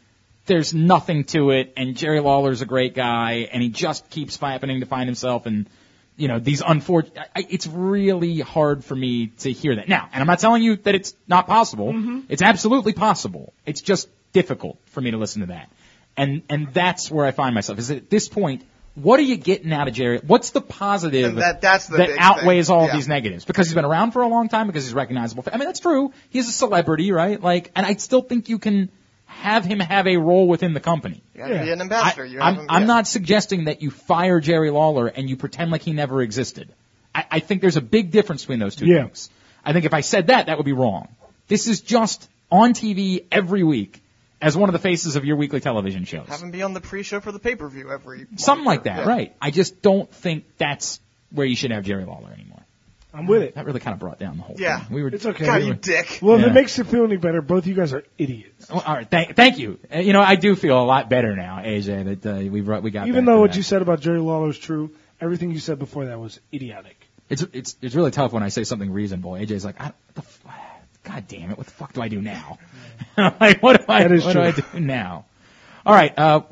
Speaker 2: there's nothing to it, and Jerry Lawler's a great guy, and he just keeps happening to find himself and. You know these unfortunate. It's really hard for me to hear that now, and I'm not telling you that it's not possible.
Speaker 3: Mm-hmm.
Speaker 2: It's absolutely possible. It's just difficult for me to listen to that, and and that's where I find myself. Is that at this point, what are you getting out of Jerry? What's the positive
Speaker 3: And that- that's the
Speaker 2: that
Speaker 3: big
Speaker 2: outweighs
Speaker 3: thing.
Speaker 2: all
Speaker 3: Yeah.
Speaker 2: of these negatives because he's been around for a long time because he's recognizable. I mean, that's true. He's a celebrity, right? Like, and I still think you can have him have a role within the company.
Speaker 3: You gotta
Speaker 1: Yeah.
Speaker 3: be an
Speaker 2: I,
Speaker 3: ambassador. you have
Speaker 2: am
Speaker 3: him-
Speaker 2: I'm
Speaker 3: yeah.
Speaker 2: not suggesting that you fire Jerry Lawler and you pretend like he never existed. I, I think there's a big difference between those two
Speaker 1: Yeah.
Speaker 2: things. I think if I said that, that would be wrong. This is just on TV every week as one of the faces of your weekly television shows.
Speaker 3: Have him be on the pre-show for the pay-per-view every.
Speaker 2: Something like
Speaker 3: month or-
Speaker 2: that,
Speaker 3: yeah.
Speaker 2: right? I just don't think that's where you should have Jerry Lawler anymore.
Speaker 1: I'm with it.
Speaker 2: That really kind of brought down the whole
Speaker 3: Yeah.
Speaker 2: thing. We were
Speaker 1: It's okay.
Speaker 3: God, you dick.
Speaker 1: Well, if
Speaker 2: Yeah.
Speaker 1: it makes you feel any better, both you guys are idiots.
Speaker 2: Well, all right, thank, thank you. Uh, you know, I do feel a lot better now, AJ, that uh, we brought, we got.
Speaker 1: Even
Speaker 2: back
Speaker 1: though
Speaker 2: to
Speaker 1: what
Speaker 2: that.
Speaker 1: you said about Jerry Lawler is true, everything you said before that was idiotic.
Speaker 2: it's it's it's really tough when I say something reasonable. AJ's like, I, what the f- God damn it, what the fuck do I do now? like, what do I
Speaker 1: That is
Speaker 2: what do I
Speaker 1: true.
Speaker 2: do now? All right, uh,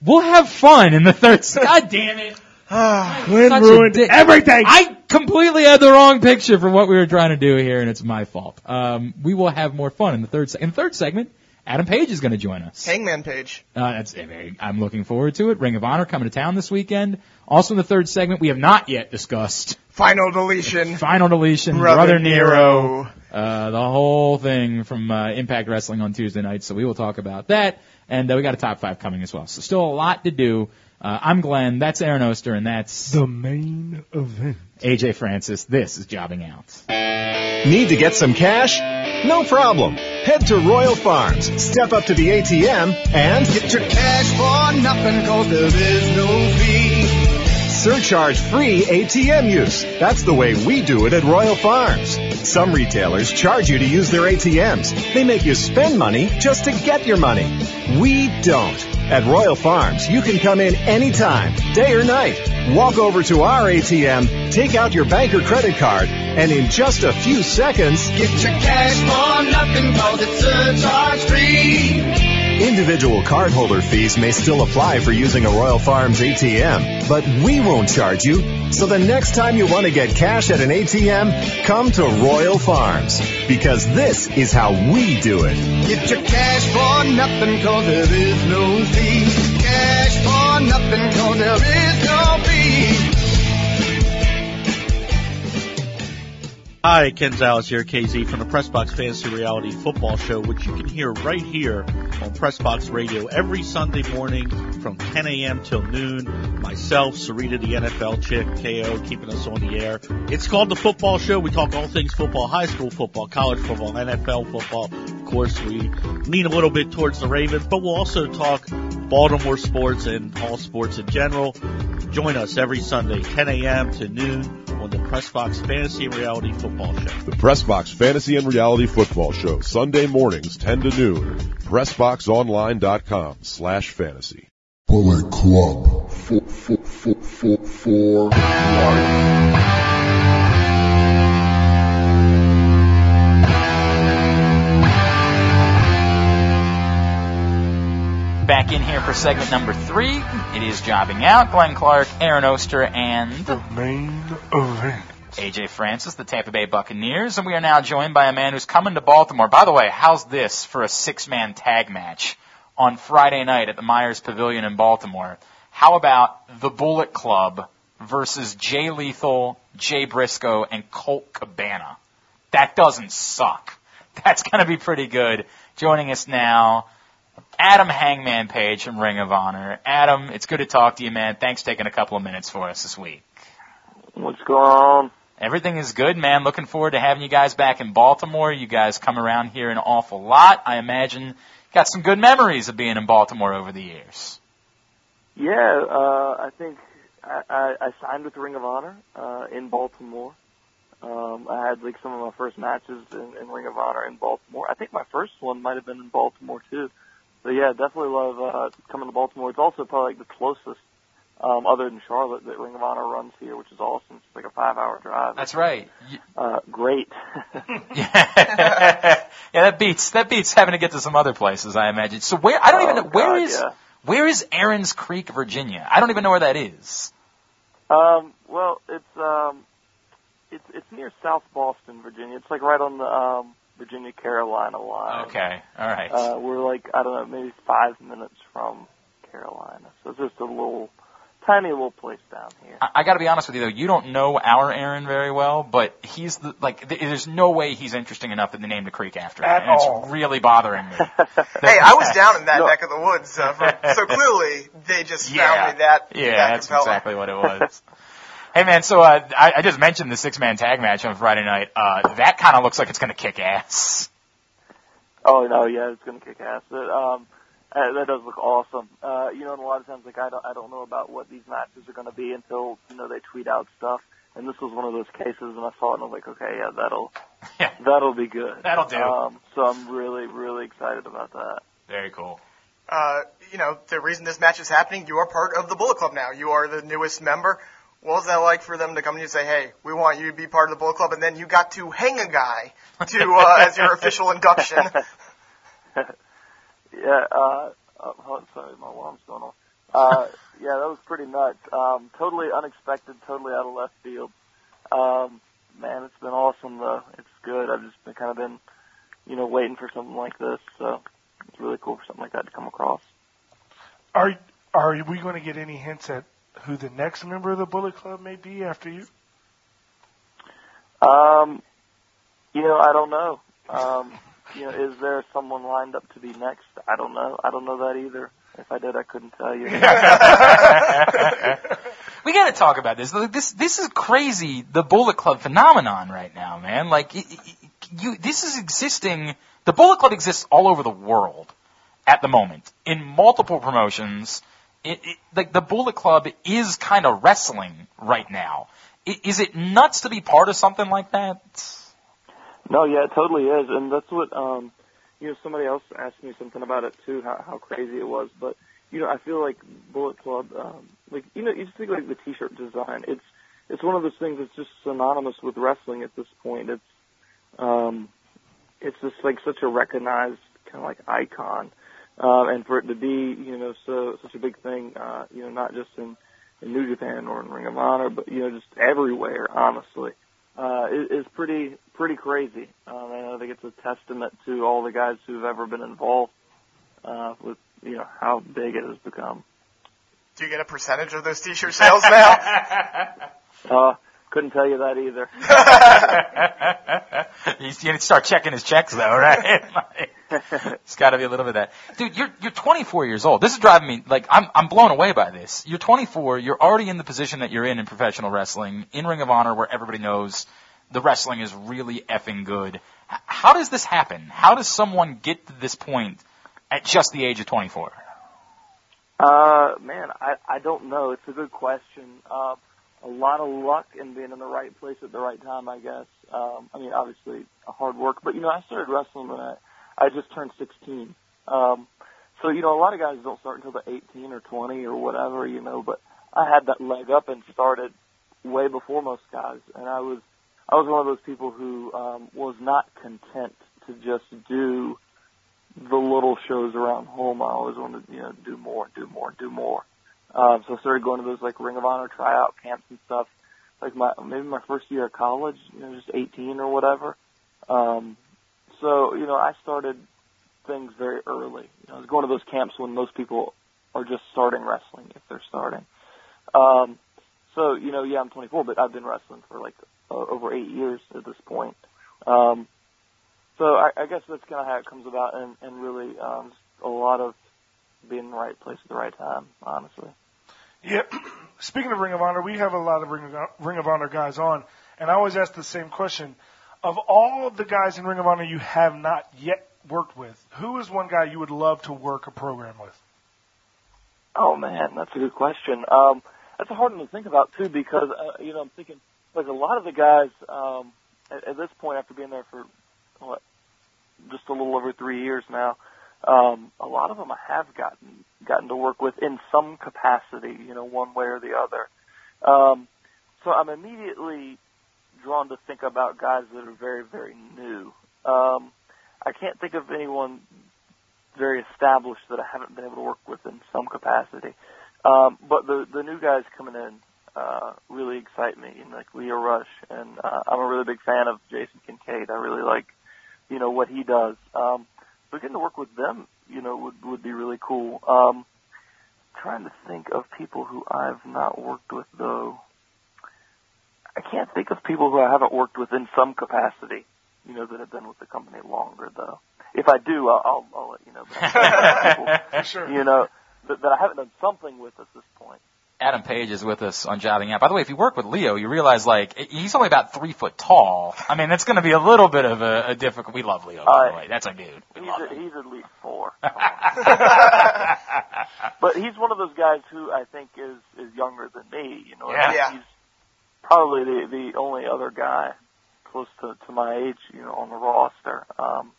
Speaker 2: we'll have fun in the third. God damn it,
Speaker 1: Glenn
Speaker 2: Such a
Speaker 1: Ah, ruined
Speaker 2: dick.
Speaker 1: everything.
Speaker 2: I completely had the wrong picture for what we were trying to do here, and it's my fault. Um, we will have more fun in the third se- in the third segment. Adam Page is going to join us.
Speaker 3: Hangman Page.
Speaker 2: Uh, that's eh, very, I'm looking forward to it. Ring of Honor coming to town this weekend. Also in the third segment, we have not yet discussed
Speaker 3: Final deletion.
Speaker 2: Final Deletion,
Speaker 3: Brother
Speaker 2: Brother, Nero,
Speaker 3: Nero.
Speaker 2: uh, the whole thing from uh, Impact Wrestling on Tuesday night. So we will talk about that, and uh, we got a top five coming as well. So still a lot to do. Uh, I'm Glenn. That's Aaron Oster, and that's
Speaker 1: the main event.
Speaker 2: AJ Francis. This is Jobbing Out.
Speaker 8: Need to get some cash? No problem. Head to Royal Farms, step up to the ATM, and get your cash for nothing cause there is no fee. Surcharge free ATM use. That's the way we do it at Royal Farms. Some retailers charge you to use their ATMs. They make you spend money just to get your money. We don't. At Royal Farms, you can come in anytime, day or night. Walk over to our ATM, take out your bank or credit card, and in just a few seconds, get your cash for nothing cause it's surcharge free. Individual cardholder fees may still apply for using a Royal Farms ATM, but we won't charge you. So the next time you want to get cash at an ATM, come to Royal Farms, because this is how we do it. Get your cash for nothing, cause there is no fee. Cash for nothing, cause there is no fee.
Speaker 9: Hi, Ken Zales here, KZ from the Pressbox Fantasy Reality Football Show, which you can hear right here on Pressbox Radio every Sunday morning from 10 a.m. till noon. Myself, Sarita, the NFL chick, KO, keeping us on the air. It's called the Football Show. We talk all things football, high school football, college football, NFL football. Of course, we lean a little bit towards the Ravens, but we'll also talk Baltimore sports and all sports in general. Join us every Sunday, 10 a.m. to noon on the Pressbox Fantasy and Reality Football Show.
Speaker 5: The Pressbox Fantasy and Reality Football Show, Sunday mornings, 10 to noon. PressboxOnline.com slash fantasy.
Speaker 4: Bullet Club for, for, for, for, for life.
Speaker 2: Back in here for segment number three. It is jobbing out. Glenn Clark, Aaron Oster, and
Speaker 1: The main event.
Speaker 2: AJ Francis, the Tampa Bay Buccaneers, and we are now joined by a man who's coming to Baltimore. By the way, how's this for a six-man tag match on Friday night at the Myers Pavilion in Baltimore? How about the Bullet Club versus Jay Lethal, Jay Briscoe, and Colt Cabana? That doesn't suck. That's going to be pretty good. Joining us now, Adam Hangman Page from Ring of Honor. Adam, it's good to talk to you, man. Thanks for taking a couple of minutes for us this week.
Speaker 10: What's going on?
Speaker 2: Everything is good, man. Looking forward to having you guys back in Baltimore. You guys come around here an awful lot. I imagine you got some good memories of being in Baltimore over the years.
Speaker 10: Yeah, uh, I think I, I, I signed with Ring of Honor uh, in Baltimore. Um, I had like some of my first matches in, in Ring of Honor in Baltimore. I think my first one might have been in Baltimore too. But yeah, definitely love uh, coming to Baltimore. It's also probably like the closest, um, other than Charlotte, that Ring of Honor runs here, which is awesome. It's like a five-hour drive.
Speaker 2: That's right.
Speaker 10: uh, great.
Speaker 2: yeah, that beats that beats having to get to some other places, I imagine. So where I don't even
Speaker 10: Oh,
Speaker 2: know where
Speaker 10: God,
Speaker 2: is
Speaker 10: yeah.
Speaker 2: where is Aaron's Creek, Virginia? I don't even know where that is.
Speaker 10: Um, well, it's um, it's it's near South Boston, Virginia. It's like right on the um, Virginia Carolina line.
Speaker 2: Okay, all right.
Speaker 10: Uh, we're like I don't know, maybe five minutes from Carolina. So it's just a little tiny little place down here.
Speaker 2: I, I got to be honest with you though. You don't know our Aaron very well, but he's the, like th- there's no way he's interesting enough in the name to creek after.
Speaker 3: At
Speaker 2: him, and
Speaker 3: all.
Speaker 2: It's really bothering me.
Speaker 3: hey, I was down in that neck of the woods, uh, for, so clearly they just found me that.
Speaker 2: Yeah,
Speaker 3: that
Speaker 2: that's
Speaker 3: compelling.
Speaker 2: exactly what it was. hey man, so uh, I, I just mentioned the six man tag match on Friday night. Uh, that kind of looks like it's going to kick ass.
Speaker 10: Oh no, yeah, it's gonna kick ass. But, um, uh, that does look awesome. Uh, you know, and a lot of times, like I don't, I don't know about what these matches are gonna be until you know they tweet out stuff. And this was one of those cases, and I saw it, and I was like, okay, yeah, that'll, that'll be good.
Speaker 2: That'll do.
Speaker 10: Um, so I'm really, really excited about that.
Speaker 2: Very cool.
Speaker 3: Uh, you know, the reason this match is happening, you are part of the Bullet Club now. You are the newest member. What was that like for them to come to you and say, hey, we want you to be part of the Bullet Club, and then you got to hang a guy to, uh, as your official induction?
Speaker 10: Yeah, uh, oh, hold- sorry, my alarm's going off. Uh, yeah, that was pretty nuts. Um, totally unexpected, totally out of left field. Um, man, it's been awesome though. It's good. I've just been kind of been, you know, waiting for something like this. So it's really cool for something like that to come across.
Speaker 1: Are are we going to get any hints at who the next member of the Bullet Club may be after you?
Speaker 10: Um, you know, I don't know. Um, you know, is there someone lined up to be next? I don't know. I don't know that either. If I did, I couldn't tell you.
Speaker 2: we got to talk about this. Like, This this is crazy. The Bullet Club phenomenon right now, man. Like y- y- y- you, this is existing. The Bullet Club exists all over the world at the moment in multiple promotions. It, it, like the Bullet Club is kind of wrestling right now. I- Is it nuts to be part of something like that?
Speaker 10: No, yeah, it totally is, and that's what um, you know. Somebody else asked me something about it too, how, how crazy it was. But you know, I feel like Bullet Club, um, like you know, you just think like the T-shirt design. It's it's one of those things that's just synonymous with wrestling at this point. It's um, it's just like such a recognized kind of like icon, um, and for it to be you know so such a big thing, uh, you know, not just in, in New Japan or in Ring of Honor, but you know, just everywhere, honestly uh, is, is pretty pretty crazy. Um, and I think it's a testament to all the guys who've ever been involved uh, with you know how big it has become.
Speaker 3: Do you get a percentage of those t-shirt sales now?
Speaker 10: Uh, couldn't tell you that either.
Speaker 2: He's going to start checking his checks though, right? Like, it's got to be a little bit of that. Dude, you're you're 24 years old. This is driving me like I'm I'm blown away by this. You're 24. You're already in the position that you're in in professional wrestling, in Ring of Honor, where everybody knows the wrestling is really effing good. H- How does this happen? How does someone get to this point at just the age of 24?
Speaker 10: Uh, man, I, I don't know. It's a good question. Uh, a lot of luck and being in the right place at the right time, I guess. Um, I mean, obviously, hard work, but you know, I started wrestling when I, I just turned 16. Um, so you know, a lot of guys don't start until the 18 or 20 or whatever, you know. But I had that leg up and started way before most guys, and I was I was one of those people who um, was not content to just do the little shows around home. I always wanted to, you know, do more, do more, do more. Um, so I started going to those like Ring of Honor tryout camps and stuff. Like my maybe my first year of college, you know, just 18 or whatever. Um, so you know, I started things very early. You know, I was going to those camps when most people are just starting wrestling if they're starting. Um, so you know, yeah, I'm 24, but I've been wrestling for like uh, over eight years at this point. Um, so I, I guess that's kind of how it comes about, and, and really um, just a lot of being in the right place at the right time, honestly.
Speaker 1: Yeah. Speaking of Ring of Honor, we have a lot of Ring of, Ring of Honor guys on, and I always ask the same question: of all of the guys in Ring of Honor you have not yet worked with, who is one guy you would love to work a program with?
Speaker 10: Oh man, that's a good question. Um, that's a hard one to think about too, because uh, you know I'm thinking like a lot of the guys um, at, at this point, after being there for what just a little over three years now, um, a lot of them I have gotten gotten to work with in some capacity, you know, one way or the other. Um, so I'm immediately drawn to think about guys that are very very new. Um, I can't think of anyone very established that I haven't been able to work with in some capacity. Um, but the the new guys coming in uh, really excite me, and like Leo Rush, and uh, I'm a really big fan of Jason Kincaid. I really like, you know, what he does. Um, so getting to work with them, you know, would would be really cool. Um, trying to think of people who I've not worked with though. I can't think of people who I haven't worked with in some capacity. You know that have been with the company longer though. If I do, I'll, I'll, I'll let you know. But I can't think of people, You know that, that I haven't done something with at this point.
Speaker 2: Adam Page is with us on Jobbing Out. By the way, if you work with Leo, you realize like he's only about three foot tall. I mean, that's going to be a little bit of a, a difficult. We love Leo, by the way. That's a dude.
Speaker 10: Uh, He's, a, he's at least four. but he's one of those guys who I think is is younger than me. You know, I think
Speaker 3: Yeah.
Speaker 10: he's probably the the only other guy close to to my age. You know, on the roster. Um,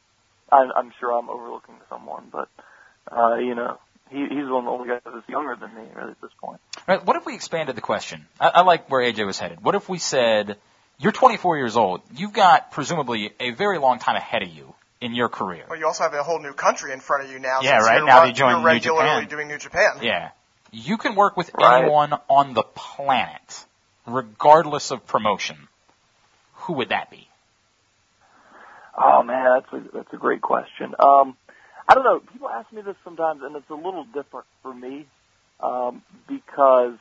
Speaker 10: I'm, I'm sure I'm overlooking someone, but uh, you know, he he's one of the only guys that's younger than me really at this point.
Speaker 2: All right, what if we expanded the question? I, I like where AJ was headed. What if we said, you're 24 years old. You've got presumably a very long time ahead of you in your career.
Speaker 3: Well, you also have a whole new country in front of you now.
Speaker 2: Yeah,
Speaker 3: since
Speaker 2: right,
Speaker 3: You're
Speaker 2: now
Speaker 3: run-
Speaker 2: they joined
Speaker 3: you're
Speaker 2: New
Speaker 3: regularly
Speaker 2: Japan.
Speaker 3: doing New Japan.
Speaker 2: Yeah. You can work with
Speaker 10: Right.
Speaker 2: anyone on the planet, regardless of promotion. Who would that be?
Speaker 10: Oh man, that's a that's a great question. Um, I don't know. People ask me this sometimes, and it's a little different for me um, because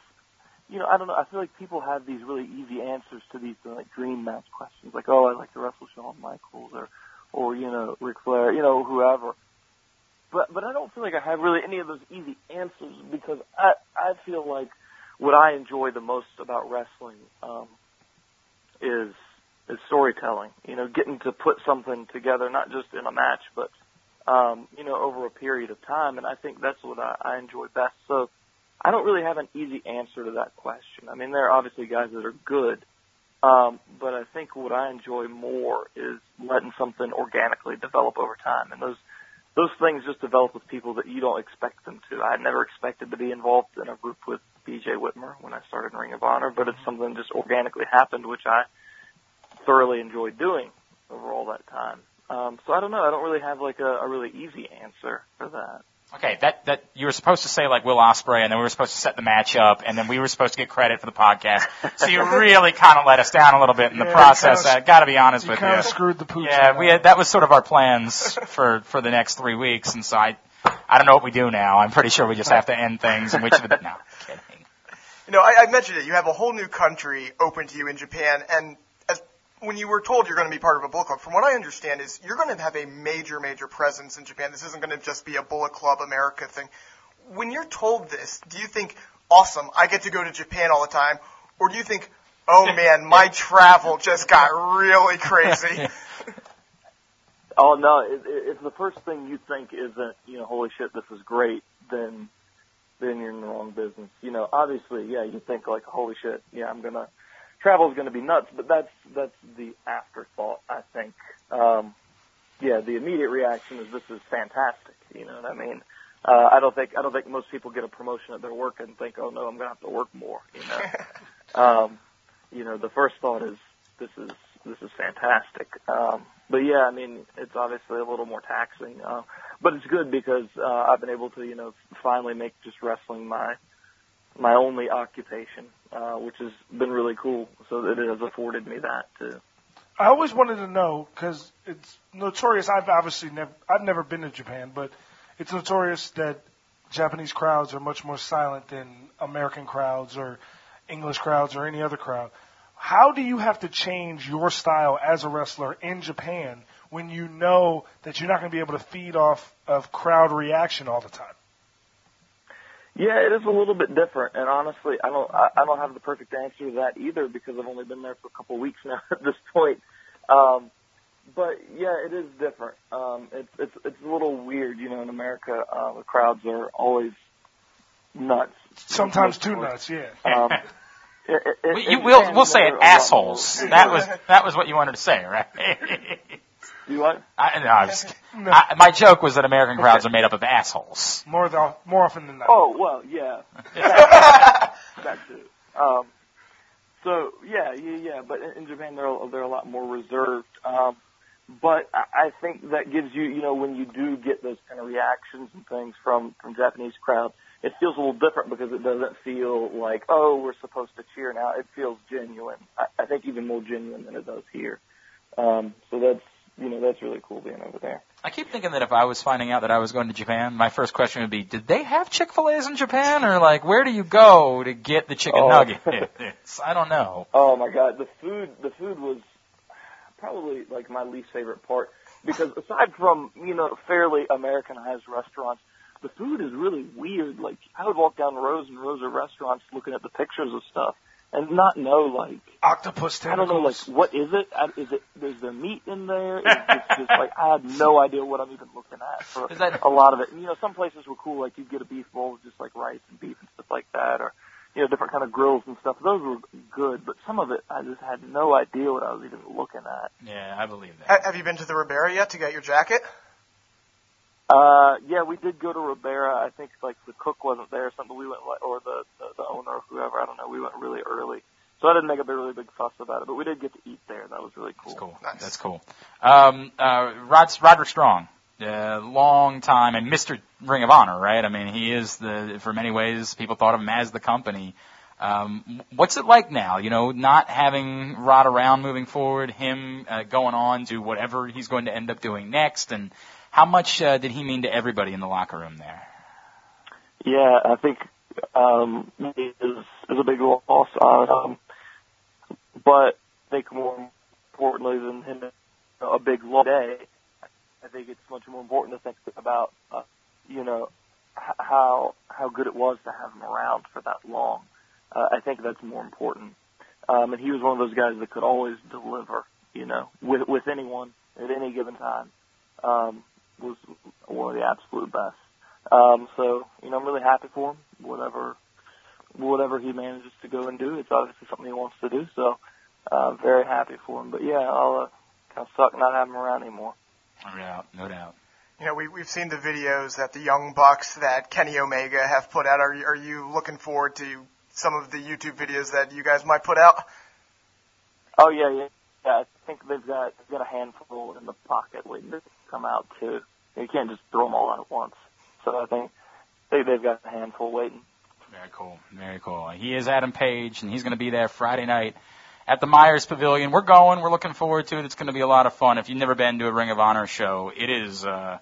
Speaker 10: you know I don't know. I feel like people have these really easy answers to these uh, like dream match questions, like oh I would like to wrestle Shawn Michaels or or you know Ric Flair, you know whoever. But but I don't feel like I have really any of those easy answers because I I feel like what I enjoy the most about wrestling um, is is storytelling. You know, getting to put something together, not just in a match, but um, you know, over a period of time. And I think that's what I, I enjoy best. So I don't really have an easy answer to that question. I mean, there are obviously guys that are good, um, but I think what I enjoy more is letting something organically develop over time. And those those things just develop with people that you don't expect them to. I never expected to be involved in a group with BJ Whitmer when I started in Ring of Honor, but it's something that just organically happened, which I thoroughly enjoyed doing over all that time. Um, so I don't know. I don't really have like a, a really easy answer for that.
Speaker 2: Okay, that, that, you were supposed to say like Will Osprey, and then we were supposed to set the match up, and then we were supposed to get credit for the podcast. So you really kind of let us down a little bit in the
Speaker 1: Yeah,
Speaker 2: process.
Speaker 1: kinda-
Speaker 2: I gotta be honest
Speaker 1: you
Speaker 2: with you.
Speaker 1: kinda screwed the pooch
Speaker 2: Yeah,
Speaker 1: on
Speaker 2: we
Speaker 1: that
Speaker 2: had, that was sort of our plans for, for the next three weeks, and so I, I don't know what we do now. I'm pretty sure we just have to end things, and which, no, kidding.
Speaker 3: You know, I, I mentioned it. You have a whole new country open to you in Japan, and as when you were told you're going to be part of a Bullet Club, from what I understand, is you're going to have a major, major presence in Japan. This isn't going to just be a Bullet Club America thing. When you're told this, do you think, "Awesome, I get to go to Japan all the time," or do you think, "Oh man, my travel just got really crazy"?
Speaker 10: Oh no! If, if the first thing you think isn't, you know, holy shit, this is great, then then you're in the wrong business. You know, obviously, yeah, you think like, holy shit, yeah, I'm gonna travel's gonna be nuts, but that's that's the afterthought, I think. Um, yeah, the immediate reaction is this is fantastic. You know what I mean? Uh, I don't think I don't think most people get a promotion at their work and think, oh no, I'm gonna have to work more. You know, um, you know, the first thought is this is this is fantastic. Um, but yeah, I mean, it's obviously a little more taxing, uh, but it's good because uh, I've been able to, you know, finally make just wrestling my my only occupation, uh, which has been really cool. So that it has afforded me that too.
Speaker 1: I always wanted to know because it's notorious. I've obviously never, I've never been to Japan, but it's notorious that Japanese crowds are much more silent than American crowds or English crowds or any other crowd. How do you have to change your style as a wrestler in Japan when you know that you're not going to be able to feed off of crowd reaction all the time?
Speaker 10: Yeah, it is a little bit different, and honestly, I don't I, I don't have the perfect answer to that either because I've only been there for a couple weeks now at this point. Um, but yeah, it is different. Um, it's it's it's a little weird, you know. In America, uh, the crowds are always nuts.
Speaker 1: Sometimes too nuts, yeah.
Speaker 10: Um, it, it,
Speaker 2: We,
Speaker 10: it-
Speaker 2: you,
Speaker 10: it
Speaker 2: we'll,
Speaker 10: depends
Speaker 2: we'll say
Speaker 10: whether
Speaker 2: it,
Speaker 10: or not-
Speaker 2: assholes. That was, that was what you wanted to say, right?
Speaker 10: You what?
Speaker 2: I, no, I was, I, my joke was that American crowds are made up of assholes.
Speaker 1: More than more often than not.
Speaker 10: Oh well, yeah. that too. Um, so yeah, yeah, yeah. But in, in Japan, they're they're a lot more reserved. Um, but I, I think that gives you, you know, when you do get those kind of reactions and things from from Japanese crowd, it feels a little different because it doesn't feel like oh we're supposed to cheer now. It feels genuine. I, I think even more genuine than it does here. Um, so that's you know that's really cool being over there.
Speaker 2: I keep thinking that if I was finding out that I was going to Japan, my first question would be, did they have Chick Fil A's in Japan, or like, where do you go to get the chicken
Speaker 10: Oh.
Speaker 2: nugget? I don't know.
Speaker 10: Oh my god, the food the food was probably like my least favorite part because aside from, you know, fairly Americanized restaurants, the food is really weird. Like I would walk down rows and rows of restaurants looking at the pictures of stuff and not know like
Speaker 11: octopus
Speaker 10: I don't know like
Speaker 11: tentacles.
Speaker 10: what is it? I- Is it there's there meat in there? It's, it's just like I had no idea what I'm even looking at for
Speaker 2: Is that-
Speaker 10: a lot of it. And, you know, some places were cool like you'd get a beef bowl with just like rice and beef and stuff like that or you know, different kind of grills and stuff. Those were good, but some of it I just had no idea what I was even looking at.
Speaker 2: Yeah, I believe that.
Speaker 3: Ha- have you been to the Ribera yet to get your jacket?
Speaker 10: Uh, yeah, we did go to Ribera. I think like the cook wasn't there or something. We went like, or the, the the owner or whoever. I don't know. We went really early, so I didn't make a big, really big fuss about it. But we did get to eat there. That was really cool.
Speaker 2: cool. That's cool. Um, uh, Rod, Roger Strong, uh, long time and Mr. Ring of Honor, right? I mean, he is the, for many ways, people thought of him as the company. Um, what's it like now? You know, not having Rod around moving forward, him uh, going on to whatever he's going to end up doing next, and how much uh, did he mean to everybody in the locker room there?
Speaker 10: Yeah, I think um, it is is a big loss. Um, but I think more importantly than him, a big loss day. I think it's much more important to think about, uh, you know, h- how how good it was to have him around for that long. Uh, I think that's more important. Um, and he was one of those guys that could always deliver, you know, with with anyone at any given time. Um, was one of the absolute best. Um, so you know, I'm really happy for him. Whatever, whatever he manages to go and do, it's obviously something he wants to do. So, uh, very happy for him. But yeah, I'll uh, kind of suck not having him around anymore.
Speaker 2: No doubt, no doubt.
Speaker 3: You know, we, we've seen the videos that the Young Bucks that Kenny Omega have put out. Are, you- are you looking forward to some of the YouTube videos that you guys might put out?
Speaker 10: Oh yeah, yeah, yeah. I think they've got they've got a handful in the pocket waiting to come out too. You can't just throw them all out at once. So I think they they've got a handful waiting.
Speaker 2: Very cool. Very cool. He is Adam Page, and he's going to be there Friday night at the Myers Pavilion. We're going. We're looking forward to it. It's going to be a lot of fun. If you've never been to a Ring of Honor show, it is uh,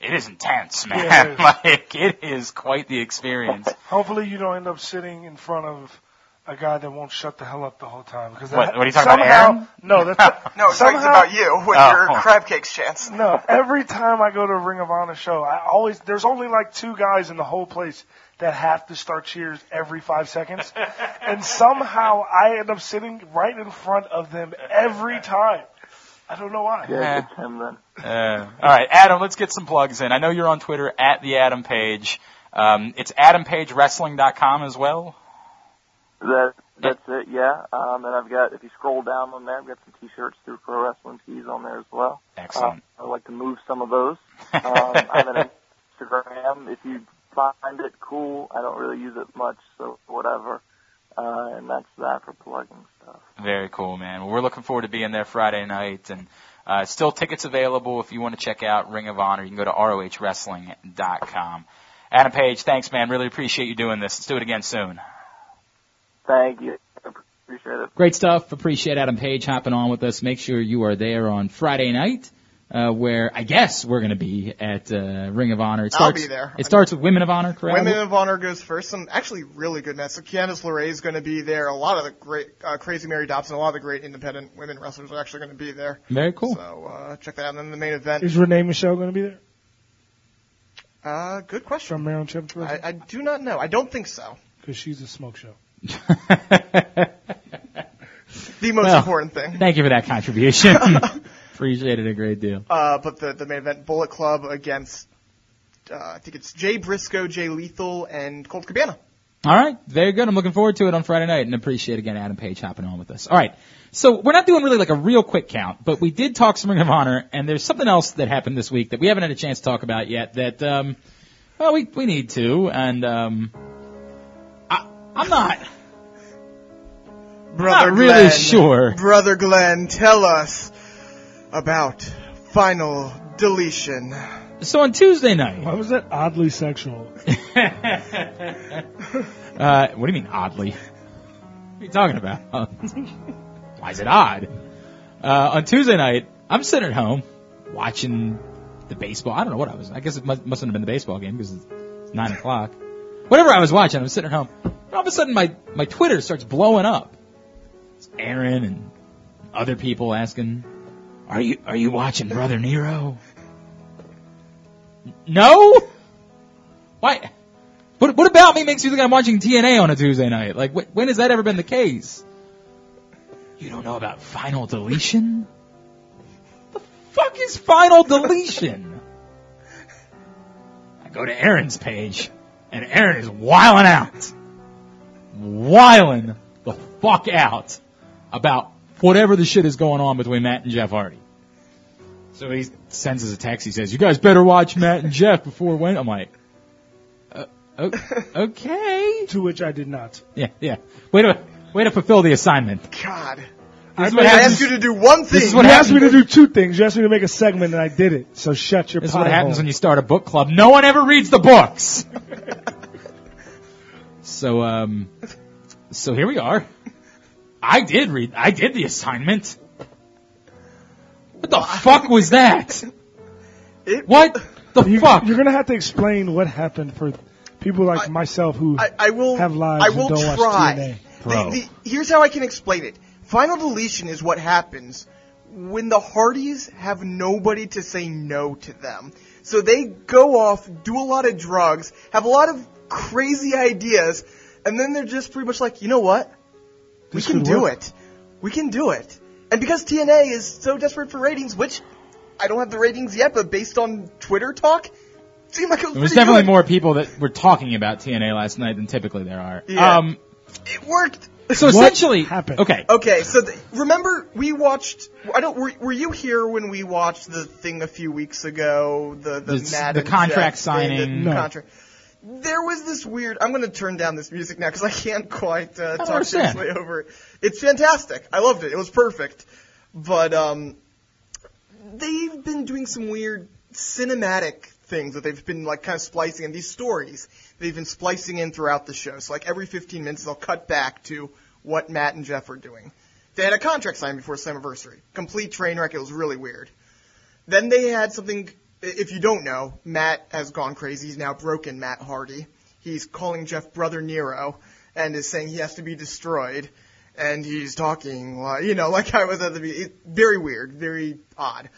Speaker 2: it is intense, man.
Speaker 1: Yeah, it is.
Speaker 2: like it is quite the experience.
Speaker 1: Hopefully, you don't end up sitting in front of a guy that won't shut the hell up the whole time. Because
Speaker 2: What-
Speaker 1: that-
Speaker 2: what are you talking about,
Speaker 1: somehow-
Speaker 2: Aaron?
Speaker 1: No, that's
Speaker 3: No, it's
Speaker 1: somehow,
Speaker 3: about you with
Speaker 2: Oh.
Speaker 3: your crab cakes chance.
Speaker 1: No, every time I go to a Ring of Honor show, I always there's only like two guys in the whole place that have to start cheers every five seconds, and somehow I end up sitting right in front of them every time. I don't know why.
Speaker 2: Yeah.
Speaker 10: it's him then.
Speaker 2: Uh, all right, Adam, let's get some plugs in. I know you're on Twitter at the Adam Page. Um, it's AdamPageWrestling.com as well.
Speaker 10: That that's it, yeah. Um, and I've got if you scroll down on there, I've got some T-shirts through Pro Wrestling Tees on there as well.
Speaker 2: Excellent.
Speaker 10: Uh, I'd like to move some of those. Um, I'm on Instagram. If you find it cool, I don't really use it much, so whatever. Uh, and that's that for plugging stuff.
Speaker 2: Very cool, man. Well, we're looking forward to being there Friday night, and uh, still tickets available if you want to check out Ring of Honor. You can go to rohwrestling.com. Adam Page, thanks, man. Really appreciate you doing this. Let's do it again soon.
Speaker 10: Thank you. Appreciate it.
Speaker 8: Great stuff. Appreciate Adam Page hopping on with us. Make sure you are there on Friday night, uh, where I guess we're going to be at uh, Ring of Honor. It
Speaker 3: I'll
Speaker 8: starts,
Speaker 3: be there.
Speaker 8: It starts with Women of Honor, correct?
Speaker 3: Women of Honor goes first. Some actually really good matches. So Candice LeRae is going to be there. A lot of the great uh, Crazy Mary Dobson, a lot of the great independent women wrestlers are actually going to be there.
Speaker 8: Very cool.
Speaker 3: So uh, check that out. And then the main event.
Speaker 1: Is Renee Michelle going to be there?
Speaker 3: Uh, good question.
Speaker 1: From Maryland Championship
Speaker 3: I, I do not know. I don't think so.
Speaker 1: Because she's a smoke show.
Speaker 3: The most
Speaker 8: Well,
Speaker 3: important thing.
Speaker 8: Thank you for that contribution. Appreciate it a great deal.
Speaker 3: Uh, but the the main event, Bullet Club against. Uh, I think it's Jay Briscoe, Jay Lethal, and Colt Cabana.
Speaker 8: All right, very good. I'm looking forward to it on Friday night, and appreciate again Adam Page hopping on with us. All right, so we're not doing really like a real quick count, but we did talk some Ring of Honor, and there's something else that happened this week that we haven't had a chance to talk about yet. That um, well, we we need to, and um, I, I'm not
Speaker 3: Brother
Speaker 8: Not really
Speaker 3: Glenn,
Speaker 8: sure.
Speaker 3: Brother Glenn, tell us about final deletion.
Speaker 8: So on Tuesday night.
Speaker 1: Why was that oddly sexual?
Speaker 8: Uh, what do you mean oddly? What are you talking about? Why is it odd? Uh, on Tuesday night, I'm sitting at home watching the baseball. I don't know what I was. I guess it must, mustn't have been the baseball game because it's nine o'clock. Whatever I was watching, I'm sitting at home. And all of a sudden, my my Twitter starts blowing up. It's Aaron and other people asking, "Are you are you watching Brother Nero?" N- No. Why? What what about me makes you think I'm watching TNA on a Tuesday night? Like, wh- when has that ever been the case? You don't know about final deletion? The fuck is final deletion? I go to Aaron's page, and Aaron is wiling out. Wiling the fuck out about whatever the shit is going on between Matt and Jeff Hardy. So he sends us a text. He says, "You guys better watch Matt and Jeff before when." I'm like, uh, o- okay.
Speaker 1: to which I did not.
Speaker 8: Yeah, yeah. Way to way to fulfill the assignment.
Speaker 3: God.
Speaker 8: This is
Speaker 1: I
Speaker 8: what
Speaker 1: made-
Speaker 8: happens-
Speaker 3: asked you to do one thing.
Speaker 8: This is what
Speaker 1: you
Speaker 8: happens
Speaker 1: asked me to do two things. You asked me to make a segment, and I did it. So shut your.
Speaker 8: This is what happens when you start a book club. No one ever reads the books. so um, so here we are. I did read. I did the assignment. What the fuck was that? What the fuck?
Speaker 1: You're gonna have to explain what happened for people like myself who
Speaker 3: I, I will.
Speaker 1: have lives
Speaker 3: I will
Speaker 1: and don't watch
Speaker 3: try.
Speaker 1: TNA.
Speaker 3: The- the- here's how I can explain it. Final deletion is what happens when the Hardys have nobody to say no to them. So they go off, do a lot of drugs, have a lot of crazy ideas, and then they're just pretty much like, you know what? We
Speaker 1: This
Speaker 3: can
Speaker 1: could
Speaker 3: do
Speaker 1: work.
Speaker 3: it. We can do it. And because TNA is so desperate for ratings, which I don't have the ratings yet, but based on Twitter talk, seemed like it was
Speaker 8: There was
Speaker 3: pretty
Speaker 8: definitely
Speaker 3: good.
Speaker 8: more people that were talking about TNA last night than typically there are.
Speaker 3: Yeah.
Speaker 8: Um,
Speaker 3: It worked.
Speaker 8: so essentially, okay,
Speaker 3: Okay, so th- remember we watched. I don't. Were, were you here when we watched the thing a few weeks ago? The the
Speaker 8: The-
Speaker 3: Matt
Speaker 8: the
Speaker 3: and
Speaker 8: contract
Speaker 3: Jeff thing, the
Speaker 8: signing. No.
Speaker 3: contract. There was this weird. I'm going to turn down this music now because I can't quite uh,
Speaker 8: don't
Speaker 3: talk
Speaker 8: understand.
Speaker 3: seriously over it. It's fantastic. I loved it. It was perfect. But um, they've been doing some weird cinematic things that they've been like kind of splicing in these stories. They've been splicing in throughout the show. So like every 15 minutes they'll cut back to what Matt and Jeff are doing. They had a contract signed before Slammiversary. Complete train wreck. It was really weird. Then they had something. If you don't know, Matt has gone crazy. He's now broken Matt Hardy. He's calling Jeff brother Nero and is saying he has to be destroyed. And he's talking, like- you know, like I was at the beginning. Very weird, very odd.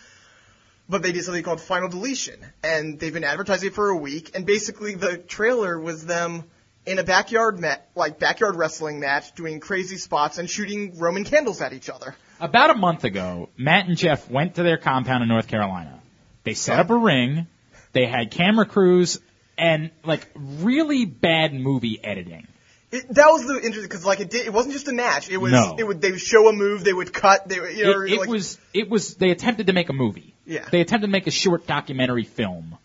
Speaker 3: But they did something called Final Deletion, and they've been advertising it for a week. And basically, the trailer was them in a backyard ma- like backyard wrestling match, doing crazy spots and shooting Roman candles at each other.
Speaker 8: About a month ago, Matt and Jeff went to their compound in North Carolina. They set up a ring. They had camera crews and like really bad movie editing.
Speaker 3: It, that was the interesting because like it did, it wasn't just a match. It was
Speaker 8: No.
Speaker 3: it would they would show a move, they would cut, they would, you know
Speaker 8: it it
Speaker 3: like
Speaker 8: was it was they attempted to make a movie.
Speaker 3: yeah.
Speaker 8: They attempted to make a short documentary film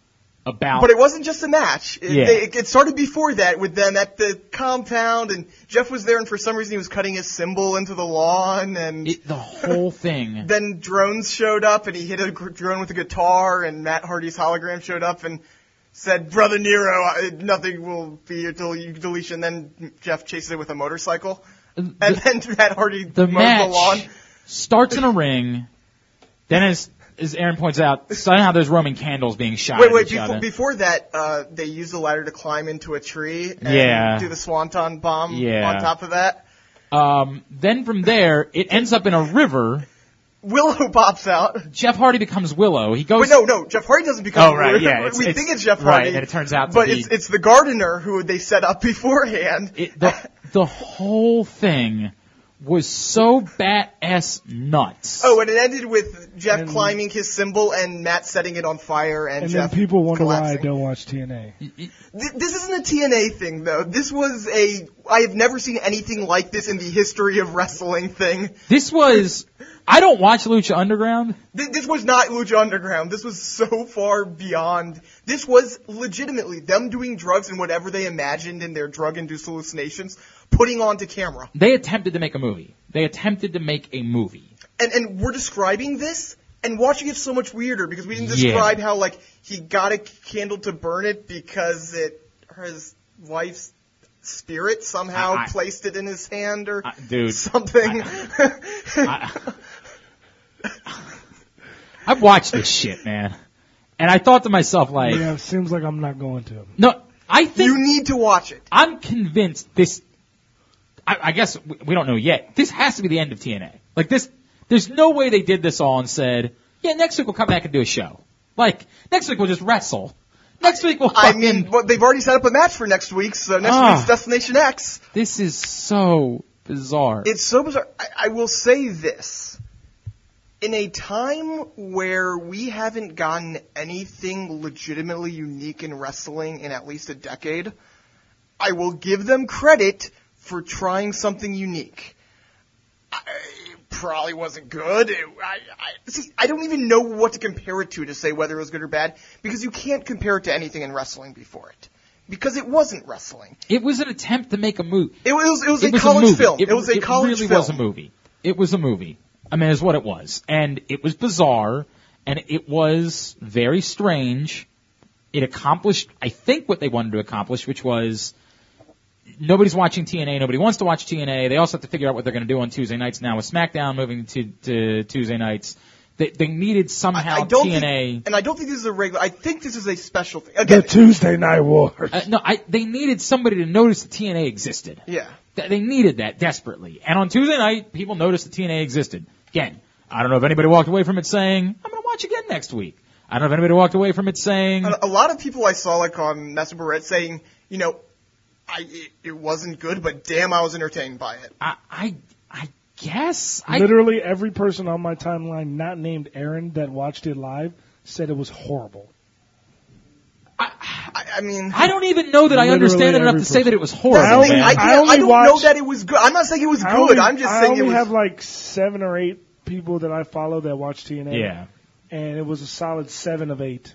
Speaker 8: about
Speaker 3: But it wasn't just a match. It,
Speaker 8: Yeah.
Speaker 3: they, it started before that with them at the compound, and Jeff was there, and for some reason he was cutting his symbol into the lawn, and
Speaker 8: the whole thing.
Speaker 3: then drones showed up, and he hit a gr- drone with a guitar, and Matt Hardy's hologram showed up, and said, "Brother Nero, I, nothing will be until you deletion." Then Jeff chases it with a motorcycle, and then Matt Hardy
Speaker 8: Uh, the
Speaker 3: mows
Speaker 8: match
Speaker 3: the lawn.
Speaker 8: starts in a ring. Then as as Aaron points out, somehow there's Roman candles being shot
Speaker 3: Wait,
Speaker 8: at
Speaker 3: wait.
Speaker 8: each
Speaker 3: Before,
Speaker 8: other.
Speaker 3: before that, uh, they use the ladder to climb into a tree and
Speaker 8: Yeah.
Speaker 3: do the swanton bomb
Speaker 8: Yeah.
Speaker 3: on top of that.
Speaker 8: Um, then from there, it ends up in a river.
Speaker 3: Willow pops out.
Speaker 8: Jeff Hardy becomes Willow. He goes.
Speaker 3: Wait, no, no. Jeff Hardy doesn't become.
Speaker 8: Oh, right,
Speaker 3: Rude.
Speaker 8: yeah, it's-
Speaker 3: we
Speaker 8: it's-
Speaker 3: think it's Jeff
Speaker 8: right,
Speaker 3: Hardy,
Speaker 8: and it turns out to
Speaker 3: but
Speaker 8: be-
Speaker 3: it's it's the gardener who they set up beforehand.
Speaker 8: the, the whole thing was so bat ass nuts.
Speaker 3: oh, and it ended with Jeff climbing his symbol and Matt setting it on fire and,
Speaker 1: And then
Speaker 3: Jeff.
Speaker 1: people wonder why I don't watch TNA.
Speaker 3: Th- this isn't a TNA thing though. This was a. I have never seen anything like this in the history of wrestling thing.
Speaker 8: This was. I don't watch Lucha Underground.
Speaker 3: Th- This was not Lucha Underground. This was so far beyond. This was legitimately them doing drugs and whatever they imagined in their drug-induced hallucinations, putting onto camera.
Speaker 8: They attempted to make a movie. They attempted to make a movie.
Speaker 3: And and we're describing this and watching it so much weirder because we didn't
Speaker 8: Yeah.
Speaker 3: describe how like he got a candle to burn it because it his wife's spirit somehow
Speaker 8: I- I-
Speaker 3: placed it in his hand or
Speaker 8: dude.
Speaker 3: something.
Speaker 8: I, I've watched this shit, man. And I thought to myself, like,
Speaker 1: yeah, it seems like I'm not going to.
Speaker 8: no, I think
Speaker 3: you need to watch it.
Speaker 8: I'm convinced this. I, I guess we we don't know yet. This has to be the end of TNA. Like this, there's no way they did this all and said, "Yeah, next week we'll come back and do a show." Like next week we'll just wrestle. Next week we'll.
Speaker 3: I
Speaker 8: Fucking,
Speaker 3: mean, well, they've already set up a match for next week, so next
Speaker 8: Ah.
Speaker 3: week's Destination X.
Speaker 8: this is so bizarre.
Speaker 3: It's so bizarre. I, I will say this. In a time where we haven't gotten anything legitimately unique in wrestling in at least a decade, I will give them credit for trying something unique. I, it probably wasn't good. It- I, I, see, I don't even know what to compare it to to say whether it was good or bad because you can't compare it to anything in wrestling before it because it wasn't wrestling.
Speaker 8: It was an attempt to make a movie.
Speaker 3: It was it was a
Speaker 8: a
Speaker 3: college
Speaker 8: movie.
Speaker 3: film. It, was a college
Speaker 8: It really
Speaker 3: film.
Speaker 8: was a movie. It was a movie. I mean, it's what it was, and it was bizarre, and it was very strange. It accomplished, I think, what they wanted to accomplish, which was nobody's watching TNA, nobody wants to watch TNA. They also have to figure out what they're going to do on Tuesday nights now with SmackDown moving to, to Tuesday nights. They, they needed somehow
Speaker 3: I don't
Speaker 8: TNA.
Speaker 3: think, and I don't think this is a regular. I think this is a special thing.
Speaker 1: The
Speaker 3: Again,
Speaker 1: Tuesday Night War.
Speaker 8: Uh, no, I, they needed somebody to notice that TNA existed.
Speaker 3: Yeah.
Speaker 8: Th- They needed that desperately. And on Tuesday night, people noticed that TNA existed. Again, I don't know if anybody walked away from it saying, I'm going to watch again next week. I don't know if anybody walked away from it saying,
Speaker 3: a, a lot of people I saw like on Master Barrett saying, you know, I it, it wasn't good, but damn, I was entertained by it.
Speaker 8: I I, I guess I
Speaker 1: Literally every person on my timeline, not named Aaron, that watched it live, said it was horrible.
Speaker 3: I, I mean,
Speaker 8: I don't even know that I
Speaker 1: Literally
Speaker 8: understand it enough
Speaker 1: every
Speaker 8: to say that it was horrible.
Speaker 1: That's the thing,
Speaker 8: man.
Speaker 3: I, can't, I,
Speaker 1: only
Speaker 3: don't know
Speaker 1: watched-
Speaker 3: that it was good. I'm not saying it was
Speaker 1: I
Speaker 3: good.
Speaker 1: only-
Speaker 3: I'm just
Speaker 1: I
Speaker 3: saying
Speaker 1: only
Speaker 3: it was.
Speaker 1: have like seven or eight people that I follow that watch TNA.
Speaker 8: Yeah.
Speaker 1: And it was a solid seven of eight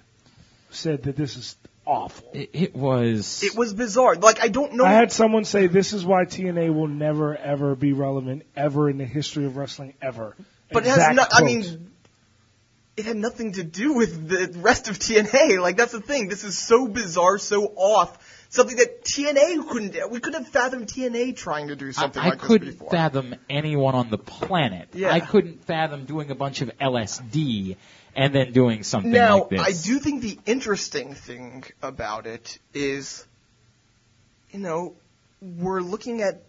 Speaker 1: said that this is awful.
Speaker 8: it, it was.
Speaker 3: it was bizarre. Like I don't know.
Speaker 1: I had someone say this is why TNA will never ever be relevant ever in the history of wrestling ever.
Speaker 3: but it
Speaker 1: Exact
Speaker 3: has not. I
Speaker 1: quote.
Speaker 3: mean, it had nothing to do with the rest of TNA. Like that's the thing. This is so bizarre, so off. Something that TNA couldn't. We couldn't have fathomed TNA trying to do
Speaker 8: I,
Speaker 3: something
Speaker 8: I
Speaker 3: like this
Speaker 8: couldn't
Speaker 3: before.
Speaker 8: fathom anyone on the planet.
Speaker 3: Yeah.
Speaker 8: I couldn't fathom doing a bunch of LSD and then doing something
Speaker 3: Now,
Speaker 8: like this.
Speaker 3: I do think the interesting thing about it is, you know, we're looking at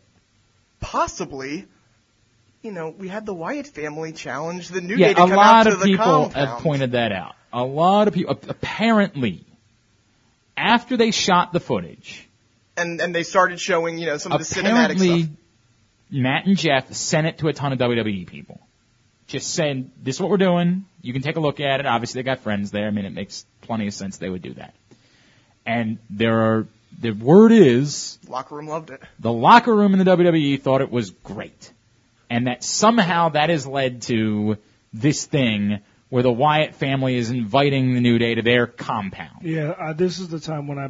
Speaker 3: possibly, you know, we had the Wyatt family challenge the New
Speaker 8: yeah,
Speaker 3: Day to
Speaker 8: a
Speaker 3: come out
Speaker 8: lot
Speaker 3: to
Speaker 8: of
Speaker 3: the
Speaker 8: people
Speaker 3: compound.
Speaker 8: have pointed that out. A lot of people, apparently, after they shot the footage,
Speaker 3: and and they started showing, you know, some of the cinematic stuff.
Speaker 8: apparently Matt and Jeff sent it to a ton of WWE people. Just saying, this is what we're doing. You can take a look at it. Obviously, they got friends there. I mean, it makes plenty of sense they would do that. And there are, the word is,
Speaker 3: Locker room loved it.
Speaker 8: the locker room in the WWE thought it was great. And that somehow that has led to this thing where the Wyatt family is inviting the New Day to their compound.
Speaker 1: Yeah, uh, this is the time when I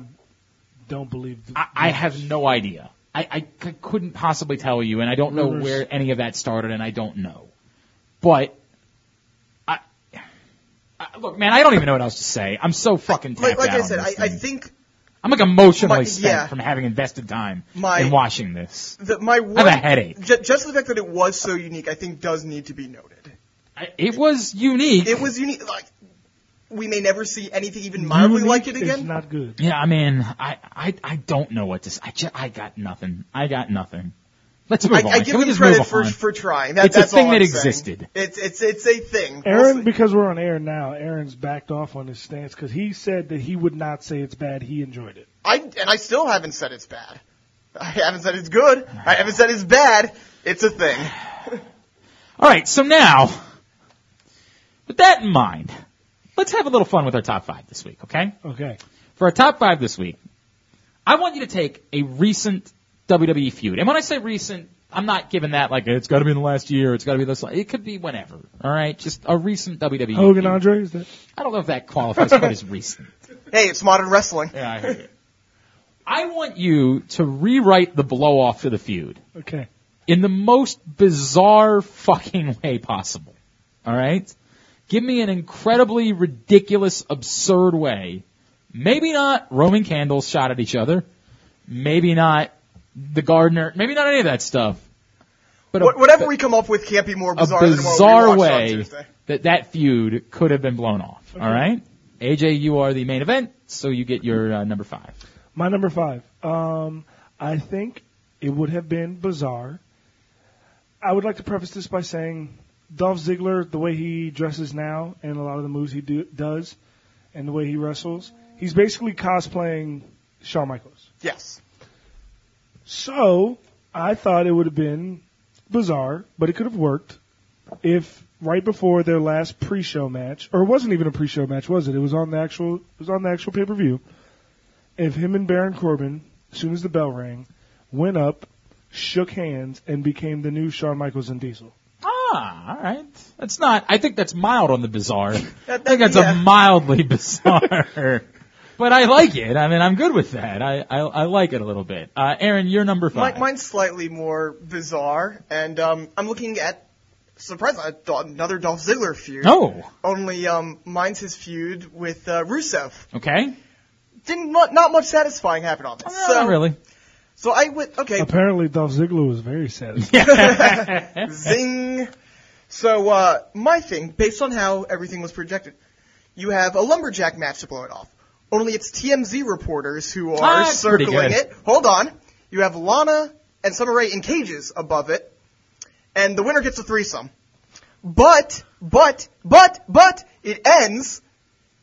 Speaker 1: don't believe. th-
Speaker 8: I, I have no idea. I, I c- couldn't possibly tell you, and I don't know
Speaker 1: Rumors.
Speaker 8: where any of that started, and I don't know. But, I, I, look, man, I don't even know what else to say. I'm so fucking
Speaker 3: Like,
Speaker 8: tapped
Speaker 3: like
Speaker 8: out
Speaker 3: I
Speaker 8: on
Speaker 3: said, I,
Speaker 8: this
Speaker 3: I
Speaker 8: thing.
Speaker 3: think
Speaker 8: I'm like emotionally
Speaker 3: My-
Speaker 8: spent
Speaker 3: yeah.
Speaker 8: from having invested time
Speaker 3: My-
Speaker 8: in watching this.
Speaker 3: that my one,
Speaker 8: a headache.
Speaker 3: ju- just the fact that it was so unique, I think, does need to be noted.
Speaker 8: I, it was unique.
Speaker 3: It was unique. Like we may never see anything even mildly
Speaker 1: Unique
Speaker 3: like it
Speaker 1: is
Speaker 3: again.
Speaker 1: not good.
Speaker 8: Yeah, I mean, I, I, I don't know what to say. I, ju- I got nothing. I got nothing. Let's move
Speaker 3: I,
Speaker 8: on.
Speaker 3: I give
Speaker 8: Can we
Speaker 3: them
Speaker 8: just
Speaker 3: credit
Speaker 8: move
Speaker 3: for
Speaker 8: on?
Speaker 3: for trying. That,
Speaker 8: It's a
Speaker 3: that's
Speaker 8: thing
Speaker 3: all I'm
Speaker 8: that
Speaker 3: saying.
Speaker 8: existed.
Speaker 3: It's it's it's a thing. We'll
Speaker 1: Aaron,
Speaker 3: see.
Speaker 1: because we're on air now, Aaron's backed off on his stance because he said that he would not say it's bad. He enjoyed it.
Speaker 3: I and I still haven't said it's bad. I haven't said it's good. I haven't said it's bad. It's a thing.
Speaker 8: All right, so now, with that in mind, let's have a little fun with our top five this week, okay?
Speaker 1: Okay.
Speaker 8: For our top five this week, I want you to take a recent WWE feud. And when I say recent, I'm not giving that like it's got to be in the last year. It's got to be this. It could be whenever. All right, just a recent WWE.
Speaker 1: Hogan
Speaker 8: feud.
Speaker 1: Andre is that?
Speaker 8: I don't know if that qualifies quite as recent.
Speaker 3: Hey, it's modern wrestling.
Speaker 8: Yeah, I hear you. I want you to rewrite the blow off to the feud
Speaker 1: Okay.
Speaker 8: in the most bizarre fucking way possible. All right? Give me an incredibly ridiculous, absurd way. Maybe not Roman candles shot at each other. Maybe not the gardener. Maybe not any of that stuff. But a-
Speaker 3: What, whatever we come up with can't be more
Speaker 8: a
Speaker 3: bizarre, than what we
Speaker 8: bizarre
Speaker 3: watched on
Speaker 8: way
Speaker 3: Tuesday.
Speaker 8: that that feud could have been blown off. All right, AJ, you are the main event, so you get your uh, number five.
Speaker 1: My number five. Um, I think it would have been bizarre. I would like to preface this by saying Dolph Ziggler, the way he dresses now and a lot of the moves he do, does and the way he wrestles, he's basically cosplaying Shawn Michaels.
Speaker 3: Yes.
Speaker 1: So I thought it would have been bizarre, but it could have worked if right before their last pre-show match, or it wasn't even a pre-show match, was it? It was on the actual it was on the actual pay-per-view. If him and Baron Corbin, as soon as the bell rang, went up, shook hands, and became the new Shawn Michaels and Diesel.
Speaker 8: Ah, all right. That's not. I think that's mild on the bizarre. I
Speaker 3: That-
Speaker 8: think that's
Speaker 3: yeah.
Speaker 8: a mildly bizarre. but I like it. I mean, I'm good with that. I I, I like it a little bit. Uh, Aaron, you're number five.
Speaker 3: Mi- mine's slightly more bizarre, and um, I'm looking at surprise I thought another Dolph Ziggler feud.
Speaker 8: Oh.
Speaker 3: Only um, mine's his feud with uh, Rusev.
Speaker 8: Okay.
Speaker 3: Didn't mu- not much satisfying happen on this. so,
Speaker 1: not
Speaker 8: really.
Speaker 3: So I went okay.
Speaker 1: Apparently, Dolph Ziggler was very satisfied.
Speaker 3: Zing. So uh, my thing, based on how everything was projected, you have a lumberjack match to blow it off. Only it's TMZ reporters who are
Speaker 12: Ah, that's pretty
Speaker 3: circling
Speaker 12: good.
Speaker 3: it. Hold on. You have Lana and Summer Rae in cages above it, and the winner gets a threesome. But, but, but, but, it ends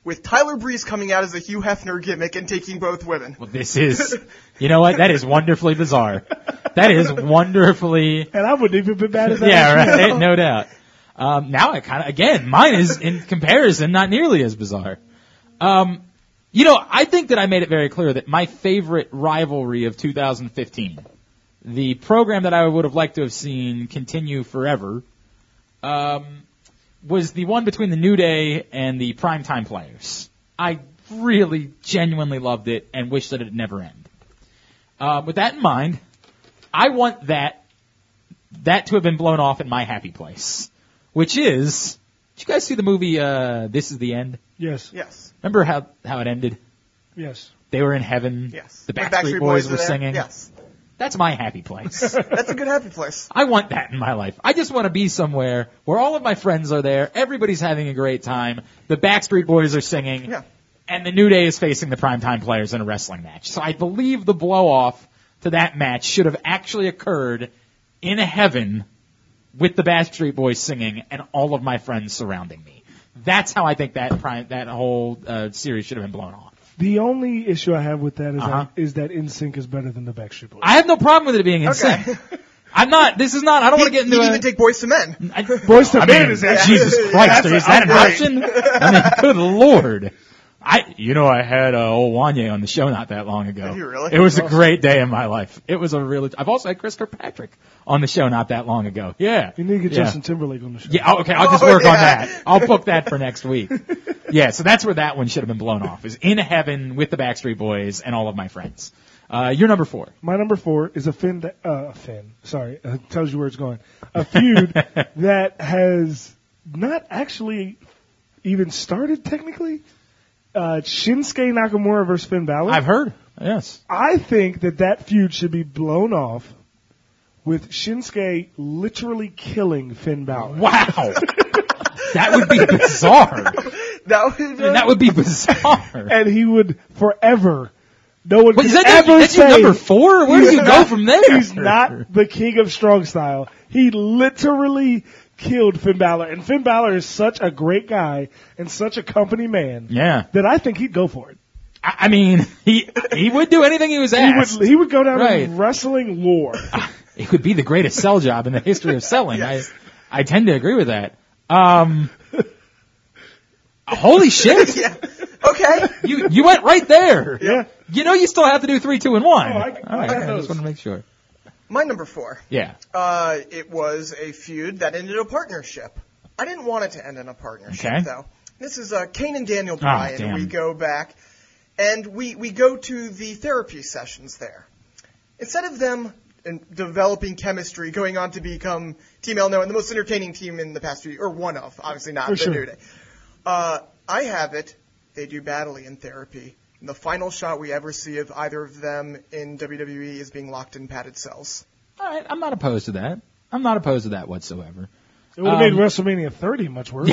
Speaker 3: with Tyler Breeze coming out as a Hugh Hefner gimmick and taking both women.
Speaker 8: Well, This is. You know what? That is wonderfully bizarre. That is wonderfully.
Speaker 1: and I wouldn't even be mad at that.
Speaker 8: Yeah, right. No doubt. Um, now I kind of again, mine is in comparison not nearly as bizarre. Um, you know, I think that I made it very clear that my favorite rivalry of 2015, the program that I would have liked to have seen continue forever, um, was the one between the New Day and the Primetime Players. I really genuinely loved it and wish that it would never end. Uh, with that in mind, I want that that to have been blown off in my happy place, which is. Did you guys see the movie uh, This Is the End?
Speaker 1: Yes.
Speaker 3: Yes.
Speaker 8: Remember how how it ended?
Speaker 1: Yes.
Speaker 8: They were in heaven.
Speaker 3: Yes.
Speaker 8: The
Speaker 3: The
Speaker 8: Backstreet,
Speaker 3: Backstreet
Speaker 8: Boys,
Speaker 3: Boys
Speaker 8: were
Speaker 3: were there.
Speaker 8: singing.
Speaker 3: Yes.
Speaker 8: That's my happy place.
Speaker 3: That's a good happy place.
Speaker 8: I want that in my life. I just want to be somewhere where all of my friends are there, everybody's having a great time, the Backstreet Boys are singing,
Speaker 3: Yeah.
Speaker 8: and the New Day is facing the primetime players in a wrestling match. So I believe the blow off to that match should have actually occurred in heaven with the Backstreet Boys singing and all of my friends surrounding me. That's how I think that prime, that whole uh, series should have been blown off.
Speaker 1: The only issue I have with that is
Speaker 8: Uh-huh.
Speaker 1: that, is that NSYNC is better than the Backstreet Boys.
Speaker 8: I have no problem with it being in sync. I'm not. This is not. I don't want to get into.
Speaker 3: You
Speaker 8: a-
Speaker 3: even take Boys to Men.
Speaker 8: I,
Speaker 1: Boys to
Speaker 8: I
Speaker 1: Men
Speaker 8: mean,
Speaker 1: is actually-
Speaker 8: Jesus Christ,
Speaker 1: That's
Speaker 8: is that an
Speaker 1: outright.
Speaker 8: option? I mean, good lord. I, you know, I had uh, old Wanye on the show not that long ago.
Speaker 3: Did you really?
Speaker 8: It was a great day in my life. It was a really. I've also had Chris Kirkpatrick on the show not that long ago. Yeah.
Speaker 1: You need to get
Speaker 8: Yeah.
Speaker 1: Justin Timberlake on the show.
Speaker 8: Yeah, oh, okay, I'll just
Speaker 1: Oh,
Speaker 8: work on
Speaker 1: yeah.
Speaker 8: that. I'll book that for next week. yeah, so that's where that one should have been blown off. Is in heaven with the Backstreet Boys and all of my friends. Uh, you're number four.
Speaker 1: My number four is a Finn, that, uh, a Finn, sorry, uh, tells you where it's going. A feud that has not actually even started technically. Uh, Shinsuke Nakamura versus Finn Balor.
Speaker 8: I've heard, yes.
Speaker 1: I think that that feud should be blown off with Shinsuke literally killing Finn Balor.
Speaker 8: Wow. that would be bizarre.
Speaker 3: That would,
Speaker 8: that would be bizarre.
Speaker 1: and he would forever. No one
Speaker 8: Wait,
Speaker 1: could
Speaker 8: is that your-
Speaker 1: ever
Speaker 8: that's your
Speaker 1: say-
Speaker 8: number four? Where do
Speaker 1: He's
Speaker 8: you go
Speaker 1: not-
Speaker 8: from there?
Speaker 1: He's not the king of strong style. He literally killed Finn Balor, and Finn Balor is such a great guy and such a company man
Speaker 8: Yeah.
Speaker 1: that I think he'd go for it.
Speaker 8: I, I mean, he he would do anything he was asked.
Speaker 1: He would he would go down
Speaker 8: Right.
Speaker 1: in wrestling lore.
Speaker 8: it would be the greatest sell job in the history of selling. I I tend to agree with that. Um, holy shit!
Speaker 3: Okay.
Speaker 8: You you went right there.
Speaker 1: Yeah.
Speaker 8: You know you still have to do three, two, and one.
Speaker 3: Oh, I-
Speaker 8: All right,
Speaker 3: I
Speaker 8: I
Speaker 3: know.
Speaker 8: just want to make sure.
Speaker 3: My number four.
Speaker 8: Yeah.
Speaker 3: Uh, it was a feud that ended a partnership. I didn't want it to end in a partnership,
Speaker 8: Okay.
Speaker 3: though. This is uh, Kane and Daniel
Speaker 8: Ah,
Speaker 3: Bryan.
Speaker 8: damn.
Speaker 3: we go back, and we, we go to the therapy sessions there. Instead of them in developing chemistry, going on to become Team El No and the most entertaining team in the past few or one of, obviously not
Speaker 1: For
Speaker 3: the
Speaker 1: sure.
Speaker 3: New Day. Uh, I have it. They do battle in therapy. And the final shot we ever see of either of them in E WWE is being locked in padded cells.
Speaker 8: All right, I'm not opposed to that. I'm not opposed to that whatsoever.
Speaker 1: It would have made WrestleMania 30 much worse.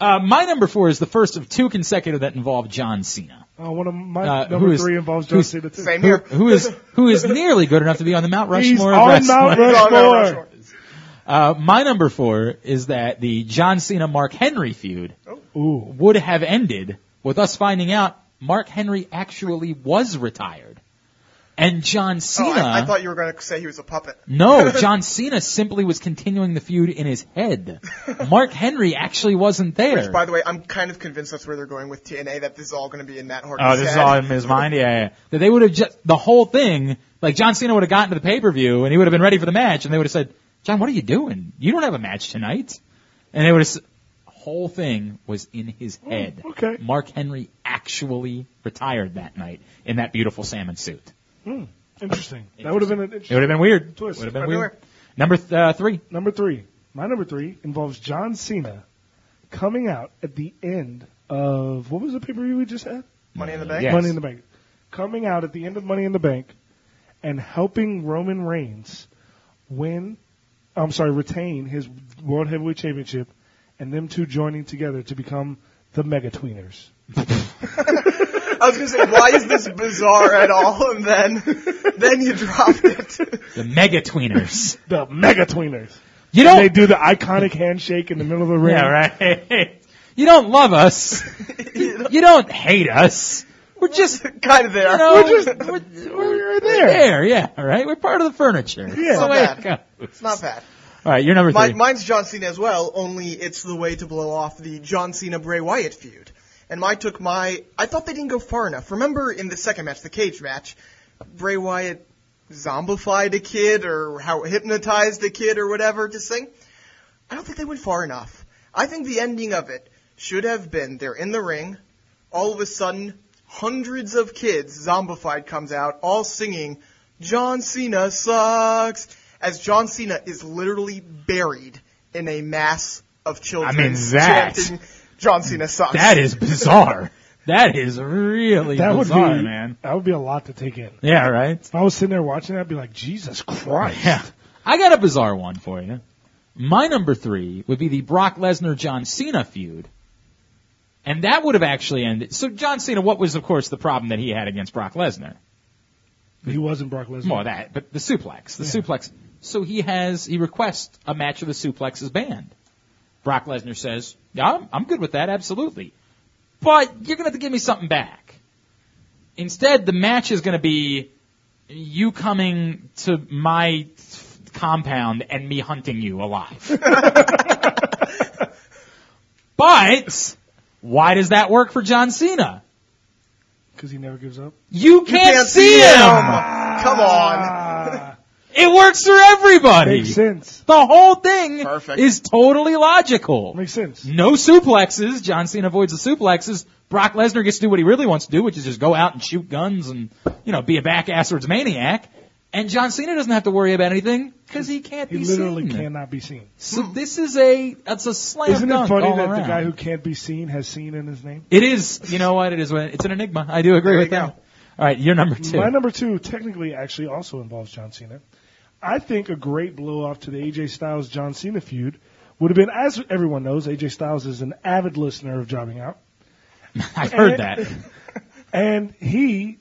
Speaker 8: Uh, my number four is the first of two consecutive that involve John Cena.
Speaker 1: Uh, one of my
Speaker 8: Uh,
Speaker 1: number
Speaker 8: who is-
Speaker 1: three involves John
Speaker 8: who's-
Speaker 1: Cena too.
Speaker 8: who- who is who is nearly good enough to be on the Mount
Speaker 1: He's
Speaker 8: Rushmore of
Speaker 1: on
Speaker 8: wrestling.
Speaker 1: Mount Rushmore.
Speaker 8: Uh, my number four is that the John Cena Mark Henry feud would have ended with us finding out Mark Henry actually was retired, and John Cena.
Speaker 3: Oh, I, I thought you were going to say he was a puppet.
Speaker 8: No, John Cena simply was continuing the feud in his head. Mark Henry actually wasn't
Speaker 3: Which,
Speaker 8: there.
Speaker 3: by the way, I'm kind of convinced that's where they're going with TNA. That this is all going to be in Matt Hardy's
Speaker 8: Oh, this is
Speaker 3: head.
Speaker 8: all in his mind. Yeah, yeah. that they would have just the whole thing. Like John Cena would have gotten to the pay per view and he would have been ready for the match, and they would have said, "John, what are you doing? You don't have a match tonight." And they would have. s- Whole thing was in his head. Oh, okay. Mark Henry actually retired that night in that beautiful salmon suit.
Speaker 1: Hmm, interesting. That would have been an
Speaker 8: It
Speaker 1: interesting
Speaker 8: would have been weird.
Speaker 1: Twist.
Speaker 8: Would have been weird. Number th- uh, three.
Speaker 1: Number three. My number three involves John Cena coming out at the end of what was the pay per view we just had?
Speaker 3: Money in the Bank?
Speaker 1: Money in the Bank. Coming out at the end of Money in the Bank and helping Roman Reigns win. I'm sorry, retain his World Heavyweight Championship, and them two joining together to become the Mega Tweeners.
Speaker 3: I was going to say, why is this bizarre at all? And then, then you dropped it.
Speaker 8: The Mega Tweeners.
Speaker 1: the Mega Tweeners.
Speaker 8: You
Speaker 1: know they do the iconic handshake in the middle of the ring.
Speaker 8: Yeah, right. you don't love us. you, you don't hate us. We're just
Speaker 3: kind of there.
Speaker 8: You know,
Speaker 1: We're
Speaker 8: we're
Speaker 1: just-
Speaker 8: we're,
Speaker 1: there.
Speaker 8: there, yeah, all right. We're part of the furniture.
Speaker 3: It's
Speaker 8: That's the
Speaker 3: not
Speaker 8: way
Speaker 3: bad.
Speaker 8: it goes.
Speaker 3: It's not bad.
Speaker 8: All right, you're number
Speaker 3: Mi-
Speaker 8: three.
Speaker 3: mine's John Cena as well, only it's the way to blow off the John Cena Bray Wyatt feud. And mine took my. I thought they didn't go far enough. Remember in the second match, the cage match, Bray Wyatt zombified a kid or how hypnotized a kid or whatever to sing. I don't think they went far enough. I think the ending of it should have been they're in the ring, all of a sudden, hundreds of kids zombified comes out, all singing, John Cena sucks, as John Cena is literally buried in a mass of children
Speaker 8: I mean, that-
Speaker 3: chanting, John Cena sucks.
Speaker 8: That is bizarre. that is really
Speaker 1: That would
Speaker 8: bizarre,
Speaker 1: be
Speaker 8: man.
Speaker 1: that would be a lot to take in.
Speaker 8: Yeah, right.
Speaker 1: If I was sitting there watching that, I'd be like, Jesus Christ.
Speaker 8: Yeah. I got a bizarre one for you. My number three would be the Brock Lesnar John Cena feud. And that would have actually ended. So John Cena, what was of course the problem that he had against Brock Lesnar?
Speaker 1: He wasn't Brock Lesnar.
Speaker 8: More that, but the suplex, the suplex. So he has, he requests a match of the suplex is banned. Brock Lesnar says, yeah, I'm, I'm good with that, absolutely. But you're gonna have to give me something back. Instead, the match is gonna be you coming to my compound and me hunting you alive. but, why does that work for John Cena?
Speaker 1: Because he never gives up.
Speaker 8: You can't, see him!
Speaker 3: Come on.
Speaker 8: It works for everybody.
Speaker 1: Makes sense.
Speaker 8: The whole thing is totally logical.
Speaker 1: Makes sense.
Speaker 8: No suplexes. John Cena avoids the suplexes. Brock Lesnar gets to do what he really wants to do, which is just go out and shoot guns and, you know, be a back asswards maniac. And John Cena doesn't have to worry about anything because he can't
Speaker 1: He
Speaker 8: be
Speaker 1: literally
Speaker 8: seen.
Speaker 1: cannot be seen.
Speaker 8: So this is a, that's a slam
Speaker 1: Isn't it
Speaker 8: dunk
Speaker 1: funny
Speaker 8: all
Speaker 1: that
Speaker 8: around.
Speaker 1: the guy who can't be seen has seen in his name?
Speaker 8: It is, you know what, it is, what- it's an enigma. I do agree with that. Alright, you're number two.
Speaker 1: My number two technically actually also involves John Cena. I think a great blow off to the AJ Styles John Cena feud would have been, as everyone knows, AJ Styles is an avid listener of Jobbing Out.
Speaker 8: I've heard that.
Speaker 1: And he,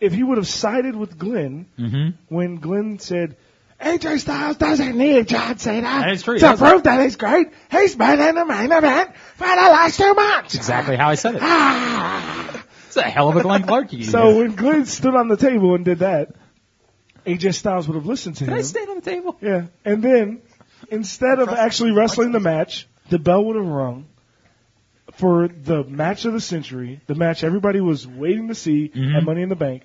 Speaker 1: if he would have sided with Glenn
Speaker 8: Mm-hmm.
Speaker 1: when Glenn said, AJ Styles doesn't need John Cena
Speaker 8: That is true.
Speaker 1: to
Speaker 8: That's-
Speaker 1: prove that he's great. He's been in the main event for the last two months.
Speaker 8: Exactly how I said it. It's a hell of a Glenn Clark you
Speaker 1: So when Glenn stood on the table and did that, AJ Styles would have listened to
Speaker 8: Did
Speaker 1: him.
Speaker 8: I stand on the table?
Speaker 1: Yeah. And then, instead of actually wrestling the match, the bell would have rung for the match of the century, the match everybody was waiting to see
Speaker 8: Mm-hmm.
Speaker 1: at Money in the Bank,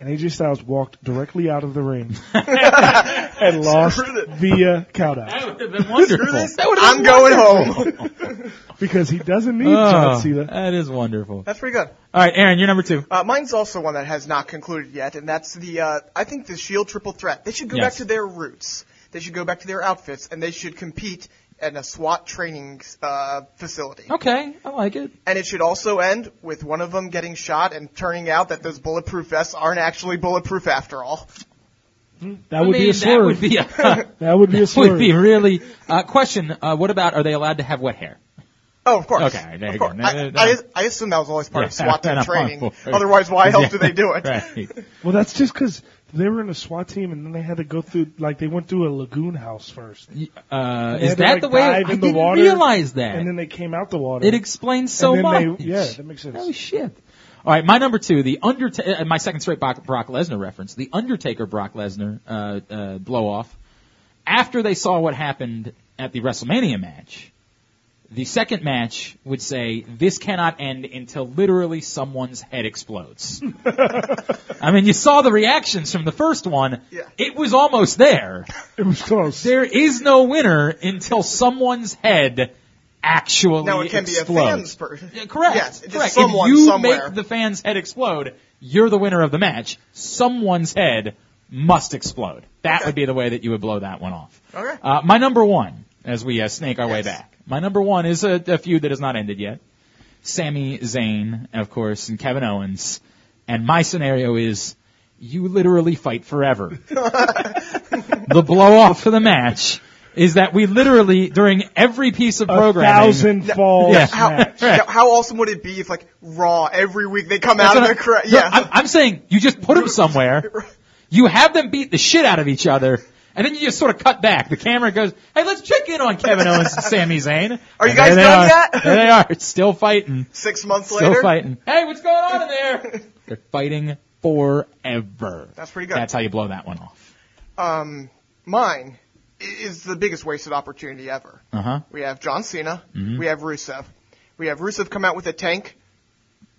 Speaker 1: and AJ Styles walked directly out of the ring and lost via countout
Speaker 8: That would have been wonderful. Ah. That would
Speaker 3: I'm
Speaker 8: have been
Speaker 3: going
Speaker 8: wonderful.
Speaker 3: home.
Speaker 1: because he doesn't need
Speaker 8: Oh,
Speaker 1: John Cena.
Speaker 8: That is wonderful.
Speaker 3: That's pretty good.
Speaker 8: All right, Aaron, you're number two.
Speaker 3: Uh, mine's also one that has not concluded yet, and that's the, uh, I think the Shield Triple Threat. They should go back
Speaker 8: Yes.
Speaker 3: to their roots. They should go back to their outfits, and they should compete in a SWAT training, uh, facility.
Speaker 8: Okay, I like it.
Speaker 3: And it should also end with one of them getting shot and turning out that those bulletproof vests aren't actually bulletproof after all.
Speaker 1: That
Speaker 8: I
Speaker 1: would be
Speaker 8: mean,
Speaker 1: a slur.
Speaker 8: That would be a,
Speaker 1: that would be a
Speaker 8: that
Speaker 1: slur.
Speaker 8: would be really. Uh, question: uh, What about? Are they allowed to have wet hair?
Speaker 3: Oh, of course.
Speaker 8: Okay, all right, there
Speaker 3: of
Speaker 8: you
Speaker 3: course.
Speaker 8: go. No,
Speaker 3: I,
Speaker 8: no,
Speaker 3: I,
Speaker 8: no.
Speaker 3: I assume that was always part of
Speaker 8: Yeah,
Speaker 3: SWAT
Speaker 8: and
Speaker 3: team
Speaker 8: I'm
Speaker 3: training.
Speaker 8: on board.
Speaker 3: Otherwise, why else
Speaker 8: Yeah,
Speaker 3: do they do it?
Speaker 8: right.
Speaker 1: Well, that's just because they were in a SWAT team, and then they had to go through like they went through a lagoon house first.
Speaker 8: Uh,
Speaker 1: They
Speaker 8: is
Speaker 1: had to,
Speaker 8: that
Speaker 1: like,
Speaker 8: the way? I
Speaker 1: dive in
Speaker 8: didn't
Speaker 1: the water,
Speaker 8: realize that.
Speaker 1: And then they came out the water.
Speaker 8: It explains so
Speaker 1: and then
Speaker 8: much.
Speaker 1: They, yeah, that makes sense.
Speaker 8: Oh shit. All right, my number two, the Undertaker. My second straight Brock, Brock Lesnar reference, the Undertaker Brock Lesnar uh, uh, blow off. After they saw what happened at the WrestleMania match, the second match would say, "This cannot end until literally someone's head explodes." I mean, you saw the reactions from the first one. It was almost there.
Speaker 1: It was close.
Speaker 8: There is no winner until someone's head actually
Speaker 3: Now it can be a
Speaker 8: explodes.
Speaker 3: fans person.
Speaker 8: Correct.
Speaker 3: Yes, just
Speaker 8: Correct.
Speaker 3: someone
Speaker 8: if you
Speaker 3: somewhere.
Speaker 8: make the fan's head explode, you're the winner of the match. Someone's head must explode. That would be the way that you would blow that one off.
Speaker 3: Okay.
Speaker 8: Uh, my number one, as we uh, snake our way back, my number one is a, a feud that has not ended yet. Sami Zayn, of course, and Kevin Owens. And my scenario is you literally fight forever. the blow off for the match is that we literally, during every piece of programming,
Speaker 1: thousand falls
Speaker 8: Yeah.
Speaker 3: How,
Speaker 8: Right.
Speaker 3: now, how awesome would it be if, like, Raw every week they come
Speaker 8: That's
Speaker 3: out of
Speaker 8: what
Speaker 3: their
Speaker 8: I-
Speaker 3: cra-
Speaker 8: no,
Speaker 3: Yeah.
Speaker 8: I'm, I'm saying you just put them somewhere. You have them beat the shit out of each other, and then you just sort of cut back. The camera goes, "Hey, let's check in on Kevin Owens and Sami Zayn."
Speaker 3: Are you
Speaker 8: And
Speaker 3: guys
Speaker 8: there they
Speaker 3: done
Speaker 8: are.
Speaker 3: yet?
Speaker 8: There they are. It's still fighting.
Speaker 3: Six months
Speaker 8: Still
Speaker 3: later.
Speaker 8: fighting. Hey, what's going on in there? They're fighting forever.
Speaker 3: That's pretty good.
Speaker 8: That's how you blow that one off.
Speaker 3: Um, mine i- is the biggest wasted opportunity ever.
Speaker 8: Uh huh.
Speaker 3: We have John Cena.
Speaker 8: Mhm.
Speaker 3: We have Rusev. We have Rusev come out with a tank.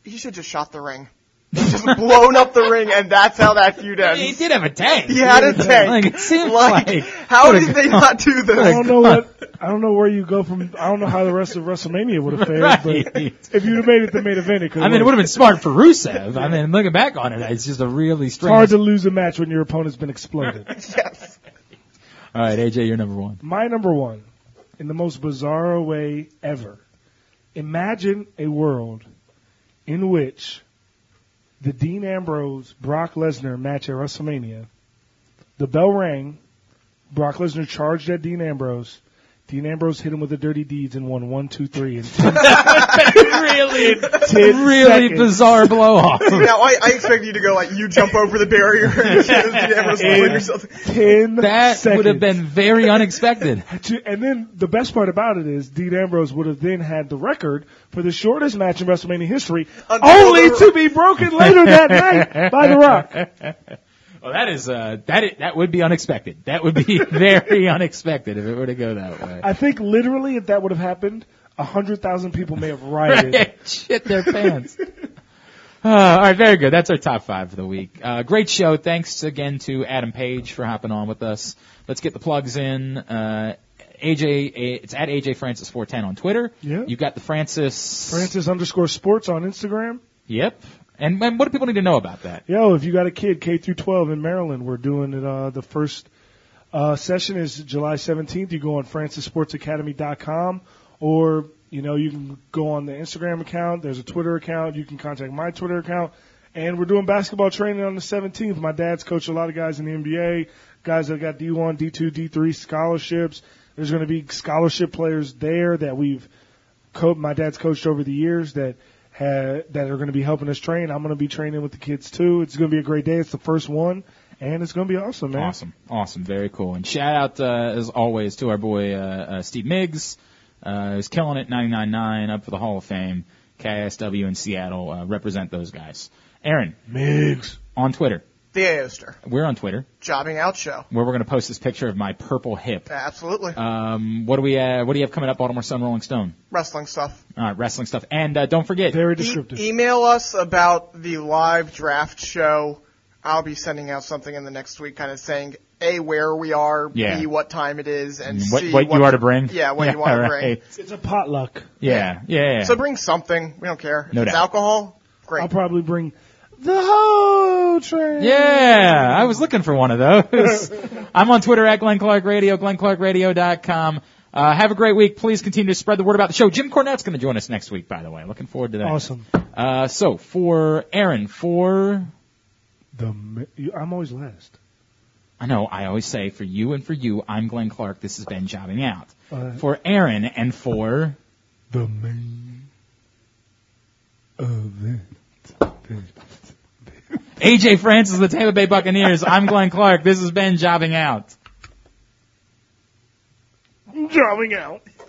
Speaker 3: He should just shot the ring. just blown up the ring, and that's how that feud ends.
Speaker 8: He did have a tank.
Speaker 3: He had a tank.
Speaker 8: Like, it seems
Speaker 3: Like,
Speaker 8: like-
Speaker 3: how
Speaker 8: what a
Speaker 3: did they
Speaker 8: god.
Speaker 3: not do this?
Speaker 1: I don't know what. I don't know where you go from. I don't know how the rest of WrestleMania would have fared,
Speaker 8: Right.
Speaker 1: but if you'd have made it the main event, it could.
Speaker 8: I mean, it would have been smart for Rusev. I mean, looking back on it, it's just a really
Speaker 1: It's hard
Speaker 8: strange.
Speaker 1: to lose a match when your opponent's been exploded.
Speaker 8: All right, AJ, you're number one.
Speaker 1: My number one, in the most bizarre way ever, imagine a world in which the Dean Ambrose Brock Lesnar match at WrestleMania, the bell rang, Brock Lesnar charged at Dean Ambrose. Dean Ambrose hit him with the dirty deeds and won one, two, three, and ten.
Speaker 8: really,
Speaker 1: Ten
Speaker 8: really
Speaker 1: seconds.
Speaker 8: bizarre blow off.
Speaker 3: now I, I expected you to go like you jump over the barrier and just never split yourself.
Speaker 1: ten
Speaker 8: That
Speaker 1: seconds.
Speaker 8: would have been very unexpected.
Speaker 1: To- And then the best part about it is Dean Ambrose would have then had the record for the shortest match in WrestleMania history,
Speaker 3: Until
Speaker 1: only
Speaker 3: the-
Speaker 1: to be broken later that night by The Rock.
Speaker 8: Well, that is uh, that i that would be unexpected. That would be very unexpected if it were to go that way.
Speaker 1: I think literally if that would have happened, a hundred thousand people may have rioted.
Speaker 8: Shit their pants. Uh, all right, very good. That's our top five for the week. Uh, great show. Thanks again to Adam Page for hopping on with us. Let's get the plugs in. Uh, AJ, it's at AJ Francis 410 on Twitter.
Speaker 1: Yeah.
Speaker 8: You've got the Francis.
Speaker 1: Francis underscore sports on Instagram.
Speaker 8: Yep. And, and what do people need to know about that?
Speaker 1: Yo, if you got a kid K through twelve in Maryland, we're doing it. Uh, the first uh, session is July seventeenth. You go on francissportsacademy.com, or you know you can go on the Instagram account. There's a Twitter account. You can contact my Twitter account. And we're doing basketball training on the 17th. My dad's coached a lot of guys in the NBA, guys that got D1, D2, D3 scholarships. There's going to be scholarship players there that we've co- my dad's coached over the years that ha that are going to be helping us train. I'm going to be training with the kids too. It's going to be a great day. It's the first one, and it's going to be awesome, man.
Speaker 8: Awesome, awesome, very cool. And shout out uh, as always to our boy uh, uh, Steve Miggs, uh, who's killing it. 99.9 up for the Hall of Fame. KSW in Seattle uh, represent those guys. Aaron
Speaker 1: Miggs
Speaker 8: on Twitter.
Speaker 3: The Aoster.
Speaker 8: We're on Twitter
Speaker 3: Jobbing out show.
Speaker 8: where we're going to post this picture of my purple hip.
Speaker 3: Absolutely.
Speaker 8: Um, what do we uh, What do you have coming up? Baltimore Sun, Rolling Stone.
Speaker 3: Wrestling stuff.
Speaker 8: All right, wrestling stuff. And uh, don't forget,
Speaker 1: Very
Speaker 3: E-
Speaker 1: descriptive.
Speaker 3: email us about the live draft show. I'll be sending out something in the next week, kind of saying a where we are,
Speaker 8: Yeah.
Speaker 3: b what time it is, and
Speaker 8: what,
Speaker 3: c
Speaker 8: what you are to bring.
Speaker 3: Yeah, what you want to bring.
Speaker 8: right.
Speaker 1: It's a potluck.
Speaker 8: Yeah, yeah. yeah.
Speaker 3: So bring something. We don't care.
Speaker 8: No
Speaker 3: if it's
Speaker 8: doubt.
Speaker 3: alcohol, great.
Speaker 1: I'll probably bring the whole train.
Speaker 8: Yeah, I was looking for one of those. I'm on Twitter at Glenn Clark Radio, glennclarkradio.com. Uh, have a great week. Please continue to spread the word about the show. Jim Cornette's going to join us next week, by the way. Looking forward to that.
Speaker 1: Awesome.
Speaker 8: Uh, so for Aaron, for
Speaker 1: The mi- you- I'm always last.
Speaker 8: I know I always say for you and for you, I'm Glenn Clark. This has been jobbing out. For Aaron and for
Speaker 1: Uh, the main event.
Speaker 8: AJ Francis, the Tampa Bay Buccaneers. I'm Glenn Clark. This has been jobbing out.
Speaker 1: Jobbing out.